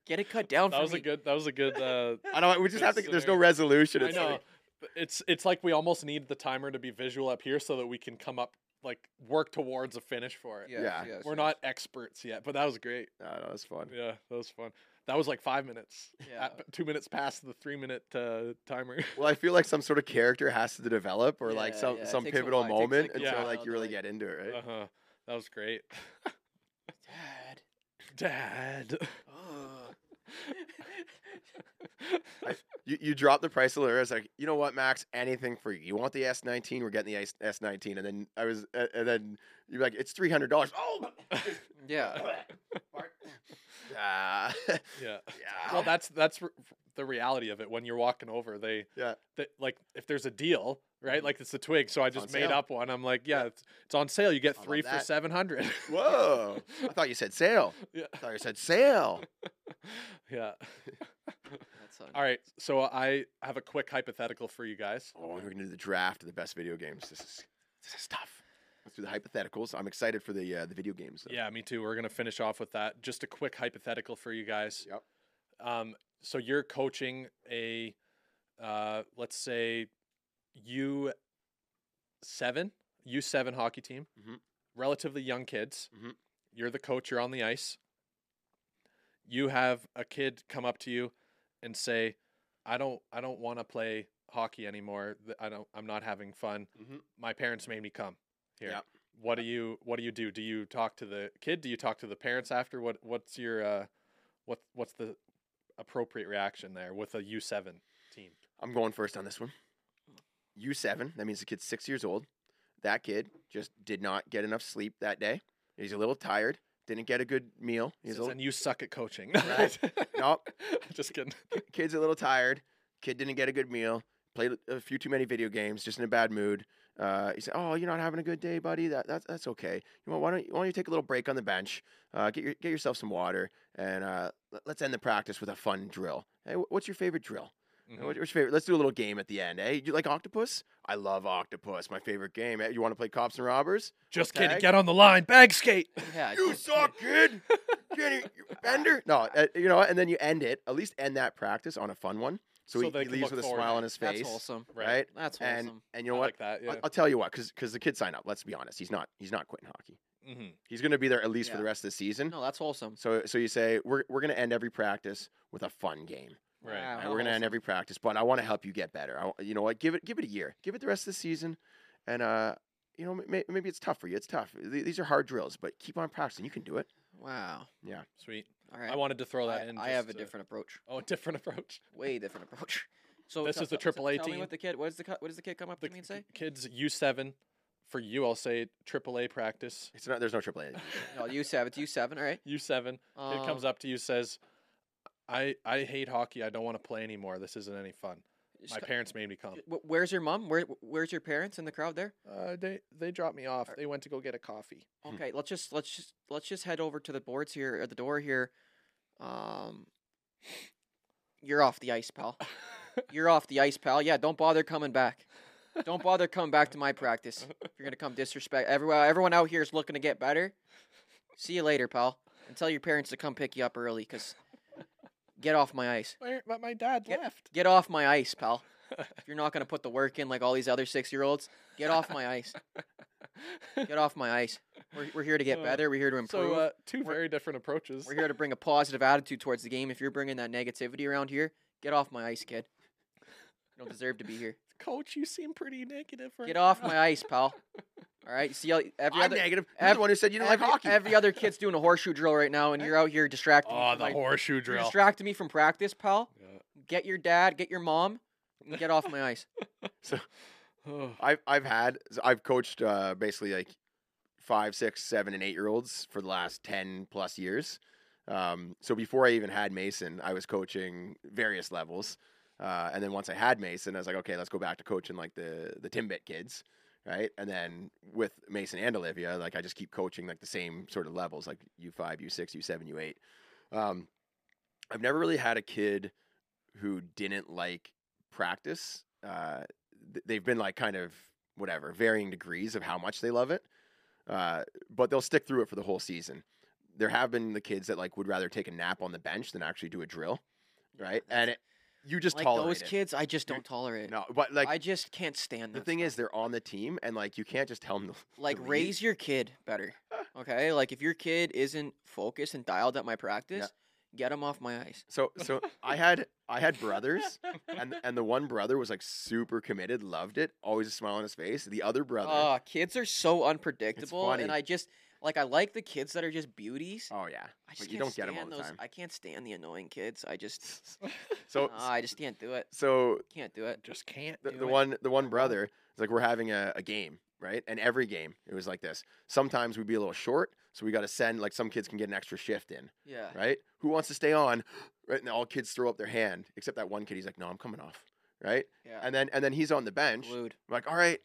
Speaker 2: Get it cut down
Speaker 3: That
Speaker 2: for
Speaker 3: was
Speaker 2: me.
Speaker 3: a good. That was a good. Uh,
Speaker 4: I don't. We just have to.
Speaker 3: That's
Speaker 4: There's no
Speaker 3: hilarious.
Speaker 4: resolution.
Speaker 3: I
Speaker 4: It's like-
Speaker 3: know. but It's it's like we almost need the timer to be visual up here so that we can come up like work towards a finish for it.
Speaker 4: Yeah.
Speaker 3: We're not experts yet, but that was great.
Speaker 4: No, no, that's fun.
Speaker 3: Yeah, that was fun. That was like five minutes.
Speaker 2: Yeah.
Speaker 3: At- two minutes past the three minute uh, timer.
Speaker 4: Well, I feel like some sort of character has to develop, or like
Speaker 2: Yeah,
Speaker 4: some
Speaker 2: yeah, it
Speaker 4: some
Speaker 2: takes a
Speaker 4: pivotal
Speaker 2: while. It takes, like,
Speaker 4: moment
Speaker 2: a
Speaker 4: until
Speaker 3: while
Speaker 4: like
Speaker 2: to,
Speaker 4: you really
Speaker 2: like-
Speaker 4: get into it, right?
Speaker 3: Uh huh. That was great.
Speaker 2: Dad.
Speaker 3: Dad.
Speaker 2: Ugh.
Speaker 4: You you drop the price a little. I was like, you know what, Max? Anything for you. You want the S nineteen? We're getting the S S nineteen. And then I was, uh, and then you're like, it's three hundred dollars. Oh,
Speaker 2: Yeah.
Speaker 4: ah,
Speaker 3: Yeah.
Speaker 4: yeah.
Speaker 3: Well, that's that's r- f- the reality of it. When you're walking over, they
Speaker 4: Yeah. Mm-hmm.
Speaker 3: they- like if there's a deal, right? Like it's the twig. So I just
Speaker 4: on
Speaker 3: made
Speaker 4: sale.
Speaker 3: up one. I'm like, yeah, It's, it's on sale. You get
Speaker 4: love
Speaker 3: three for
Speaker 4: that.
Speaker 3: seven hundred.
Speaker 4: Whoa! I thought you said sale.
Speaker 3: yeah,
Speaker 4: I thought you said sale.
Speaker 3: yeah.
Speaker 2: That's
Speaker 3: All right. So I have a quick hypothetical for you guys.
Speaker 4: Oh, we're gonna do the draft of the best video games. This is this is tough. Let's do the hypotheticals. I'm excited for the uh, the video games. though.
Speaker 3: Yeah, me too. We're gonna finish off with that. Just a quick hypothetical for you guys.
Speaker 4: Yep.
Speaker 3: Um, so you're coaching a, uh, let's say, U seven U seven hockey team,
Speaker 4: Mhm.
Speaker 3: relatively young kids.
Speaker 4: Mhm.
Speaker 3: You're the coach. You're on the ice. You have a kid come up to you and say, "I don't, I don't want to play hockey anymore. Th- I don't, I'm not having fun.
Speaker 4: Mhm.
Speaker 3: My parents made me come here."
Speaker 4: Yep.
Speaker 3: what do you what do you do? Do you talk to the kid? Do you talk to the parents after? What what's your uh what what's the appropriate reaction there with a U seven team?
Speaker 4: I'm going first on this one. U7, that means the kid's six years old. That kid just did not get enough sleep that day. He's a little tired, didn't get a good meal. He's
Speaker 3: Says,
Speaker 4: a little,
Speaker 3: and you suck at coaching.
Speaker 4: Right. nope,
Speaker 3: Just kidding.
Speaker 4: kid's a little tired. Kid didn't get a good meal, played a few too many video games, just in a bad mood. Uh, he said, "Oh, you're not having a good day, buddy. That, that that's okay. You know, what, why don't you, why don't you take a little break on the bench, uh, get your, get yourself some water, and uh, let- let's end the practice with a fun drill. Hey, wh- what's your favorite drill?
Speaker 3: Mhm.
Speaker 4: What's your favorite? Let's do a little game at the end. Hey, you like octopus? I love octopus. My favorite game. Eh, You want to play cops and robbers?
Speaker 3: Just
Speaker 4: Tag.
Speaker 3: kidding. Get on the line. Bag skate.
Speaker 2: Yeah.
Speaker 4: You
Speaker 2: don't-
Speaker 4: suck, kid. Kenny, you bender. No, uh, you know, what? and then you end it. At least end that practice on a fun one. So,
Speaker 3: So
Speaker 4: he,
Speaker 3: they
Speaker 4: he
Speaker 3: can
Speaker 4: leaves
Speaker 3: look
Speaker 4: with a
Speaker 3: forward
Speaker 4: smile
Speaker 3: to
Speaker 4: on his
Speaker 2: That's
Speaker 4: face,
Speaker 2: wholesome.
Speaker 4: right?
Speaker 2: That's
Speaker 4: And
Speaker 2: wholesome.
Speaker 4: and you know
Speaker 3: I
Speaker 4: what?
Speaker 3: Like that.
Speaker 4: I-
Speaker 3: Yeah.
Speaker 4: I'll tell you what, because the kids sign up. Let's be honest, he's not he's not quitting hockey.
Speaker 3: hmm
Speaker 4: He's going to be there at least for
Speaker 2: Yeah.
Speaker 4: the rest of the season.
Speaker 2: No, that's wholesome.
Speaker 4: So so you say we're we're going to end every practice with a fun game.
Speaker 3: Right.
Speaker 2: Wow,
Speaker 4: Right,
Speaker 2: how
Speaker 4: we're gonna
Speaker 2: wholesome.
Speaker 4: end every practice, but I want to help you get better. I, wa- you know what? Give it, give it a year. Give it the rest of the season, and uh, you know, may, maybe it's tough for you. It's tough. Th- These are hard drills, but keep on practicing. You can do it.
Speaker 2: Wow.
Speaker 3: Sweet.
Speaker 2: All right.
Speaker 3: I wanted to throw that
Speaker 2: I,
Speaker 3: in.
Speaker 2: I have a
Speaker 3: just to-
Speaker 2: different approach.
Speaker 3: Oh, a different approach.
Speaker 2: Way different approach. So
Speaker 3: This
Speaker 2: t-
Speaker 3: is the
Speaker 2: t- t-
Speaker 3: AAA
Speaker 2: tell
Speaker 3: team.
Speaker 2: Me what the kid? What does the co- what does the kid come up
Speaker 3: The
Speaker 2: to me and say?
Speaker 3: Kids U seven. For you, I'll say AAA practice.
Speaker 4: It's not. There's no triple A.
Speaker 2: No, U seven. It's U seven. All right.
Speaker 3: U seven.
Speaker 2: Um,
Speaker 3: it comes up to you says i i hate hockey i don't want to play anymore this isn't any fun
Speaker 2: just
Speaker 3: my
Speaker 2: co-
Speaker 3: parents made me come
Speaker 2: wh- Where's your mom? Where where's your parents in the crowd there?
Speaker 3: uh, they they dropped me off they went to go get a coffee
Speaker 4: Hmm.
Speaker 2: Okay, let's just let's just let's just head over to the boards here at the door here. Um, you're off the ice, pal. You're off the ice, pal. Yeah, don't bother coming back. Don't bother coming back to my practice. If you're gonna come disrespect everyone, everyone out here is looking to get better. See you later, pal. And tell your parents to come pick you up early, cause get off my ice.
Speaker 3: My- But my dad
Speaker 2: Get-
Speaker 3: left.
Speaker 2: Get off my ice, pal. If you're not gonna put the work in like all these other six year olds, get off my ice. Get off my ice. We're, we're here to get
Speaker 3: Uh,
Speaker 2: better. We're here to improve.
Speaker 3: So uh, 2
Speaker 2: We're-
Speaker 3: very different approaches.
Speaker 2: We're here to bring a positive attitude towards the game. If you're bringing that negativity around here, get off my ice, kid. You don't deserve to be here.
Speaker 3: Coach, you seem pretty negative. Right
Speaker 2: Get off
Speaker 3: now.
Speaker 2: my ice, pal. All right. See, how every
Speaker 4: I'm
Speaker 2: other
Speaker 4: negative. You're
Speaker 2: ev-
Speaker 4: the one who said you didn't
Speaker 2: every,
Speaker 4: like hockey.
Speaker 2: every other kid's doing a horseshoe drill right now, and you're out here distracting. me
Speaker 3: Oh,
Speaker 2: from
Speaker 3: the
Speaker 2: my-
Speaker 3: horseshoe
Speaker 2: You're
Speaker 3: drill.
Speaker 2: distracting me from practice, pal.
Speaker 3: Yeah.
Speaker 2: Get your dad. Get your mom. and Get off my ice.
Speaker 3: Oh,
Speaker 4: I've I've had I've coached uh, basically like five, six, seven, and eight year olds for the last ten plus years. Um, so before I even had Mason, I was coaching various levels, uh, and then once I had Mason, I was like, okay, let's go back to coaching like the the Timbit kids, right? And then with Mason and Olivia, like I just keep coaching like the same sort of levels, like U five, U six, U seven, U eight. Um, I've never really had a kid who didn't like practice. Uh, th- they've been like kind of whatever varying degrees of how much they love it uh, but they'll stick through it for the whole season there have been the kids that like would rather take a nap on the bench than actually do a drill right and it, you just
Speaker 2: like
Speaker 4: tolerate
Speaker 2: those
Speaker 4: it.
Speaker 2: kids, I just
Speaker 4: You're-
Speaker 2: don't tolerate.
Speaker 4: no but like
Speaker 2: I just can't stand
Speaker 4: the
Speaker 2: them.
Speaker 4: thing is they're on the team and like you can't just tell them to,
Speaker 2: like
Speaker 4: lead.
Speaker 2: raise your kid better okay like if your kid isn't focused and dialed at my practice get him off my ice
Speaker 4: so so i had i had brothers and and the one brother was like super committed loved it always a smile on his face the other brother
Speaker 2: Ah, kids are so unpredictable
Speaker 4: funny.
Speaker 2: and i just like i like the kids that are just beauties
Speaker 4: oh yeah
Speaker 2: i
Speaker 4: but
Speaker 2: just
Speaker 4: you
Speaker 2: can't
Speaker 4: don't get 'em all
Speaker 2: stand
Speaker 4: the
Speaker 2: those
Speaker 4: time.
Speaker 2: i can't stand the annoying kids i just
Speaker 4: so
Speaker 2: nah, i just can't do it
Speaker 4: so
Speaker 2: can't do it
Speaker 3: just can't.
Speaker 4: the,
Speaker 3: do
Speaker 4: the
Speaker 3: it.
Speaker 4: one the
Speaker 2: Uh-huh.
Speaker 4: one brother it's like we're having a, a game right and every game it was like this sometimes we'd be a little short so we got to send like some kids can get an extra shift in
Speaker 2: yeah
Speaker 4: right who wants to stay on right and all kids throw up their hand except that one kid he's like no i'm coming off right
Speaker 2: yeah
Speaker 4: and then and then he's on the bench
Speaker 2: glued
Speaker 4: I'm like all right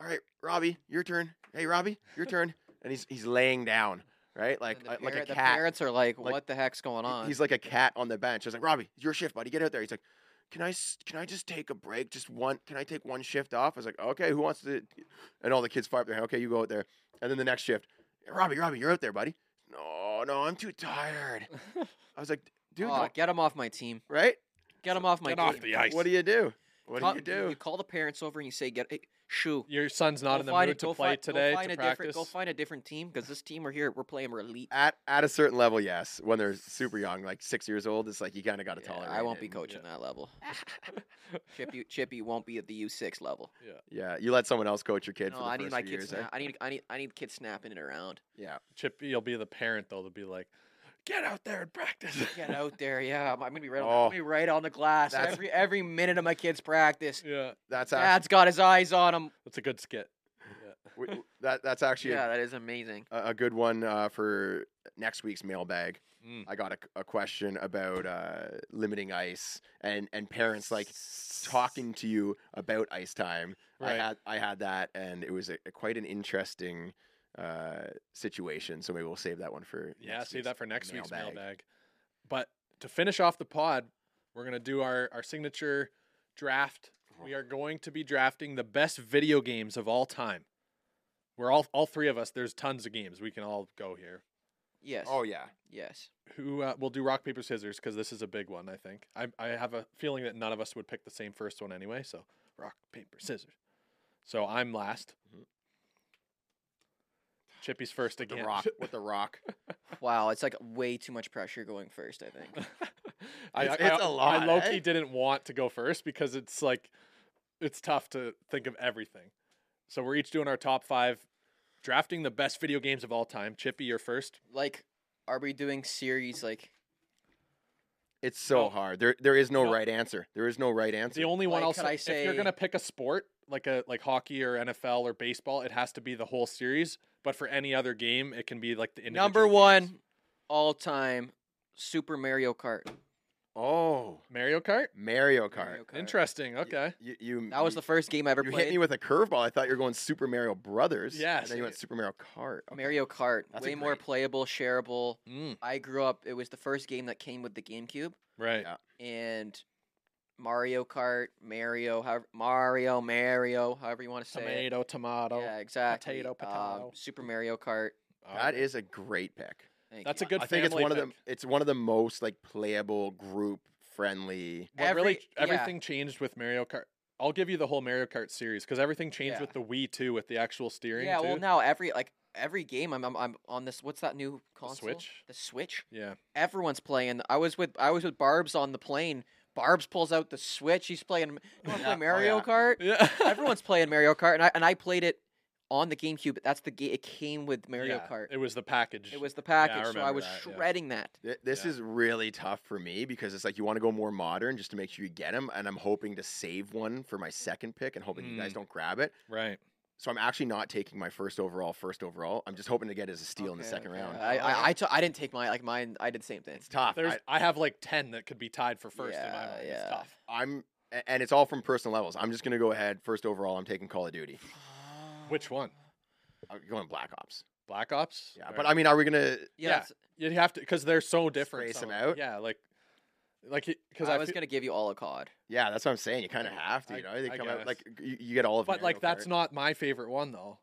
Speaker 4: all right robbie your turn hey robbie your turn and he's he's laying down right like
Speaker 2: And
Speaker 4: uh,
Speaker 2: the
Speaker 4: like a
Speaker 2: parent- the
Speaker 4: cat
Speaker 2: parents are like,
Speaker 4: Like,
Speaker 2: what the heck's going
Speaker 4: he-
Speaker 2: on
Speaker 4: He's like a cat on the bench. I was like, Robbie, it's your shift, buddy. Get out there. He's like, can I s- can I just take a break? Just one? Can I take one shift off? I was like, okay. Who wants to? And all the kids fire up their hand. Okay, you go out there. And then the next shift, Robbie, Robbie, you're out there, buddy. No, no, I'm too tired. I was like, dude,
Speaker 2: Aw,
Speaker 4: don't-
Speaker 2: get him off my team
Speaker 4: right?
Speaker 2: get him off my
Speaker 3: Get
Speaker 2: team
Speaker 3: off the ice.
Speaker 4: What do you do? What
Speaker 2: Ca-
Speaker 4: do you do?
Speaker 2: call the parents over and you say get hey, shoo
Speaker 3: Your son's
Speaker 2: Go
Speaker 3: not in the
Speaker 2: find
Speaker 3: mood
Speaker 2: a-
Speaker 3: to
Speaker 2: go
Speaker 3: play
Speaker 2: fi- go
Speaker 3: today
Speaker 2: find
Speaker 3: to
Speaker 2: a different-
Speaker 3: practice.
Speaker 2: Go find a different team because this team we're here, we're playing, we're elite.
Speaker 4: At at a certain level, yes. When they're super young, like six years old, it's like you kind of got to
Speaker 2: Yeah,
Speaker 4: tolerate.
Speaker 2: I won't be
Speaker 4: it.
Speaker 2: coaching that level. Chippy, Chippy won't be at the U six level.
Speaker 4: Yeah, you let someone else coach your kid for
Speaker 2: No,
Speaker 4: the
Speaker 2: I
Speaker 4: first
Speaker 2: need my
Speaker 4: few
Speaker 2: kids.
Speaker 4: years. eh?
Speaker 2: Sna- I need, I need, I need kids snapping it around.
Speaker 4: Yeah,
Speaker 3: Chippy, you'll be the parent though. They'll be like, "Get out there and practice."
Speaker 2: Get out there, yeah. I'm, I'm gonna be right, on,
Speaker 4: Oh,
Speaker 2: I'm gonna be right on the glass
Speaker 4: that's-
Speaker 2: every every minute of my kids' practice.
Speaker 3: yeah,
Speaker 4: that's actually,
Speaker 2: Dad's got his eyes on him.
Speaker 3: that's a good skit.
Speaker 4: we- we- that that's actually a
Speaker 2: Yeah, that is amazing.
Speaker 4: a, a good one uh, for next week's mailbag.
Speaker 3: Mm.
Speaker 4: I got a, a question about uh, limiting ice and and parents like talking to you about ice time.
Speaker 3: Right.
Speaker 4: I had I had that, and it was a, a quite an interesting uh, situation. So maybe we'll save that one for
Speaker 3: Yeah,
Speaker 4: next
Speaker 3: save
Speaker 4: week's
Speaker 3: that for next week's
Speaker 4: mailbag.
Speaker 3: mailbag. But to finish off the pod, we're gonna do our our signature draft. We are going to be drafting the best video games of all time. We're all all three of us. There's tons of games. We can all go here.
Speaker 2: Yes.
Speaker 4: Oh yeah,
Speaker 2: yes.
Speaker 3: Who uh, will do rock paper scissors? Because this is a big one. I think I I have a feeling that none of us would pick the same first one anyway. So rock paper scissors. So I'm last.
Speaker 4: Mhm.
Speaker 3: Chippy's first
Speaker 4: the
Speaker 3: again.
Speaker 4: rock with the rock.
Speaker 2: Wow, it's like way too much pressure going first. I think.
Speaker 3: I,
Speaker 4: It's-
Speaker 3: I,
Speaker 4: it's a
Speaker 3: I-
Speaker 4: lot,
Speaker 3: I low key
Speaker 4: eh?
Speaker 3: didn't want to go first because it's like it's tough to think of everything. So we're each doing our top five, drafting the best video games of all time. Chippy, you're first.
Speaker 2: Like, are we doing series like?
Speaker 4: It's so
Speaker 3: No.
Speaker 4: hard. There there is no
Speaker 3: No.
Speaker 4: right answer. There is no right answer.
Speaker 3: The only
Speaker 2: Like,
Speaker 3: one I'll
Speaker 2: could
Speaker 3: say,
Speaker 2: I
Speaker 3: if you're
Speaker 2: say-
Speaker 3: gonna pick a sport like a like hockey or NFL or baseball, it has to be the whole series. But for any other game, it can be like the individual
Speaker 2: Number
Speaker 3: games.
Speaker 2: one, all time, Super Mario Kart.
Speaker 4: oh,
Speaker 3: Mario Kart.
Speaker 2: Mario
Speaker 4: Mario Kart.
Speaker 2: Kart.
Speaker 3: Interesting.
Speaker 4: Y-
Speaker 3: Okay.
Speaker 4: You, you
Speaker 2: That was
Speaker 4: you-
Speaker 2: the first game I ever
Speaker 4: You
Speaker 2: played.
Speaker 4: hit me with a curveball. I thought you were going Super Mario Brothers.
Speaker 3: Yes.
Speaker 4: And then you went Super Mario Kart. Okay.
Speaker 2: Mario Kart,
Speaker 4: That's a
Speaker 2: way more
Speaker 4: great-
Speaker 2: playable, shareable.
Speaker 3: Mm,
Speaker 2: I grew up; it was the first game that came with the GameCube,
Speaker 3: right.
Speaker 4: Yeah.
Speaker 2: and Mario Kart, Mario, however, Mario, Mario, however you want to say it.
Speaker 3: Tomato, tomato.
Speaker 2: Yeah, exactly.
Speaker 3: potato,
Speaker 2: Um,
Speaker 3: potato.
Speaker 2: Super Mario Kart.
Speaker 3: Oh,
Speaker 4: That is a great pick.
Speaker 2: Thank
Speaker 3: That's
Speaker 2: you.
Speaker 3: a good.
Speaker 4: I think it's
Speaker 3: family
Speaker 4: one of
Speaker 3: pick.
Speaker 4: the it's one of the most like playable group friendly.
Speaker 3: What really
Speaker 2: Every- yeah.
Speaker 3: everything changed with Mario Kart. I'll give you the whole Mario Kart series because everything changed
Speaker 2: Yeah.
Speaker 3: with the Wii too, with the actual steering.
Speaker 2: Yeah,
Speaker 3: too.
Speaker 2: well now every like every game I'm I'm, I'm on this what's that new console?
Speaker 3: Switch?
Speaker 2: The Switch.
Speaker 3: Yeah.
Speaker 2: Everyone's playing. I was with I was with Barb's on the plane. Barb's pulls out the Switch. He's playing you wanna
Speaker 4: Yeah,
Speaker 2: play
Speaker 4: oh,
Speaker 2: Mario
Speaker 4: yeah.
Speaker 2: Kart.
Speaker 3: Yeah.
Speaker 2: Everyone's playing Mario Kart and I and I played it on the GameCube. That's the game it came with Mario
Speaker 3: Yeah,
Speaker 2: Kart.
Speaker 3: It was the package.
Speaker 2: It was the package, so I
Speaker 3: remember
Speaker 2: was
Speaker 3: that, yeah.
Speaker 2: shredding that.
Speaker 4: Th- This
Speaker 3: Yeah.
Speaker 4: is really tough for me because it's like you want to go more modern just to make sure you get them, and I'm hoping to save one for my second pick and hoping you guys
Speaker 3: Mm.
Speaker 4: don't grab it.
Speaker 3: right.
Speaker 4: So I'm actually not taking my first overall. First overall, I'm just hoping to get it as a steal in the
Speaker 2: Okay,
Speaker 4: second
Speaker 2: okay.
Speaker 4: round.
Speaker 2: I
Speaker 3: Oh,
Speaker 2: I I, t- I didn't take mine like mine. I did the same thing.
Speaker 4: It's tough.
Speaker 3: There's,
Speaker 4: I,
Speaker 3: I, have like ten that could be tied for first in my
Speaker 2: Yeah,
Speaker 3: mind.
Speaker 2: yeah.
Speaker 3: It's tough.
Speaker 4: I'm a- and it's all from personal levels. I'm just gonna go ahead first overall. I'm taking Call of Duty.
Speaker 3: Which one?
Speaker 4: I'm going Black Ops.
Speaker 3: Black Ops.
Speaker 4: Yeah, but I mean, are we gonna?
Speaker 2: Yeah,
Speaker 3: Yeah,
Speaker 2: that's-
Speaker 3: you'd have to because they're so different.
Speaker 4: Space
Speaker 3: some
Speaker 4: 'em
Speaker 3: of
Speaker 4: out?
Speaker 3: Yeah, like, like because
Speaker 2: I,
Speaker 3: I,
Speaker 2: was
Speaker 3: fe-
Speaker 2: gonna give you all a cod.
Speaker 4: Yeah, that's what I'm saying. You kind of
Speaker 3: I-
Speaker 4: have to.
Speaker 3: I-
Speaker 4: You know, they
Speaker 3: I
Speaker 4: come out
Speaker 3: guess.
Speaker 4: like you, you get all of.
Speaker 3: But like
Speaker 4: Mario
Speaker 3: that's
Speaker 4: Kart.
Speaker 3: not my favorite one though.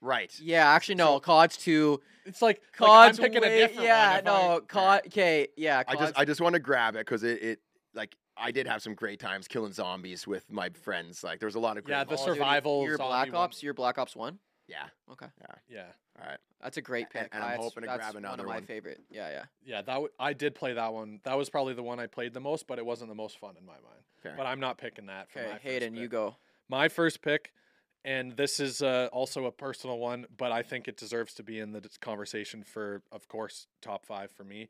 Speaker 4: right.
Speaker 2: Yeah, actually no, cod's too.
Speaker 3: It's like, like, I'm
Speaker 2: Cod's
Speaker 3: picking
Speaker 2: way-
Speaker 3: a different
Speaker 2: yeah,
Speaker 3: one. if I-
Speaker 2: no, cod. Okay, yeah,
Speaker 4: I
Speaker 2: cod's,
Speaker 4: just I just want to grab it because it, it like I did have some great times killing zombies with my friends. Like there was a lot of great
Speaker 3: Yeah, the
Speaker 4: moments.
Speaker 2: Call of Duty,
Speaker 3: survival
Speaker 2: Your
Speaker 3: zombie
Speaker 2: Black
Speaker 3: one.
Speaker 2: Ops, your Black Ops one.
Speaker 4: yeah.
Speaker 2: Okay,
Speaker 3: yeah,
Speaker 4: All right,
Speaker 2: that's a great
Speaker 4: And-
Speaker 2: pick.
Speaker 4: and I'm
Speaker 2: That's-
Speaker 4: hoping to
Speaker 2: that's
Speaker 4: grab
Speaker 2: one
Speaker 4: another
Speaker 2: of my
Speaker 4: one.
Speaker 2: favorite. Yeah, yeah.
Speaker 3: yeah. That w- I did play that one. That was probably the one I played the most, but it wasn't the most fun in my mind.
Speaker 4: Fair.
Speaker 3: But I'm not picking that. For
Speaker 2: Okay,
Speaker 3: my first
Speaker 2: Hayden, you
Speaker 3: pick.
Speaker 2: go.
Speaker 3: My first pick, and this is uh, also a personal one, but I think it deserves to be in the dis- conversation for, of course, top five for me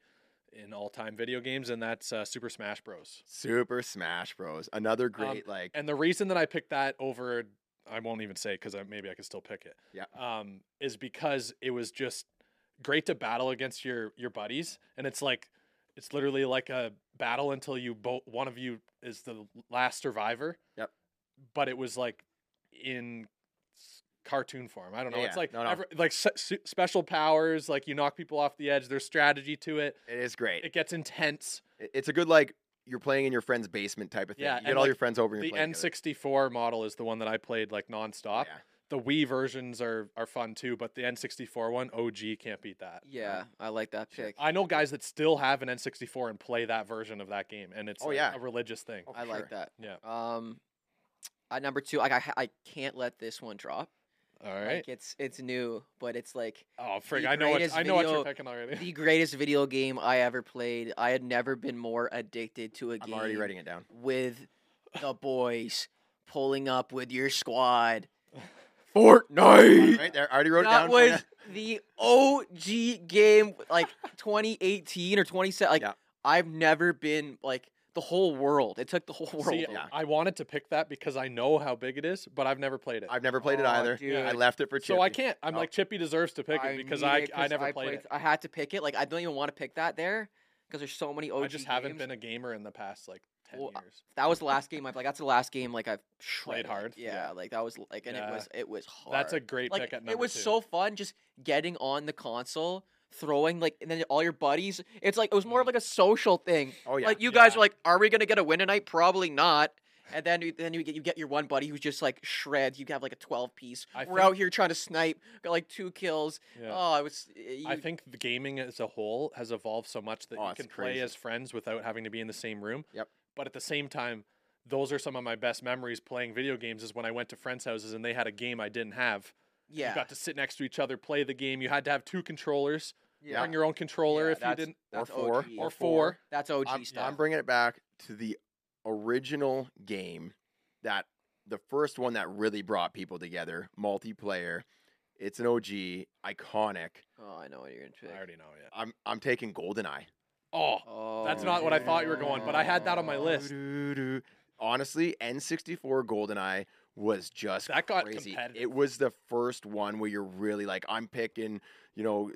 Speaker 3: in all time video games, and that's uh, Super Smash Bros.
Speaker 4: Super Smash Bros. Another great like
Speaker 3: Um, And the reason that I picked that over, I won't even say because maybe I can still pick it.
Speaker 4: Yeah.
Speaker 3: Um, is because it was just great to battle against your your buddies, and it's like it's literally like a battle until you both one of you is the last survivor.
Speaker 4: Yep.
Speaker 3: But it was like in s- cartoon form. I don't know.
Speaker 4: Yeah,
Speaker 3: It's
Speaker 4: yeah.
Speaker 3: like
Speaker 4: No, no.
Speaker 3: every- like s- su- special powers. Like you knock people off the edge. There's strategy to it.
Speaker 4: it is great.
Speaker 3: It gets intense.
Speaker 4: It- it's a good like you're playing in your friend's basement type of thing.
Speaker 3: Yeah,
Speaker 4: you get
Speaker 3: and,
Speaker 4: all
Speaker 3: like,
Speaker 4: your friends over and
Speaker 3: The
Speaker 4: you're playing together.
Speaker 3: N64 model is the one that I played like nonstop.
Speaker 4: Yeah.
Speaker 3: the Wii versions are are fun too, but the N64 one, OG can't beat that.
Speaker 2: Yeah, I like that pick.
Speaker 4: Oh,
Speaker 3: I know guys that still have an N64 and play that version of that game, and it's
Speaker 4: Oh,
Speaker 3: like,
Speaker 4: yeah.
Speaker 3: a religious thing.
Speaker 4: Oh,
Speaker 2: I
Speaker 4: for
Speaker 2: like
Speaker 4: sure.
Speaker 2: that.
Speaker 3: Yeah.
Speaker 2: Um, at number two, like I ha- I can't let this one drop.
Speaker 3: All right.
Speaker 2: Like it's it's new, but it's like
Speaker 3: Oh frig,
Speaker 2: the
Speaker 3: I know what
Speaker 2: greatest
Speaker 3: I know what
Speaker 2: video-
Speaker 3: you're picking already.
Speaker 2: the greatest video game I ever played. I had never been more addicted to a
Speaker 4: I'm
Speaker 2: game.
Speaker 4: already writing it down.
Speaker 2: with the boys pulling up with your squad.
Speaker 4: Fortnite. Right there, I already wrote it
Speaker 2: That
Speaker 4: down. for ya.
Speaker 2: was the OG game, like 2018 or 27. Like
Speaker 4: Yeah.
Speaker 2: I've never been like the whole world. It took the whole world.
Speaker 3: See,
Speaker 2: over.
Speaker 3: I wanted to pick that because I know how big it is, but I've never played it.
Speaker 4: I've never played it
Speaker 2: Oh,
Speaker 4: either.
Speaker 2: dude.
Speaker 4: I left it for Chippy.
Speaker 3: so I can't. I'm
Speaker 4: Oh.
Speaker 3: like Chippy deserves to pick it because
Speaker 2: need
Speaker 3: I,
Speaker 2: it
Speaker 3: I
Speaker 2: 'cause
Speaker 3: never played it.
Speaker 2: I had to pick it. Like I don't even want to pick that there because there's so many OG.
Speaker 3: I just haven't
Speaker 2: games.
Speaker 3: been a gamer in the past like ten
Speaker 2: Well, I-
Speaker 3: years.
Speaker 2: That was the last game I played. That's the last game like I've shredded.
Speaker 3: hard?
Speaker 2: Yeah,
Speaker 3: Yeah.
Speaker 2: like that was like and
Speaker 3: Yeah.
Speaker 2: it was it was hard.
Speaker 3: That's a great
Speaker 2: uh, like
Speaker 3: pick at number
Speaker 2: it was
Speaker 3: two.
Speaker 2: so fun just getting on the console throwing like and then all your buddies it's like it was
Speaker 3: Mm.
Speaker 2: more of like a social thing
Speaker 4: Oh yeah.
Speaker 2: like you guys
Speaker 3: Yeah.
Speaker 2: were like are we gonna get a win tonight probably not and then you- then you get you get your one buddy who's just like shreds you have like a 12 piece
Speaker 3: I
Speaker 2: we're out here trying to snipe got like two kills
Speaker 3: Yeah.
Speaker 2: oh I was you,
Speaker 3: I think the gaming as a whole has evolved so much that
Speaker 4: Oh,
Speaker 3: you
Speaker 4: it's
Speaker 3: can
Speaker 4: crazy.
Speaker 3: play as friends without having to be in the same room.
Speaker 4: Yep.
Speaker 3: But at the same time, those are some of my best memories playing video games is when I went to friends' houses and they had a game I didn't have.
Speaker 2: yeah
Speaker 3: You got to sit next to each other, play the game. You had to have two controllers.
Speaker 2: yeah
Speaker 3: Bring your own controller
Speaker 2: Yeah,
Speaker 3: if you
Speaker 2: that's-
Speaker 3: didn't.
Speaker 4: or
Speaker 2: that's
Speaker 4: four
Speaker 2: OG.
Speaker 3: Or four.
Speaker 2: that's OG
Speaker 4: I'm,
Speaker 2: stuff
Speaker 4: I'm bringing it back to the original game that the first one that really brought people together, multiplayer. It's an OG, iconic.
Speaker 2: oh I know what you're gonna pick
Speaker 3: I already know, yeah.
Speaker 4: I'm I'm taking GoldenEye.
Speaker 3: Oh,
Speaker 2: oh
Speaker 3: that's not what I thought you were going, but I had that on my list.
Speaker 4: Doo-doo-doo. Honestly, N64 GoldenEye was just
Speaker 3: That got
Speaker 4: crazy.
Speaker 3: competitive.
Speaker 4: It was the first one where you're really like, I'm picking, you know,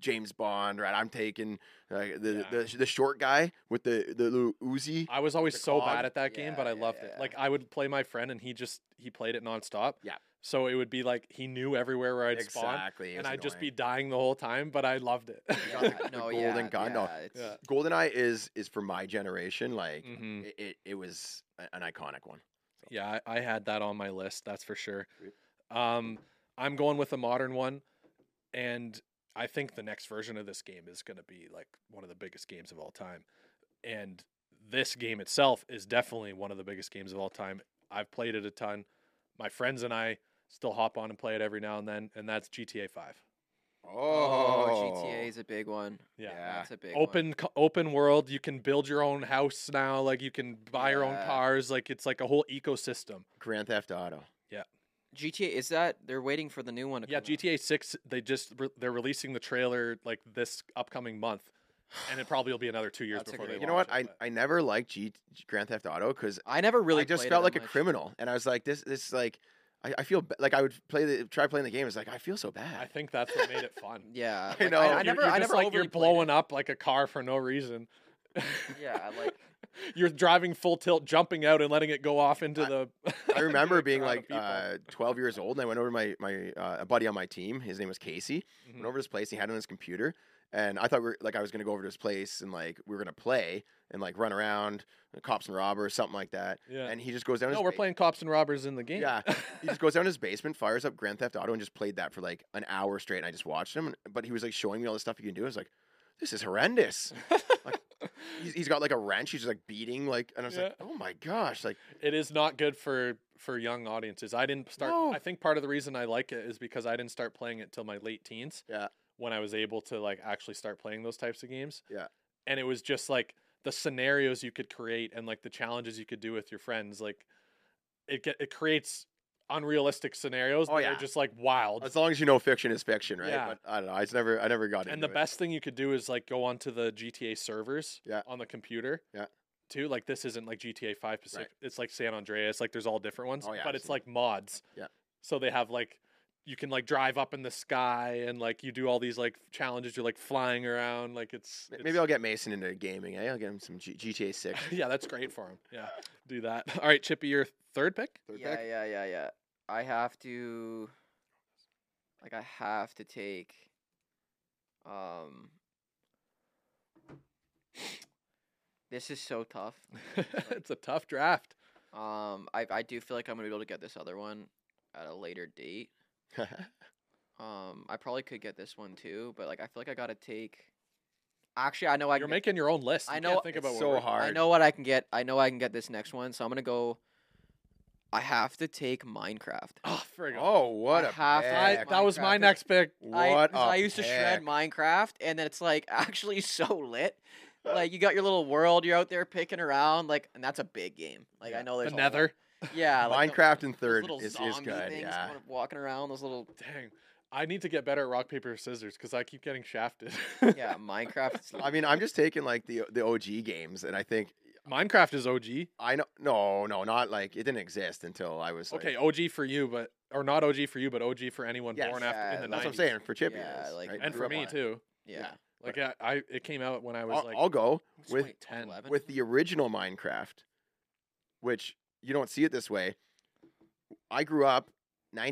Speaker 4: James Bond, right? I'm taking like the,
Speaker 3: Yeah.
Speaker 4: the the short guy with the the little Uzi.
Speaker 3: I was always
Speaker 4: The
Speaker 3: so
Speaker 4: cog?
Speaker 3: bad at that game,
Speaker 2: Yeah,
Speaker 3: but I
Speaker 2: yeah,
Speaker 3: loved
Speaker 2: yeah.
Speaker 3: it. Like I would play my friend, and he just he played it nonstop.
Speaker 4: Yeah.
Speaker 3: So it would be like he knew everywhere where I'd spawn,
Speaker 4: Exactly. it
Speaker 3: and
Speaker 4: was
Speaker 3: I'd just be
Speaker 4: annoying.
Speaker 3: dying the whole time. But I loved it.
Speaker 2: Oh,
Speaker 4: got the- the
Speaker 2: no,
Speaker 4: golden
Speaker 2: yeah,
Speaker 4: gun, no.
Speaker 2: yeah, it's-
Speaker 3: Yeah.
Speaker 4: Goldeneye is is for my generation. Like
Speaker 3: Mhm.
Speaker 4: it, it, it was a- an iconic one.
Speaker 3: Yeah, I, I had that on my list. That's for sure. Um, I'm going with a modern one, and I think the next version of this game is going to be like one of the biggest games of all time. And this game itself is definitely one of the biggest games of all time. I've played it a ton. My friends and I still hop on and play it every now and then, and that's GTA Five.
Speaker 2: Oh, GTA is a big one.
Speaker 3: Yeah.
Speaker 4: Yeah.
Speaker 2: That's a big one.
Speaker 3: Open co- open world. You can build your own house now. Like you can buy your own
Speaker 2: Yeah.
Speaker 3: cars. Like it's like a whole ecosystem.
Speaker 4: Grand Theft Auto.
Speaker 2: GTA is that they're waiting for the new one to
Speaker 3: Yeah,
Speaker 2: come out.
Speaker 3: GTA Six. They just re- they're releasing the trailer like this upcoming month, and it probably will be another two years
Speaker 2: That's a
Speaker 3: before they.
Speaker 2: great
Speaker 4: You know what? I,
Speaker 3: launch it,
Speaker 4: I never liked G- Grand Theft Auto because
Speaker 2: I never really
Speaker 4: I just
Speaker 2: played it
Speaker 4: felt
Speaker 2: that
Speaker 4: like a
Speaker 2: much.
Speaker 4: criminal, and I was like, this this like I, I feel ba- like I would play the try playing the game. It's like I feel so
Speaker 3: but
Speaker 4: bad.
Speaker 3: I think that's what made it fun.
Speaker 2: Yeah,
Speaker 4: I
Speaker 2: like,
Speaker 4: know.
Speaker 2: I,
Speaker 4: You're-
Speaker 2: I never,
Speaker 3: you're
Speaker 2: I
Speaker 3: just,
Speaker 2: never
Speaker 3: like you're
Speaker 2: overly played
Speaker 3: blowing up like a car for no reason.
Speaker 2: it. Yeah, like
Speaker 3: you're driving full tilt, jumping out and letting it go off into
Speaker 4: I-
Speaker 3: the.
Speaker 4: I remember being
Speaker 3: crowd of
Speaker 4: like
Speaker 3: people.
Speaker 4: uh, 12 years old, and I went over to my my uh, a buddy on my team. His name was Casey. Went
Speaker 3: Mhm.
Speaker 4: over to his place. He had it on his computer, and I thought we were, like I was gonna go over to his place and like we were gonna play and like run around, uh, cops and robbers, something like that.
Speaker 3: yeah.
Speaker 4: And he just goes down.
Speaker 3: no,
Speaker 4: his
Speaker 3: we're
Speaker 4: ba-
Speaker 3: playing cops and robbers in the game.
Speaker 4: Yeah. He just goes down his basement, fires up Grand Theft Auto, and just played that for like an hour straight. And I just watched him, and- but he was like showing me all the stuff you can do. I was like, this is horrendous. like, he's, he's got like a wrench. He's just like beating like, and I was like, oh my gosh, like
Speaker 3: it is not good for for young audiences. I didn't start.
Speaker 4: No.
Speaker 3: I think part of the reason I like it is because I didn't start playing it till my late teens.
Speaker 4: Yeah.
Speaker 3: When I was able to like actually start playing those types of games.
Speaker 4: Yeah.
Speaker 3: And it was just like the scenarios you could create and like the challenges you could do with your friends. Like it get it creates unrealistic scenarios.
Speaker 4: Oh,
Speaker 3: that are
Speaker 4: yeah.
Speaker 3: just like wild.
Speaker 4: as long as you know fiction is fiction, right?
Speaker 3: Yeah.
Speaker 4: But I don't know. I just never, I never got
Speaker 3: and
Speaker 4: into
Speaker 3: the
Speaker 4: it.
Speaker 3: best thing you could do is like go onto the GTA servers
Speaker 4: Yeah.
Speaker 3: on the computer.
Speaker 4: Yeah.
Speaker 3: Too like this isn't like GTA Five Pacific. It's like San Andreas. Like there's all different ones,
Speaker 4: Oh, yeah,
Speaker 3: but
Speaker 4: I've
Speaker 3: it's
Speaker 4: seen
Speaker 3: like mods.
Speaker 4: Yeah.
Speaker 3: So they have like you can like drive up in the sky and like you do all these like challenges. You're like flying around. Like it's,
Speaker 4: M-
Speaker 3: it's
Speaker 4: Maybe I'll get Mason into gaming. Eh? I'll get him some G- GTA Six.
Speaker 3: yeah, that's great for him. Yeah, do that. All right, Chippy, your third pick.
Speaker 4: Third
Speaker 2: yeah,
Speaker 4: pick?
Speaker 2: yeah, yeah, yeah. I have to, like, I have to take, um, this is so tough.
Speaker 3: it's a tough draft.
Speaker 2: Um, I I do feel like I'm gonna be able to get this other one at a later date. Um, I probably could get this one too, but like, I feel like I gotta take. Actually, I know I
Speaker 3: You're
Speaker 2: can get-
Speaker 3: making your own list.
Speaker 2: I
Speaker 3: You
Speaker 2: know-
Speaker 3: Can't think
Speaker 4: It's
Speaker 3: about what
Speaker 4: so
Speaker 3: we're-
Speaker 4: hard.
Speaker 2: I know what I can get. I know I can get this next one, so I'm gonna go. I have to take Minecraft.
Speaker 3: Oh, frig off.
Speaker 4: Oh, what
Speaker 2: I
Speaker 4: a
Speaker 2: have to
Speaker 3: I-
Speaker 4: pick.
Speaker 2: take
Speaker 3: that was
Speaker 2: Minecraft
Speaker 3: my
Speaker 2: is-
Speaker 3: next pick.
Speaker 2: I,
Speaker 4: What
Speaker 2: 'cause
Speaker 4: a
Speaker 2: I used to shred
Speaker 4: pick.
Speaker 2: Minecraft, and then it's like actually so lit. Like you got your little world, you're out there picking around, like, and that's a big game. Like I
Speaker 3: Yeah.
Speaker 2: know there's
Speaker 3: the
Speaker 2: a
Speaker 3: Nether.
Speaker 2: lot- yeah, like the-
Speaker 4: Minecraft in
Speaker 2: those
Speaker 4: third
Speaker 2: little
Speaker 4: is, is
Speaker 2: zombie
Speaker 4: good.
Speaker 2: things
Speaker 4: Yeah.
Speaker 2: wa- walking around, those little
Speaker 3: Dang. I need to get better at rock, paper, scissors because I keep getting shafted.
Speaker 2: yeah Minecraft. is
Speaker 4: I mean, I'm just taking like the the OG games, and I think
Speaker 3: Minecraft is OG.
Speaker 4: I know. No, no, not like it didn't exist until I was like,
Speaker 3: Okay, OG for you, but or not OG for you, but OG for anyone
Speaker 4: Yes.
Speaker 3: born after
Speaker 2: Yeah,
Speaker 3: in the
Speaker 4: That's what I'm
Speaker 3: 90s.
Speaker 4: saying for Chippy.
Speaker 2: Yeah, like,
Speaker 3: And for me too.
Speaker 2: yeah,
Speaker 3: Like I, I, it came out when I was
Speaker 4: I'll,
Speaker 3: like,
Speaker 4: I'll go
Speaker 2: It's
Speaker 4: with
Speaker 2: 2010.
Speaker 4: with the original Minecraft, which you don't see it this way. I grew up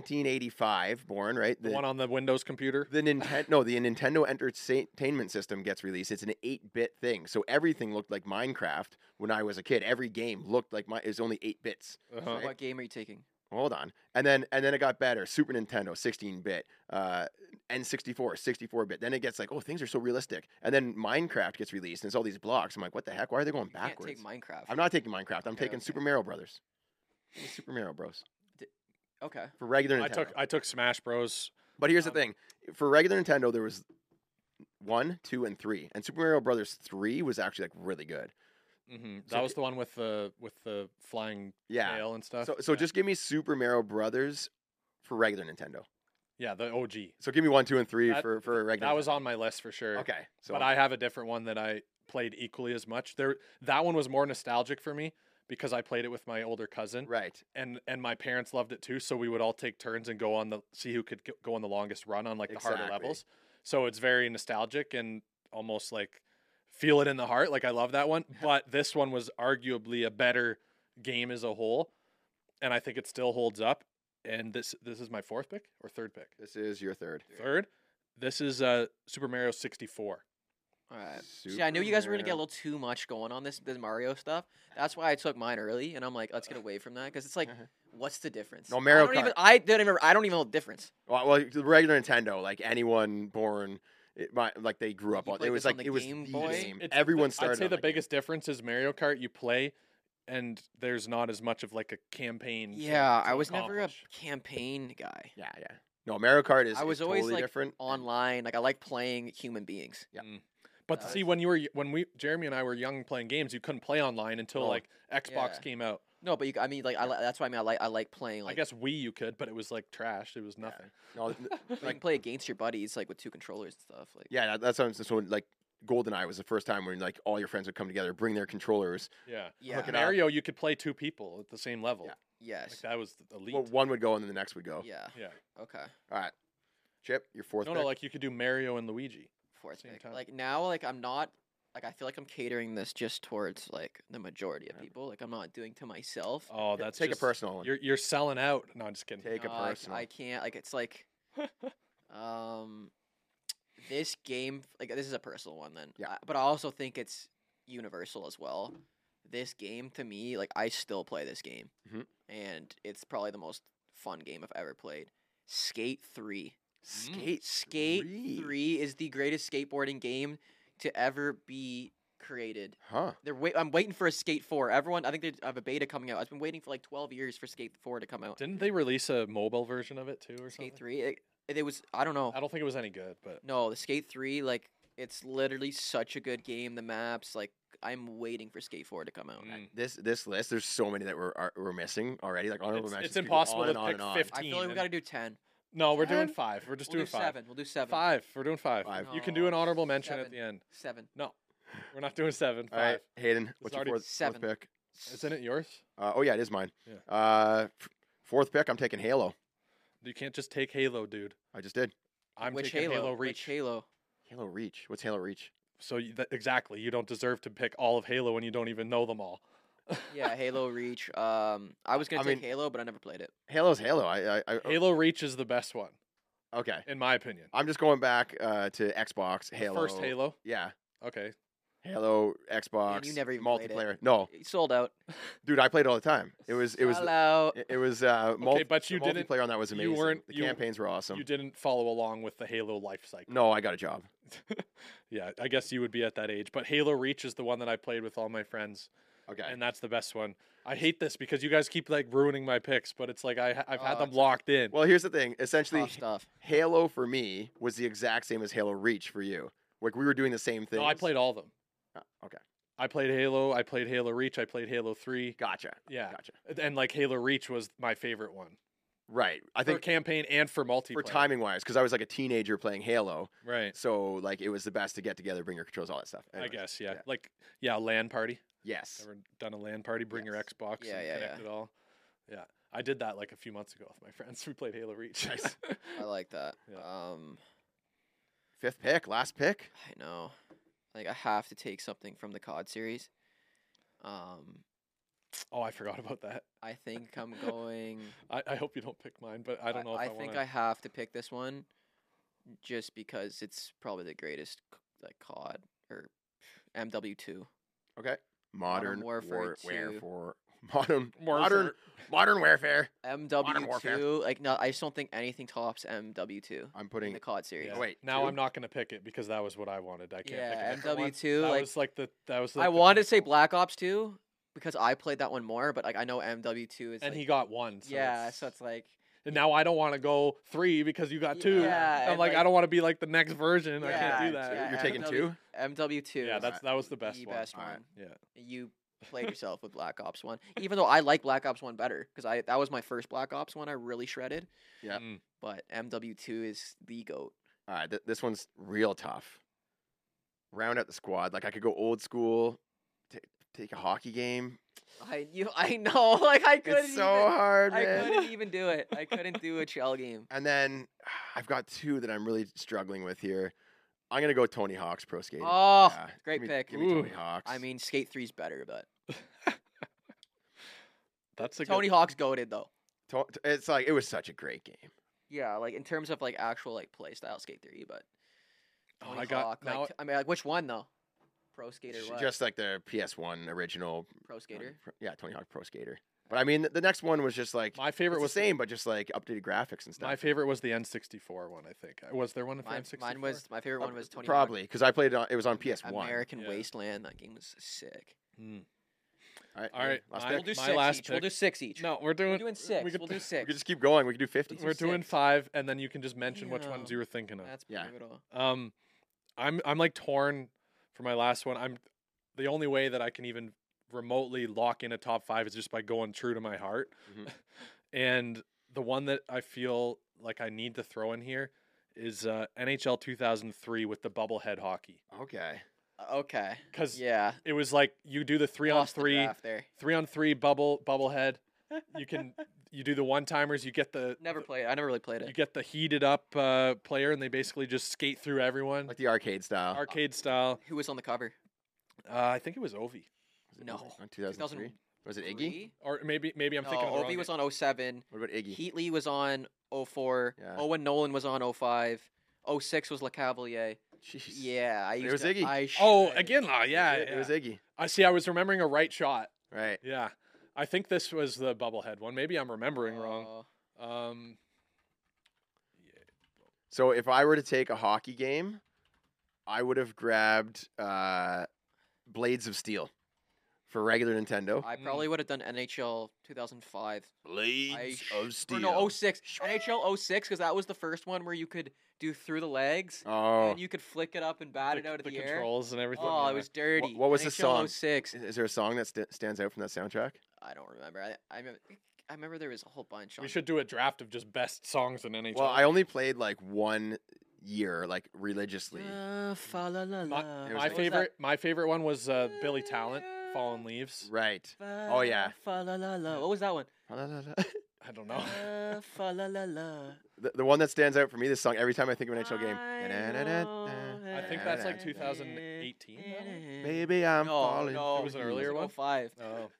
Speaker 4: 1985, born right.
Speaker 3: the one on the Windows computer.
Speaker 4: The Nintendo, no, the Nintendo Entertainment System gets released. It's an eight-bit thing, so everything looked like Minecraft when I was a kid. Every game looked like my. It was only eight bits.
Speaker 3: Uh-huh.
Speaker 4: right?
Speaker 2: What game are you taking?
Speaker 4: Hold on, and then and then it got better. Super Nintendo, 16-bit, uh, N64, 64-bit. Then it gets like, oh, things are so realistic. And then Minecraft gets released, and it's all these blocks. I'm like, what the heck? Why are they going
Speaker 2: You can't
Speaker 4: backwards?
Speaker 2: take Minecraft.
Speaker 4: I'm not taking Minecraft. I'm
Speaker 2: Okay,
Speaker 4: taking
Speaker 2: okay.
Speaker 4: Super Mario Brothers. Give me Super Mario Bros.
Speaker 2: Okay.
Speaker 4: For regular Nintendo.
Speaker 3: I took, I took Smash Bros.
Speaker 4: But here's the
Speaker 3: Um,
Speaker 4: thing: for regular Nintendo, there was one, two, and three, and Super Mario Brothers three was actually like really good.
Speaker 3: hmm
Speaker 4: So
Speaker 3: that
Speaker 4: c-
Speaker 3: was the one with the with the flying
Speaker 4: Yeah.
Speaker 3: tail and stuff.
Speaker 4: So, so
Speaker 3: yeah.
Speaker 4: just give me Super Mario Brothers for regular Nintendo.
Speaker 3: yeah, the OG.
Speaker 4: So give me one, two, and three
Speaker 3: That-
Speaker 4: for for regular.
Speaker 3: That was on my list for sure.
Speaker 4: Nintendo. okay. So
Speaker 3: but I have a different one that I played equally as much. There, that one was more nostalgic for me because I played it with my older cousin,
Speaker 4: right.
Speaker 3: and and my parents loved it too. So we would all take turns and go on the see who could g- go on the longest run on like the harder
Speaker 4: Exactly.
Speaker 3: levels. So it's very nostalgic and almost like feel it in the heart. Like I love that one, but this one was arguably a better game as a whole, and I think it still holds up. And this this is my fourth pick or third pick.
Speaker 4: This is your third.
Speaker 3: Third, this is uh Super Mario 64.
Speaker 2: All right. See, I knew you guys were gonna get a little too much going on this this Mario stuff. That's why I took mine early, and I'm like, let's get away from that because it's like,
Speaker 4: Uh-huh.
Speaker 2: what's the difference?
Speaker 4: No, Mario
Speaker 2: I don't even.
Speaker 4: Kart.
Speaker 2: I didn't even. I don't even know the difference.
Speaker 4: Well, well, the regular Nintendo, like anyone born, it, my, like they grew up
Speaker 2: You
Speaker 4: on.
Speaker 2: played
Speaker 4: It was
Speaker 2: this on
Speaker 4: like
Speaker 2: the
Speaker 4: it was
Speaker 2: Game
Speaker 4: the
Speaker 2: Boy?
Speaker 4: game.
Speaker 3: It's-
Speaker 4: Everyone
Speaker 3: I'd
Speaker 4: started.
Speaker 3: say
Speaker 4: on
Speaker 3: the
Speaker 4: that game.
Speaker 3: biggest difference is Mario Kart. You play, and there's not as much of like a campaign. to-
Speaker 2: Yeah,
Speaker 3: to
Speaker 2: I was never a
Speaker 3: accomplish.
Speaker 2: campaign guy.
Speaker 4: Yeah, yeah. No, Mario Kart is.
Speaker 2: I
Speaker 4: is
Speaker 2: was always,
Speaker 4: totally
Speaker 2: like,
Speaker 4: different.
Speaker 2: Online, like I like playing human beings.
Speaker 3: But
Speaker 2: Uh,
Speaker 3: see, when you were y- when we Jeremy and I were young playing games, you couldn't play online until
Speaker 4: No.
Speaker 3: like Xbox
Speaker 2: Yeah.
Speaker 3: came out.
Speaker 2: No, but you, I mean, like I, li- that's why I mean I like I like playing. Like
Speaker 3: I guess Wii you could, but it was like trash. It was nothing.
Speaker 4: No,
Speaker 2: but you can play against your buddies like with two controllers and stuff. Like
Speaker 4: yeah, that, that's what I'm saying. So like, GoldenEye was the first time when like all your friends would come together, bring their controllers.
Speaker 3: Yeah.
Speaker 2: yeah,
Speaker 4: it up.
Speaker 3: Mario, you could play two people at the same level.
Speaker 4: Yeah.
Speaker 2: yes,
Speaker 3: Like that was the elite.
Speaker 4: Well, one would go and then the next would go.
Speaker 2: yeah.
Speaker 3: yeah.
Speaker 2: Okay,
Speaker 4: All right, Chip, your fourth.
Speaker 3: No,
Speaker 4: pick.
Speaker 3: no, like you could do Mario and Luigi.
Speaker 2: fourth
Speaker 3: Same
Speaker 2: pick.
Speaker 3: time.
Speaker 2: Like now, like I'm not like I feel like I'm catering this just towards like the majority of
Speaker 4: Yeah.
Speaker 2: people. Like I'm not doing to myself.
Speaker 3: Oh,
Speaker 4: Here,
Speaker 3: that's
Speaker 4: take
Speaker 3: just-
Speaker 4: a personal one.
Speaker 3: You're you're selling out. No, I'm just kidding.
Speaker 4: Take a
Speaker 2: No, I c-
Speaker 4: personal.
Speaker 2: I, can't. Like it's like, um, this game. Like this is a personal one then.
Speaker 4: Yeah.
Speaker 2: I- but I also think it's universal as well. This game to me, like I still play this game,
Speaker 4: Mhm.
Speaker 2: and it's probably the most fun game I've ever played. Skate Three.
Speaker 4: Skate,
Speaker 2: Skate
Speaker 4: Mm, three.
Speaker 2: Three is the greatest skateboarding game to ever be created.
Speaker 4: Huh?
Speaker 2: They're wait. I'm waiting for a Skate Four. Everyone, I think they have a beta coming out. I've been waiting for like 12 years for Skate Four to come out.
Speaker 3: Didn't they release a mobile version of it too or something?
Speaker 2: Skate Three. It, it was. I don't know.
Speaker 3: I don't think it was any good, but
Speaker 2: No, the Skate Three. Like it's literally such a good game. The maps. Like I'm waiting for Skate Four to come out.
Speaker 3: Mm.
Speaker 4: This this list, there's so many that we're are, we're missing already. Like honorable
Speaker 3: It's-
Speaker 4: mentions
Speaker 3: it's
Speaker 4: could go
Speaker 3: impossible
Speaker 4: on
Speaker 3: to
Speaker 4: and on
Speaker 3: pick
Speaker 4: and on.
Speaker 3: 50.
Speaker 2: I feel like we
Speaker 3: 15
Speaker 2: got to do 10
Speaker 3: no, we're doing
Speaker 2: Ten?
Speaker 3: five. We're just
Speaker 2: we'll
Speaker 3: doing
Speaker 2: do
Speaker 3: five.
Speaker 2: seven. We'll do seven.
Speaker 3: Five. We're doing five.
Speaker 4: Five.
Speaker 3: You can do an
Speaker 2: No,
Speaker 3: honorable mention at
Speaker 2: seven.
Speaker 3: the end.
Speaker 2: Seven.
Speaker 3: No, we're not doing seven.
Speaker 4: All
Speaker 3: Five.
Speaker 4: right, Hayden, what's your
Speaker 3: already
Speaker 4: fourth,
Speaker 2: seven.
Speaker 4: fourth pick?
Speaker 3: Isn't it yours?
Speaker 4: Uh, oh yeah, it is mine.
Speaker 3: Yeah.
Speaker 4: Uh, f- fourth pick, I'm taking Halo.
Speaker 3: You can't just take Halo, dude.
Speaker 4: I just did
Speaker 3: I'm
Speaker 2: Which
Speaker 3: taking
Speaker 2: Halo?
Speaker 3: Halo,
Speaker 2: Which
Speaker 3: Reach.
Speaker 2: Halo?
Speaker 4: Halo Reach. What's Halo Reach?
Speaker 3: So you, that, exactly, you don't deserve to pick all of Halo when you don't even know them all.
Speaker 2: Yeah, Halo Reach. Um, I was gonna
Speaker 4: I
Speaker 2: take
Speaker 4: mean-
Speaker 2: Halo, but I never played it.
Speaker 4: Halo's Halo. I, I, I
Speaker 3: Halo Reach is the best one,
Speaker 4: okay.
Speaker 3: in my opinion.
Speaker 4: I'm just going back uh, to Xbox
Speaker 3: The
Speaker 4: Halo.
Speaker 3: first Halo.
Speaker 4: Yeah,
Speaker 3: Okay.
Speaker 4: Halo Xbox.
Speaker 2: never even played it.
Speaker 4: multiplayer. No,
Speaker 2: It sold out.
Speaker 4: dude, I played it all the time. It was it was
Speaker 2: Sold out.
Speaker 4: it, it was uh, multi-
Speaker 3: but
Speaker 4: the
Speaker 3: you didn't-
Speaker 4: multiplayer on that was
Speaker 3: you
Speaker 4: amazing.
Speaker 3: weren't-
Speaker 4: the
Speaker 3: you-
Speaker 4: campaigns were awesome.
Speaker 3: You didn't follow along with the Halo life cycle.
Speaker 4: no, I got a job.
Speaker 3: Yeah, I guess you would be at that age. But Halo Reach is the one that I played with all my friends,
Speaker 4: Okay.
Speaker 3: and that's the best one. I hate this because you guys keep like ruining my picks, but it's like I, ha- I've had
Speaker 2: Oh,
Speaker 3: them
Speaker 2: it's
Speaker 3: locked in.
Speaker 4: well, here's the thing. Essentially,
Speaker 2: Tough stuff.
Speaker 4: Halo for me was the exact same as Halo Reach for you. Like we were doing the same thing.
Speaker 3: no, I played all of them.
Speaker 4: okay.
Speaker 3: I played Halo. I played Halo Reach. I played Halo Three.
Speaker 4: Gotcha.
Speaker 3: Yeah,
Speaker 4: Gotcha.
Speaker 3: and like Halo Reach was my favorite one.
Speaker 4: Right. I
Speaker 3: I think
Speaker 4: think
Speaker 3: for campaign and for multiplayer.
Speaker 4: for timing wise, because I was like a teenager playing Halo,
Speaker 3: right?
Speaker 4: so like it was the best to get together, bring your controls, all that stuff.
Speaker 3: I
Speaker 4: Anyways,
Speaker 3: guess, yeah.
Speaker 4: yeah.
Speaker 3: Like, yeah, LAN party.
Speaker 4: Yes.
Speaker 3: Ever done a LAN party? Bring your
Speaker 4: Yes.
Speaker 3: Xbox
Speaker 2: Yeah,
Speaker 3: and
Speaker 2: yeah,
Speaker 3: connect
Speaker 2: yeah.
Speaker 3: it all. Yeah, I did that like a few months ago with my friends. We played Halo Reach.
Speaker 4: Nice.
Speaker 2: I like that.
Speaker 3: Yeah.
Speaker 2: Um,
Speaker 4: Fifth pick, last pick.
Speaker 2: I know. Like I have to take something from the COD series. Um,
Speaker 3: oh, I forgot about that.
Speaker 2: I think I'm going.
Speaker 3: I, I hope you don't pick mine, but I don't know. If I,
Speaker 2: think
Speaker 3: wanna...
Speaker 2: I have to pick this one, just because it's probably the greatest c- like COD or MW two.
Speaker 4: Okay. Modern,
Speaker 2: Warfare
Speaker 4: War,
Speaker 2: 2.
Speaker 4: warfare. Modern modern modern warfare.
Speaker 2: MW
Speaker 4: Warfare.
Speaker 2: two, like no, I just don't think anything tops MW two
Speaker 4: I'm
Speaker 2: in
Speaker 4: putting.
Speaker 2: the COD series.
Speaker 3: Yeah.
Speaker 4: Oh, wait,
Speaker 3: Now
Speaker 4: two?
Speaker 3: I'm not gonna pick it because that was what I wanted. I can't
Speaker 2: Yeah,
Speaker 3: pick a different one.
Speaker 2: MW2,
Speaker 3: That
Speaker 2: like-
Speaker 3: was like the that was. Like
Speaker 2: I
Speaker 3: the
Speaker 2: wanted to say
Speaker 3: pinnacle.
Speaker 2: Black Ops two because I played that one more, but like I know MW two is.
Speaker 3: and
Speaker 2: like-
Speaker 3: he got one. So
Speaker 2: yeah,
Speaker 3: it's-
Speaker 2: so it's like
Speaker 3: and now I don't want to go three because you got two.
Speaker 2: Yeah,
Speaker 3: I'm
Speaker 2: and,
Speaker 3: like,
Speaker 2: like-
Speaker 3: I don't want to be like the next version. I can't
Speaker 2: Yeah,
Speaker 3: do that.
Speaker 2: yeah,
Speaker 4: Uh, You're taking
Speaker 2: MW
Speaker 4: two.
Speaker 2: MW two.
Speaker 3: Yeah, that's that was the best
Speaker 2: the
Speaker 3: one.
Speaker 2: best
Speaker 4: Alright.
Speaker 2: one.
Speaker 3: Yeah.
Speaker 2: you played yourself with Black Ops One, even though I like Black Ops One better because I that was my first Black Ops One I really shredded.
Speaker 4: Yeah.
Speaker 3: Mm.
Speaker 2: But MW Two is the goat.
Speaker 4: All right, th- this one's real tough. Round out the squad. Like I could go old school, t- take a hockey game.
Speaker 2: I you I know like I couldn't
Speaker 4: It's so hard,
Speaker 2: even, I
Speaker 4: man.
Speaker 2: couldn't even do it. I couldn't do a shell game.
Speaker 4: And then I've got two that I'm really struggling with here. I'm gonna go Tony Hawk's Pro Skating.
Speaker 2: Oh,
Speaker 4: Yeah,
Speaker 2: great
Speaker 4: give me-
Speaker 2: pick.
Speaker 4: Give me Tony
Speaker 3: Ooh.
Speaker 4: Hawk's.
Speaker 2: I mean, Skate Three's better, but
Speaker 3: That's a
Speaker 2: Tony Hawk's goaded though.
Speaker 4: To- t- it's like it was such a great game.
Speaker 2: Yeah, like in terms of like actual like play style Skate Three, but
Speaker 3: good.
Speaker 2: Tony
Speaker 3: Oh, I got
Speaker 2: Hawk, like,
Speaker 3: now.
Speaker 2: t- I mean, like which one though? Pro Skater,
Speaker 4: Sh-
Speaker 2: what?
Speaker 4: Just like the PS1 original.
Speaker 2: Pro Skater.
Speaker 4: Pro- Yeah, Tony Hawk Pro Skater. But I mean, th- the next one was just like
Speaker 3: my
Speaker 4: it
Speaker 3: favorite
Speaker 4: was
Speaker 3: was
Speaker 4: the same, but just like updated graphics and stuff.
Speaker 3: My favorite was the N64 one. I think Uh, was there one for
Speaker 2: Mine,
Speaker 3: N64?
Speaker 2: mine was my favorite
Speaker 4: Uh,
Speaker 2: one was Tony Hawk.
Speaker 4: probably because I played it. On, it was on PS1.
Speaker 2: American
Speaker 3: Yeah.
Speaker 2: Wasteland. That game was sick.
Speaker 3: Mm.
Speaker 4: All right,
Speaker 3: All right,
Speaker 4: last
Speaker 3: I-
Speaker 4: pick.
Speaker 2: We'll do
Speaker 3: my
Speaker 2: six
Speaker 3: last
Speaker 2: each. We'll
Speaker 3: pick-
Speaker 2: do six each.
Speaker 3: No, we're doing
Speaker 2: we're doing six.
Speaker 3: We
Speaker 2: We
Speaker 3: could,
Speaker 2: will do
Speaker 4: we could
Speaker 2: six.
Speaker 4: just keep going. We could do 50.
Speaker 2: do
Speaker 3: we're doing
Speaker 2: six.
Speaker 3: five, and then you can just mention which ones
Speaker 2: Damn.
Speaker 3: you were thinking of.
Speaker 2: That's
Speaker 4: Yeah.
Speaker 2: brutal.
Speaker 3: Um, I'm I'm like torn for my last one. I'm the only way that I can even remotely lock in a top five is just by going true to my heart.
Speaker 2: Mm-hmm.
Speaker 4: Mhm.
Speaker 3: and the one that I feel like I need to throw in here is uh, NHL 2003 with the bubblehead hockey
Speaker 4: Okay.
Speaker 2: Uh, Okay.
Speaker 3: because
Speaker 2: Yeah.
Speaker 3: it was like you do the three
Speaker 2: Lost the
Speaker 3: on three,
Speaker 2: draft there.
Speaker 3: three on three bubble bubblehead. You can you do the one timers. You get the
Speaker 2: Never played. I never really played
Speaker 3: you
Speaker 2: it.
Speaker 3: get the heated up uh, player, and they basically just skate through everyone,
Speaker 4: Like the arcade style.
Speaker 2: uh-huh.
Speaker 3: arcade style.
Speaker 2: Who was on the cover?
Speaker 3: Uh, I think it was Ovi.
Speaker 4: Was it
Speaker 2: No.
Speaker 4: Ovi on 2003. Was it Iggy?
Speaker 2: 2003?
Speaker 3: or maybe maybe I'm
Speaker 2: No,
Speaker 3: thinking of the
Speaker 2: Obi
Speaker 3: wrong
Speaker 2: Oh, was
Speaker 3: name.
Speaker 2: on 07.
Speaker 4: What about Iggy?
Speaker 2: Heatley was on 04.
Speaker 4: Yeah.
Speaker 2: Owen Nolan was on 05. 06 was LeCavalier.
Speaker 4: Jeez.
Speaker 2: Yeah, I
Speaker 4: It
Speaker 2: used
Speaker 4: was
Speaker 2: to-
Speaker 4: Iggy.
Speaker 2: I
Speaker 3: Oh,
Speaker 2: should-
Speaker 3: again, ah, yeah,
Speaker 4: It, was- it was
Speaker 3: yeah.
Speaker 4: Iggy.
Speaker 3: I see. I was remembering a right shot.
Speaker 4: Right.
Speaker 3: Yeah, I think this was the bubblehead one. Maybe I'm remembering wrong.
Speaker 2: Oh,
Speaker 3: Um,
Speaker 4: So if I were to take a hockey game, I would have grabbed uh, Blades of Steel for regular Nintendo.
Speaker 2: I
Speaker 3: Mm.
Speaker 2: probably would have done NHL 2005. I
Speaker 4: Blades
Speaker 2: sh- Or no, 06. NHL 06, because oh that was the first one where you could do through the legs.
Speaker 4: Oh.
Speaker 2: And you could flick it up and bat
Speaker 3: the,
Speaker 2: it out of
Speaker 3: the
Speaker 2: the, air.
Speaker 3: controls and everything.
Speaker 2: Oh,
Speaker 3: yeah.
Speaker 2: it was dirty.
Speaker 4: what was the
Speaker 2: NHL
Speaker 4: song?
Speaker 2: 06.
Speaker 4: Is there a song that st- stands out from that soundtrack?
Speaker 2: I don't remember. I, I remember. I remember there was a whole bunch. On
Speaker 3: We should do a draft of just best songs in NHL.
Speaker 4: Well, I only played like one year, like religiously.
Speaker 2: Uh, fa la la
Speaker 3: My-
Speaker 2: la.
Speaker 4: It was
Speaker 3: my
Speaker 4: like-
Speaker 3: favorite my favorite one was uh, Billy Talent, Fallen Leaves.
Speaker 4: Right.
Speaker 2: Oh
Speaker 4: yeah.
Speaker 2: Fa la la la. What was that one?
Speaker 4: the,
Speaker 3: I don't know.
Speaker 2: Uh, fa la la la.
Speaker 4: the one that stands out for me, this song, every time I think of an NHL game.
Speaker 2: I know
Speaker 3: I think that's like
Speaker 2: it.
Speaker 3: 2018,
Speaker 4: Maybe I'm
Speaker 2: No,
Speaker 4: falling.
Speaker 2: no,
Speaker 3: It was an earlier one?
Speaker 2: Five.
Speaker 3: Oh.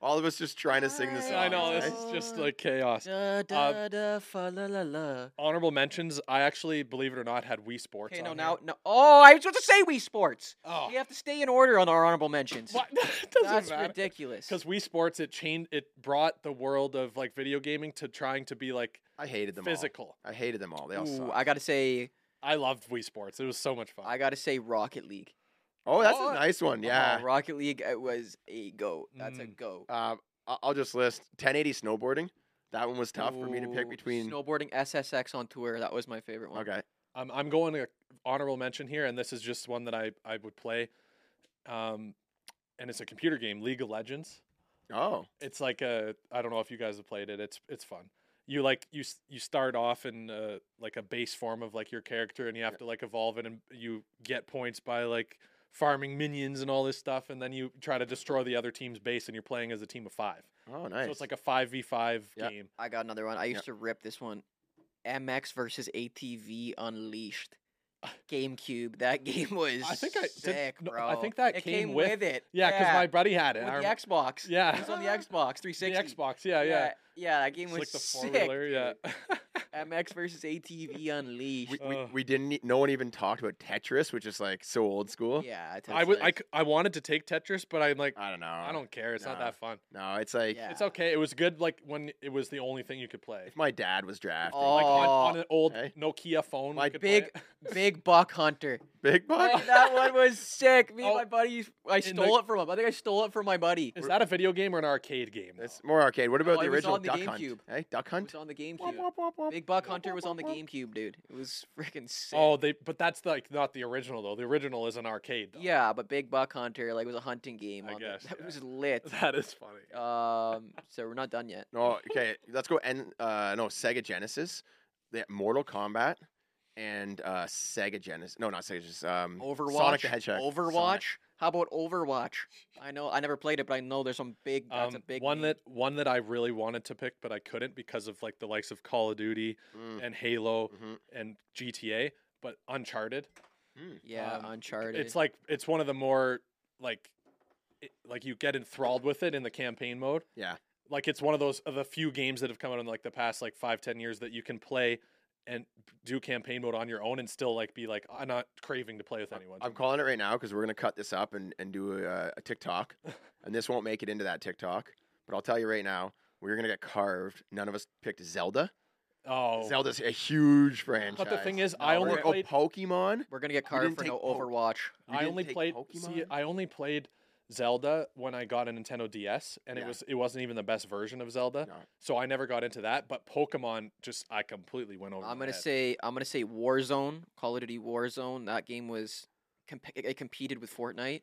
Speaker 4: All of us just trying to sing this song.
Speaker 2: Yeah,
Speaker 3: I know this
Speaker 4: right?
Speaker 3: is just like chaos.
Speaker 2: Da da da fa la la la.
Speaker 3: Honorable mentions. I actually, believe it or not, had Wii Sports.
Speaker 2: Okay,
Speaker 3: on
Speaker 2: no,
Speaker 3: here.
Speaker 2: now, no. Oh, I was about to say Wii Sports.
Speaker 3: Oh.
Speaker 2: We have to stay in order on our honorable mentions.
Speaker 3: What? Doesn't
Speaker 2: That's
Speaker 3: matter.
Speaker 2: ridiculous.
Speaker 3: Because Wii Sports, it changed, it brought the world of like video gaming to trying to be like
Speaker 4: I hated them
Speaker 3: physical.
Speaker 4: all. I hated them all. They all
Speaker 2: Ooh,
Speaker 4: suck.
Speaker 2: I gotta say,
Speaker 3: I loved Wii Sports. It was so much fun.
Speaker 2: I gotta say, Rocket League.
Speaker 4: Oh, that's
Speaker 3: Oh,
Speaker 4: a nice one. Yeah.
Speaker 2: Oh, Rocket League uh, was a go. That's a
Speaker 3: Mm.
Speaker 2: go.
Speaker 4: Um, I- I'll just list 1080 snowboarding. That one was tough for me to pick
Speaker 2: Ooh,
Speaker 4: between.
Speaker 2: snowboarding SSX on tour. That was my favorite one.
Speaker 4: Okay.
Speaker 3: I'm I'm going to honorable mention here, and this is just one that I I would play, um, and it's a computer game, League of Legends.
Speaker 4: Oh,
Speaker 3: It's like a I don't know if you guys have played it. It's it's fun. You like you s- you start off in uh, like a base form of like your character, and you have to like evolve it, and you get points by like farming minions and all this stuff, and then you try to destroy the other team's base, and you're playing as a team of five.
Speaker 4: oh, nice.
Speaker 3: So it's like a five v five
Speaker 4: Yeah.
Speaker 3: game.
Speaker 2: I got another one. I
Speaker 4: Yep.
Speaker 2: used to rip this one. MX versus ATV Unleashed. GameCube. That game was
Speaker 3: Ah. I think I did-
Speaker 2: sick,
Speaker 3: no,
Speaker 2: bro.
Speaker 3: I think that
Speaker 2: it
Speaker 3: came
Speaker 2: came,
Speaker 3: with-
Speaker 2: it.
Speaker 3: Yeah, because my buddy had it.
Speaker 2: with
Speaker 3: I
Speaker 2: the
Speaker 3: rem-
Speaker 2: Xbox. It
Speaker 3: yeah,
Speaker 2: was on the Xbox 360.
Speaker 3: the Xbox. Yeah, yeah.
Speaker 2: yeah, yeah, that game
Speaker 3: It's
Speaker 2: was
Speaker 3: like the
Speaker 2: sick.
Speaker 3: four-wheeler, yeah.
Speaker 2: dude. MX versus ATV Unleashed.
Speaker 4: we, we,
Speaker 3: uh,
Speaker 4: we didn't. e- No one even talked about Tetris, which is like so old school.
Speaker 2: yeah, it's
Speaker 3: Oh. I would. I, c- I wanted to take Tetris, but I'm like,
Speaker 4: I don't know.
Speaker 3: I don't care. It's not
Speaker 4: nah.
Speaker 3: that fun.
Speaker 4: No, it's like
Speaker 2: Yeah.
Speaker 3: It's okay. It was good like when it was the only thing you could play.
Speaker 4: if my dad was drafting.
Speaker 3: Like
Speaker 2: Oh.
Speaker 3: on, on an old
Speaker 4: Hey.
Speaker 3: Nokia phone.
Speaker 4: My
Speaker 3: you could play
Speaker 2: big-
Speaker 3: it.
Speaker 2: Big Buck Hunter.
Speaker 4: Big buck.
Speaker 2: Fuck, that one was sick. Me and
Speaker 3: Oh,
Speaker 2: my buddy, I
Speaker 3: in the-
Speaker 2: stole it from him. I think I stole it from my buddy.
Speaker 3: Is that a video game or an arcade game? though?
Speaker 4: It's more arcade. What about
Speaker 2: Oh,
Speaker 4: the
Speaker 2: it was
Speaker 4: original
Speaker 2: on the
Speaker 4: Duck
Speaker 2: GameCube.
Speaker 4: Hunt? Hey, Duck
Speaker 2: It
Speaker 4: Hunt.
Speaker 2: was on the
Speaker 4: Wop,
Speaker 2: GameCube.
Speaker 4: wop, wop, wop.
Speaker 2: Big Buck Hunter was on the GameCube, dude. It was freaking sick.
Speaker 3: oh, they. But that's like not the original though. The original is an arcade. Though.
Speaker 2: yeah, but Big Buck Hunter like was a hunting game.
Speaker 3: I
Speaker 2: on the-
Speaker 3: guess,
Speaker 2: that
Speaker 3: yeah.
Speaker 2: was lit.
Speaker 3: that is funny.
Speaker 2: Um, so we're not done yet.
Speaker 4: No, okay. Let's go. And uh, no, Sega Genesis. They had Mortal Kombat and uh, Sega Genesis. No, not Sega Genesis. Um,
Speaker 3: Mm.
Speaker 2: Overwatch,
Speaker 4: Sonic the Hedgehog.
Speaker 2: Overwatch, How about Overwatch? I know I never played it, but I know there's some big. That's a
Speaker 3: Um,
Speaker 2: big
Speaker 3: one
Speaker 2: name.
Speaker 3: that one that I really wanted to pick, but I couldn't because of like the likes of Call of Duty
Speaker 4: Mm,
Speaker 3: and Halo
Speaker 4: mhm.
Speaker 3: and GTA. But Uncharted,
Speaker 2: Yeah,
Speaker 3: um,
Speaker 2: Uncharted.
Speaker 3: it's like it's one of the more like it, like you get enthralled with it in the campaign mode.
Speaker 4: Yeah.
Speaker 3: like it's one of those of the few games that have come out in like the past like five ten years that you can play and do campaign mode on your own and still like be like I'm not craving to play with anyone.
Speaker 4: I'm calling it right now because we're gonna cut this up and and do a, a TikTok, and this won't make it into that TikTok. But I'll tell you right now, we're gonna get carved. None of us picked Zelda.
Speaker 3: oh,
Speaker 4: Zelda's a huge franchise.
Speaker 3: but the thing is,
Speaker 2: No,
Speaker 3: I
Speaker 4: We're
Speaker 3: only
Speaker 4: gonna go
Speaker 3: played
Speaker 4: Pokemon.
Speaker 2: We're gonna get
Speaker 4: You
Speaker 2: carved
Speaker 4: didn't
Speaker 2: for no
Speaker 4: take Poke-
Speaker 2: Overwatch.
Speaker 4: You
Speaker 3: I
Speaker 4: didn't
Speaker 3: only
Speaker 4: take
Speaker 3: played see
Speaker 4: Pokemon?
Speaker 3: I only played Zelda when I got a Nintendo DS and
Speaker 4: Yeah.
Speaker 3: it was it wasn't even the best version of Zelda.
Speaker 4: No.
Speaker 3: So I never got into that, but Pokemon just I completely went over.
Speaker 2: I'm
Speaker 3: my
Speaker 2: gonna
Speaker 3: head.
Speaker 2: say I'm gonna say Warzone, Call of Duty Warzone. That game was comp- it it competed with Fortnite,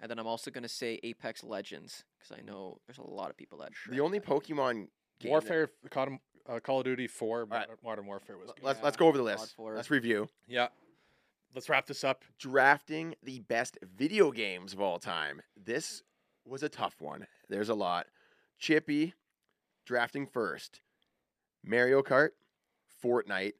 Speaker 2: and then I'm also gonna say Apex Legends because I know there's a lot of people that.
Speaker 4: The only
Speaker 2: Pokemon.
Speaker 4: Pokemon game that-
Speaker 3: Warfare Call of, uh, Call of Duty 4
Speaker 4: right.
Speaker 3: Modern, Modern Warfare was good.
Speaker 4: Let's let's
Speaker 2: Yeah,
Speaker 4: go over the
Speaker 2: God
Speaker 4: list.
Speaker 2: for it.
Speaker 4: Let's review.
Speaker 3: yeah. Let's wrap this up.
Speaker 4: drafting the best video games of all time. This was a tough one. There's a lot. Chippy drafting first. Mario Kart, Fortnite,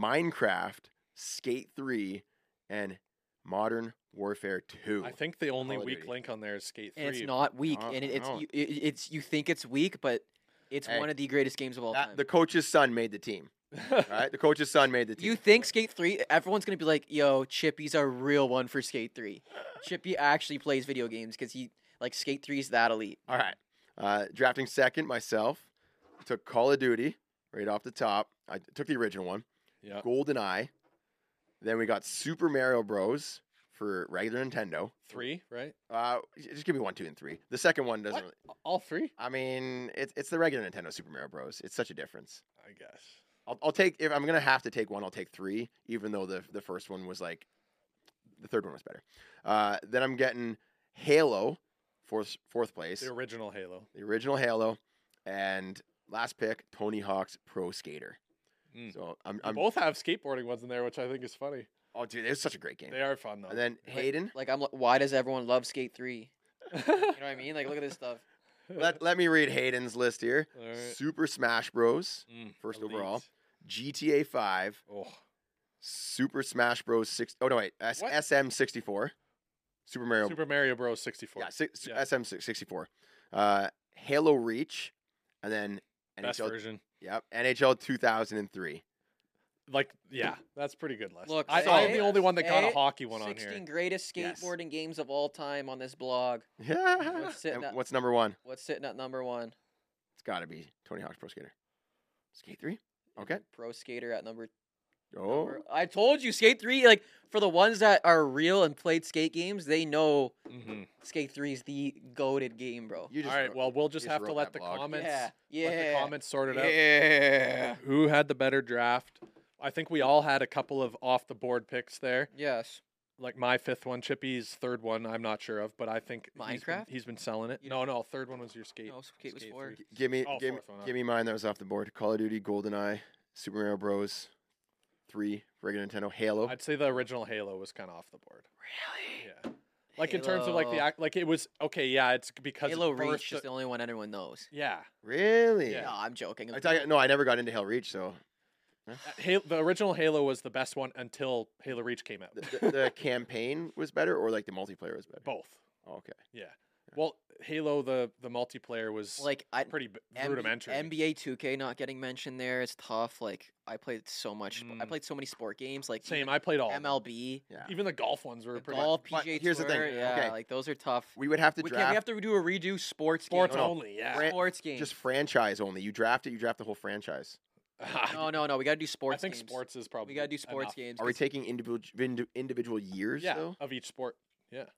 Speaker 4: Minecraft, Skate 3, and Modern Warfare 2.
Speaker 3: I think the only
Speaker 4: Call of
Speaker 3: weak
Speaker 4: Duty.
Speaker 3: link on there is Skate 3.
Speaker 2: and it's not weak,
Speaker 4: No,
Speaker 2: and it, it's
Speaker 4: no.
Speaker 2: you, it, it's you think it's weak, but it's
Speaker 4: Hey,
Speaker 2: one of the greatest games of all
Speaker 4: That-
Speaker 2: time.
Speaker 4: the coach's son made the team. All right, the coach's son made the team.
Speaker 2: you think Skate Three? Everyone's gonna be like, "Yo, Chippy's a real one for Skate Three. Chippy actually plays video games because he like Skate 3's that elite."
Speaker 4: All right. Uh, drafting second myself took Call of Duty right off the top. I took the original one.
Speaker 3: Yeah.
Speaker 4: Golden Eye. Then we got Super Mario Bros. for regular Nintendo.
Speaker 3: 3, right?
Speaker 4: Uh, j- just give me one, two, and three. The second one doesn't.
Speaker 3: What?
Speaker 4: Really,
Speaker 3: All 3?
Speaker 4: I mean, it's it's the regular Nintendo Super Mario Bros. It's such a difference.
Speaker 3: I guess.
Speaker 4: I'll, I'll take if I'm gonna have to take one. I'll take three, even though the the first one was like, the third one was better. Uh, then I'm getting Halo, fourth fourth place.
Speaker 3: The original Halo.
Speaker 4: the original Halo, and last pick Tony Hawk's Pro Skater.
Speaker 3: Mm.
Speaker 4: So I'm,
Speaker 3: You
Speaker 4: I'm
Speaker 3: both have skateboarding ones in there, which I think is funny.
Speaker 4: oh dude, it was such a great game.
Speaker 3: They are fun though.
Speaker 4: And then Hayden,
Speaker 2: Like, I'm. li- Why does everyone love Skate Three? You know what I mean? Like, look at this stuff.
Speaker 4: let, let me read Hayden's list here.
Speaker 3: All right.
Speaker 4: Super Smash Bros.
Speaker 3: Mm,
Speaker 4: First
Speaker 3: elite.
Speaker 4: overall, GTA 5,
Speaker 3: Oh,
Speaker 4: Super Smash Bros. 6. Oh no, wait, S-
Speaker 3: What?
Speaker 4: SM64, Super Mario.
Speaker 3: Super Mario Bros. 64.
Speaker 4: yeah, six,
Speaker 3: yeah.
Speaker 4: SM64, uh, Halo Reach, and then
Speaker 3: Best
Speaker 4: NHL.
Speaker 3: version.
Speaker 4: Yep, NHL 2003.
Speaker 3: Like, yeah, that's pretty good list.
Speaker 2: Look,
Speaker 3: I,
Speaker 2: so-
Speaker 3: I'm the only one that got a
Speaker 2: Hey,
Speaker 3: hockey one on
Speaker 2: 16
Speaker 3: here.
Speaker 2: greatest
Speaker 4: Yes.
Speaker 2: skateboarding games of all time on this blog.
Speaker 4: Yeah.
Speaker 2: sitting at-
Speaker 4: what's number one?
Speaker 2: What's sitting at number one?
Speaker 4: It's got to be Tony Hawk's Pro Skater. Skate 3. Okay.
Speaker 2: Pro Skater at number.
Speaker 4: Oh,
Speaker 2: number- I told you, Skate Three. Like for the ones that are real and played skate games, they know
Speaker 3: Mhm.
Speaker 2: Skate Three is the goaded game, bro.
Speaker 4: you just
Speaker 3: All right, well, we'll just
Speaker 4: just
Speaker 3: have to
Speaker 4: wrote that
Speaker 3: let the
Speaker 4: blog.
Speaker 3: comments
Speaker 2: yeah, yeah.
Speaker 3: let the comments sort it out.
Speaker 2: yeah.
Speaker 3: Who had the better draft? I think we all had a couple of off the board picks there.
Speaker 2: Yes.
Speaker 3: Like my fifth one, Chippy's third one, I'm not sure of, but I think he's been,
Speaker 2: Minecraft? Oh.
Speaker 3: he's been selling it.
Speaker 2: You
Speaker 3: No, no, third one was your skate.
Speaker 2: No, Skate was
Speaker 3: Skate
Speaker 2: four.
Speaker 3: three.
Speaker 4: g- give me
Speaker 3: Oh,
Speaker 4: give, me-
Speaker 3: fourth one, huh?
Speaker 4: give me mine that was off the board. Call of Duty, GoldenEye, Super Mario Bros. 3, regular Nintendo, Halo.
Speaker 3: I'd say the original Halo was kind of off the board.
Speaker 2: Really?
Speaker 3: Yeah, like in terms of like the
Speaker 2: Halo.
Speaker 3: act, like it was okay. Yeah, it's because it
Speaker 2: Halo
Speaker 3: birthed
Speaker 2: Reach is the
Speaker 3: the-
Speaker 2: only one anyone knows.
Speaker 3: yeah,
Speaker 4: really?
Speaker 3: Yeah.
Speaker 2: No, I'm joking.
Speaker 4: I tell you, no, I never got into Halo Reach, so
Speaker 3: Uh, Halo, the original Halo was the best one until Halo Reach came out.
Speaker 4: the, the, the campaign was better, or like the multiplayer was better.
Speaker 3: Both.
Speaker 4: Oh, okay.
Speaker 3: Well, Halo the the multiplayer was
Speaker 2: like I,
Speaker 3: pretty b-
Speaker 2: MB
Speaker 3: rudimentary.
Speaker 2: NBA 2K not getting mentioned there. It's tough. Like I played so much. sp- I
Speaker 3: Mm.
Speaker 2: played so many sport games. Like
Speaker 3: Same.
Speaker 2: even
Speaker 3: I played all. of them.
Speaker 2: MLB,
Speaker 4: Yeah.
Speaker 3: Even the golf ones were
Speaker 2: the
Speaker 3: pretty.
Speaker 2: golf,
Speaker 4: but
Speaker 2: PGA
Speaker 4: here's the
Speaker 2: Tour.
Speaker 4: thing,
Speaker 2: Yeah,
Speaker 4: okay.
Speaker 2: like those are tough.
Speaker 4: We would have to
Speaker 2: We can't. We have
Speaker 4: draft
Speaker 2: to do a redo sports.
Speaker 3: Sports
Speaker 2: game.
Speaker 4: No, no.
Speaker 3: only. Yeah.
Speaker 4: Fran-
Speaker 2: Sports game.
Speaker 4: just franchise only. You draft it, you draft the whole franchise.
Speaker 2: no, no, no. We gotta do
Speaker 3: I
Speaker 2: sports.
Speaker 3: think
Speaker 2: games.
Speaker 3: sports is probably.
Speaker 2: We gotta do sports
Speaker 3: enough.
Speaker 2: games.
Speaker 4: Are we
Speaker 2: 'cause
Speaker 4: taking individual individual years
Speaker 3: Yeah,
Speaker 4: though?
Speaker 3: of each sport.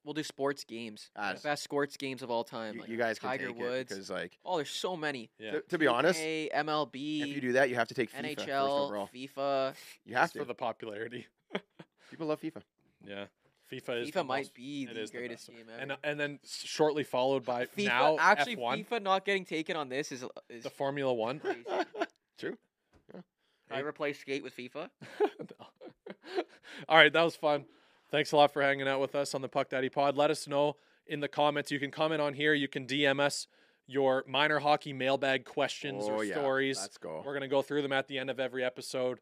Speaker 2: we'll do sports games.
Speaker 4: Ah,
Speaker 2: The best sports games of all time.
Speaker 4: you,
Speaker 2: like
Speaker 4: you guys can
Speaker 2: Tiger
Speaker 4: take it
Speaker 2: Woods.
Speaker 4: because like
Speaker 2: oh, there's so many.
Speaker 3: Yeah.
Speaker 4: to, to be honest,
Speaker 2: 2K, MLB,
Speaker 4: if you do that, you have to take FIFA first
Speaker 2: NHL,
Speaker 4: overall.
Speaker 2: FIFA.
Speaker 4: You have
Speaker 3: Just
Speaker 4: to.
Speaker 3: for the popularity.
Speaker 4: People love FIFA.
Speaker 3: Yeah. FIFA is. the
Speaker 2: FIFA might
Speaker 3: most-
Speaker 2: be
Speaker 3: it
Speaker 2: the
Speaker 3: is the
Speaker 2: greatest
Speaker 3: best.
Speaker 2: game ever.
Speaker 3: And and then s- shortly followed by
Speaker 2: FIFA
Speaker 3: now
Speaker 2: actually
Speaker 3: F1,
Speaker 2: FIFA not getting taken on this is is
Speaker 3: the Formula One.
Speaker 2: crazy.
Speaker 4: True.
Speaker 2: I replaced skate with FIFA.
Speaker 3: No. All right, that was fun. Thanks a lot for hanging out with us on the Puck Daddy Pod. Let us know in the comments. You can comment on here. You can DM us your minor hockey mailbag questions
Speaker 4: Oh,
Speaker 3: or
Speaker 4: yeah.
Speaker 3: stories.
Speaker 4: Let's go.
Speaker 3: We're going to go through them at the end of every episode.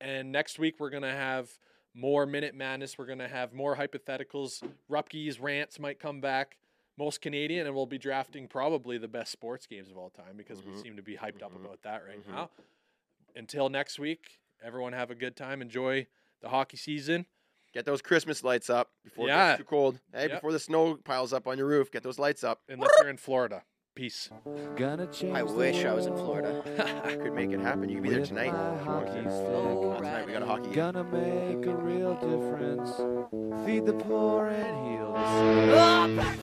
Speaker 3: And next week, we're going to have more Minute Madness. We're going to have more hypotheticals. Rupke's rants might come back. Most Canadian, and we'll be drafting probably the best sports games of all time because we
Speaker 4: Mhm.
Speaker 3: seem to be hyped up
Speaker 4: Mhm.
Speaker 3: about that right
Speaker 4: Mhm.
Speaker 3: now. Until next week, everyone have a good time. Enjoy the hockey season.
Speaker 4: Get those Christmas lights up before it
Speaker 3: Yeah.
Speaker 4: gets too cold. Hey,
Speaker 3: Yep.
Speaker 4: before the snow piles up on your roof, get those lights up.
Speaker 3: Unless you're in Florida. Peace.
Speaker 1: Gonna change
Speaker 2: I
Speaker 1: the
Speaker 2: wish I was in
Speaker 1: world
Speaker 2: Florida.
Speaker 4: I could make it happen. You could be there
Speaker 1: with
Speaker 4: tonight.
Speaker 1: my
Speaker 4: if you want
Speaker 1: hockey stick.
Speaker 4: to.
Speaker 2: Oh.
Speaker 4: Not tonight. We got a hockey game.
Speaker 1: Gonna make a real difference. Feed the poor and heal the sick.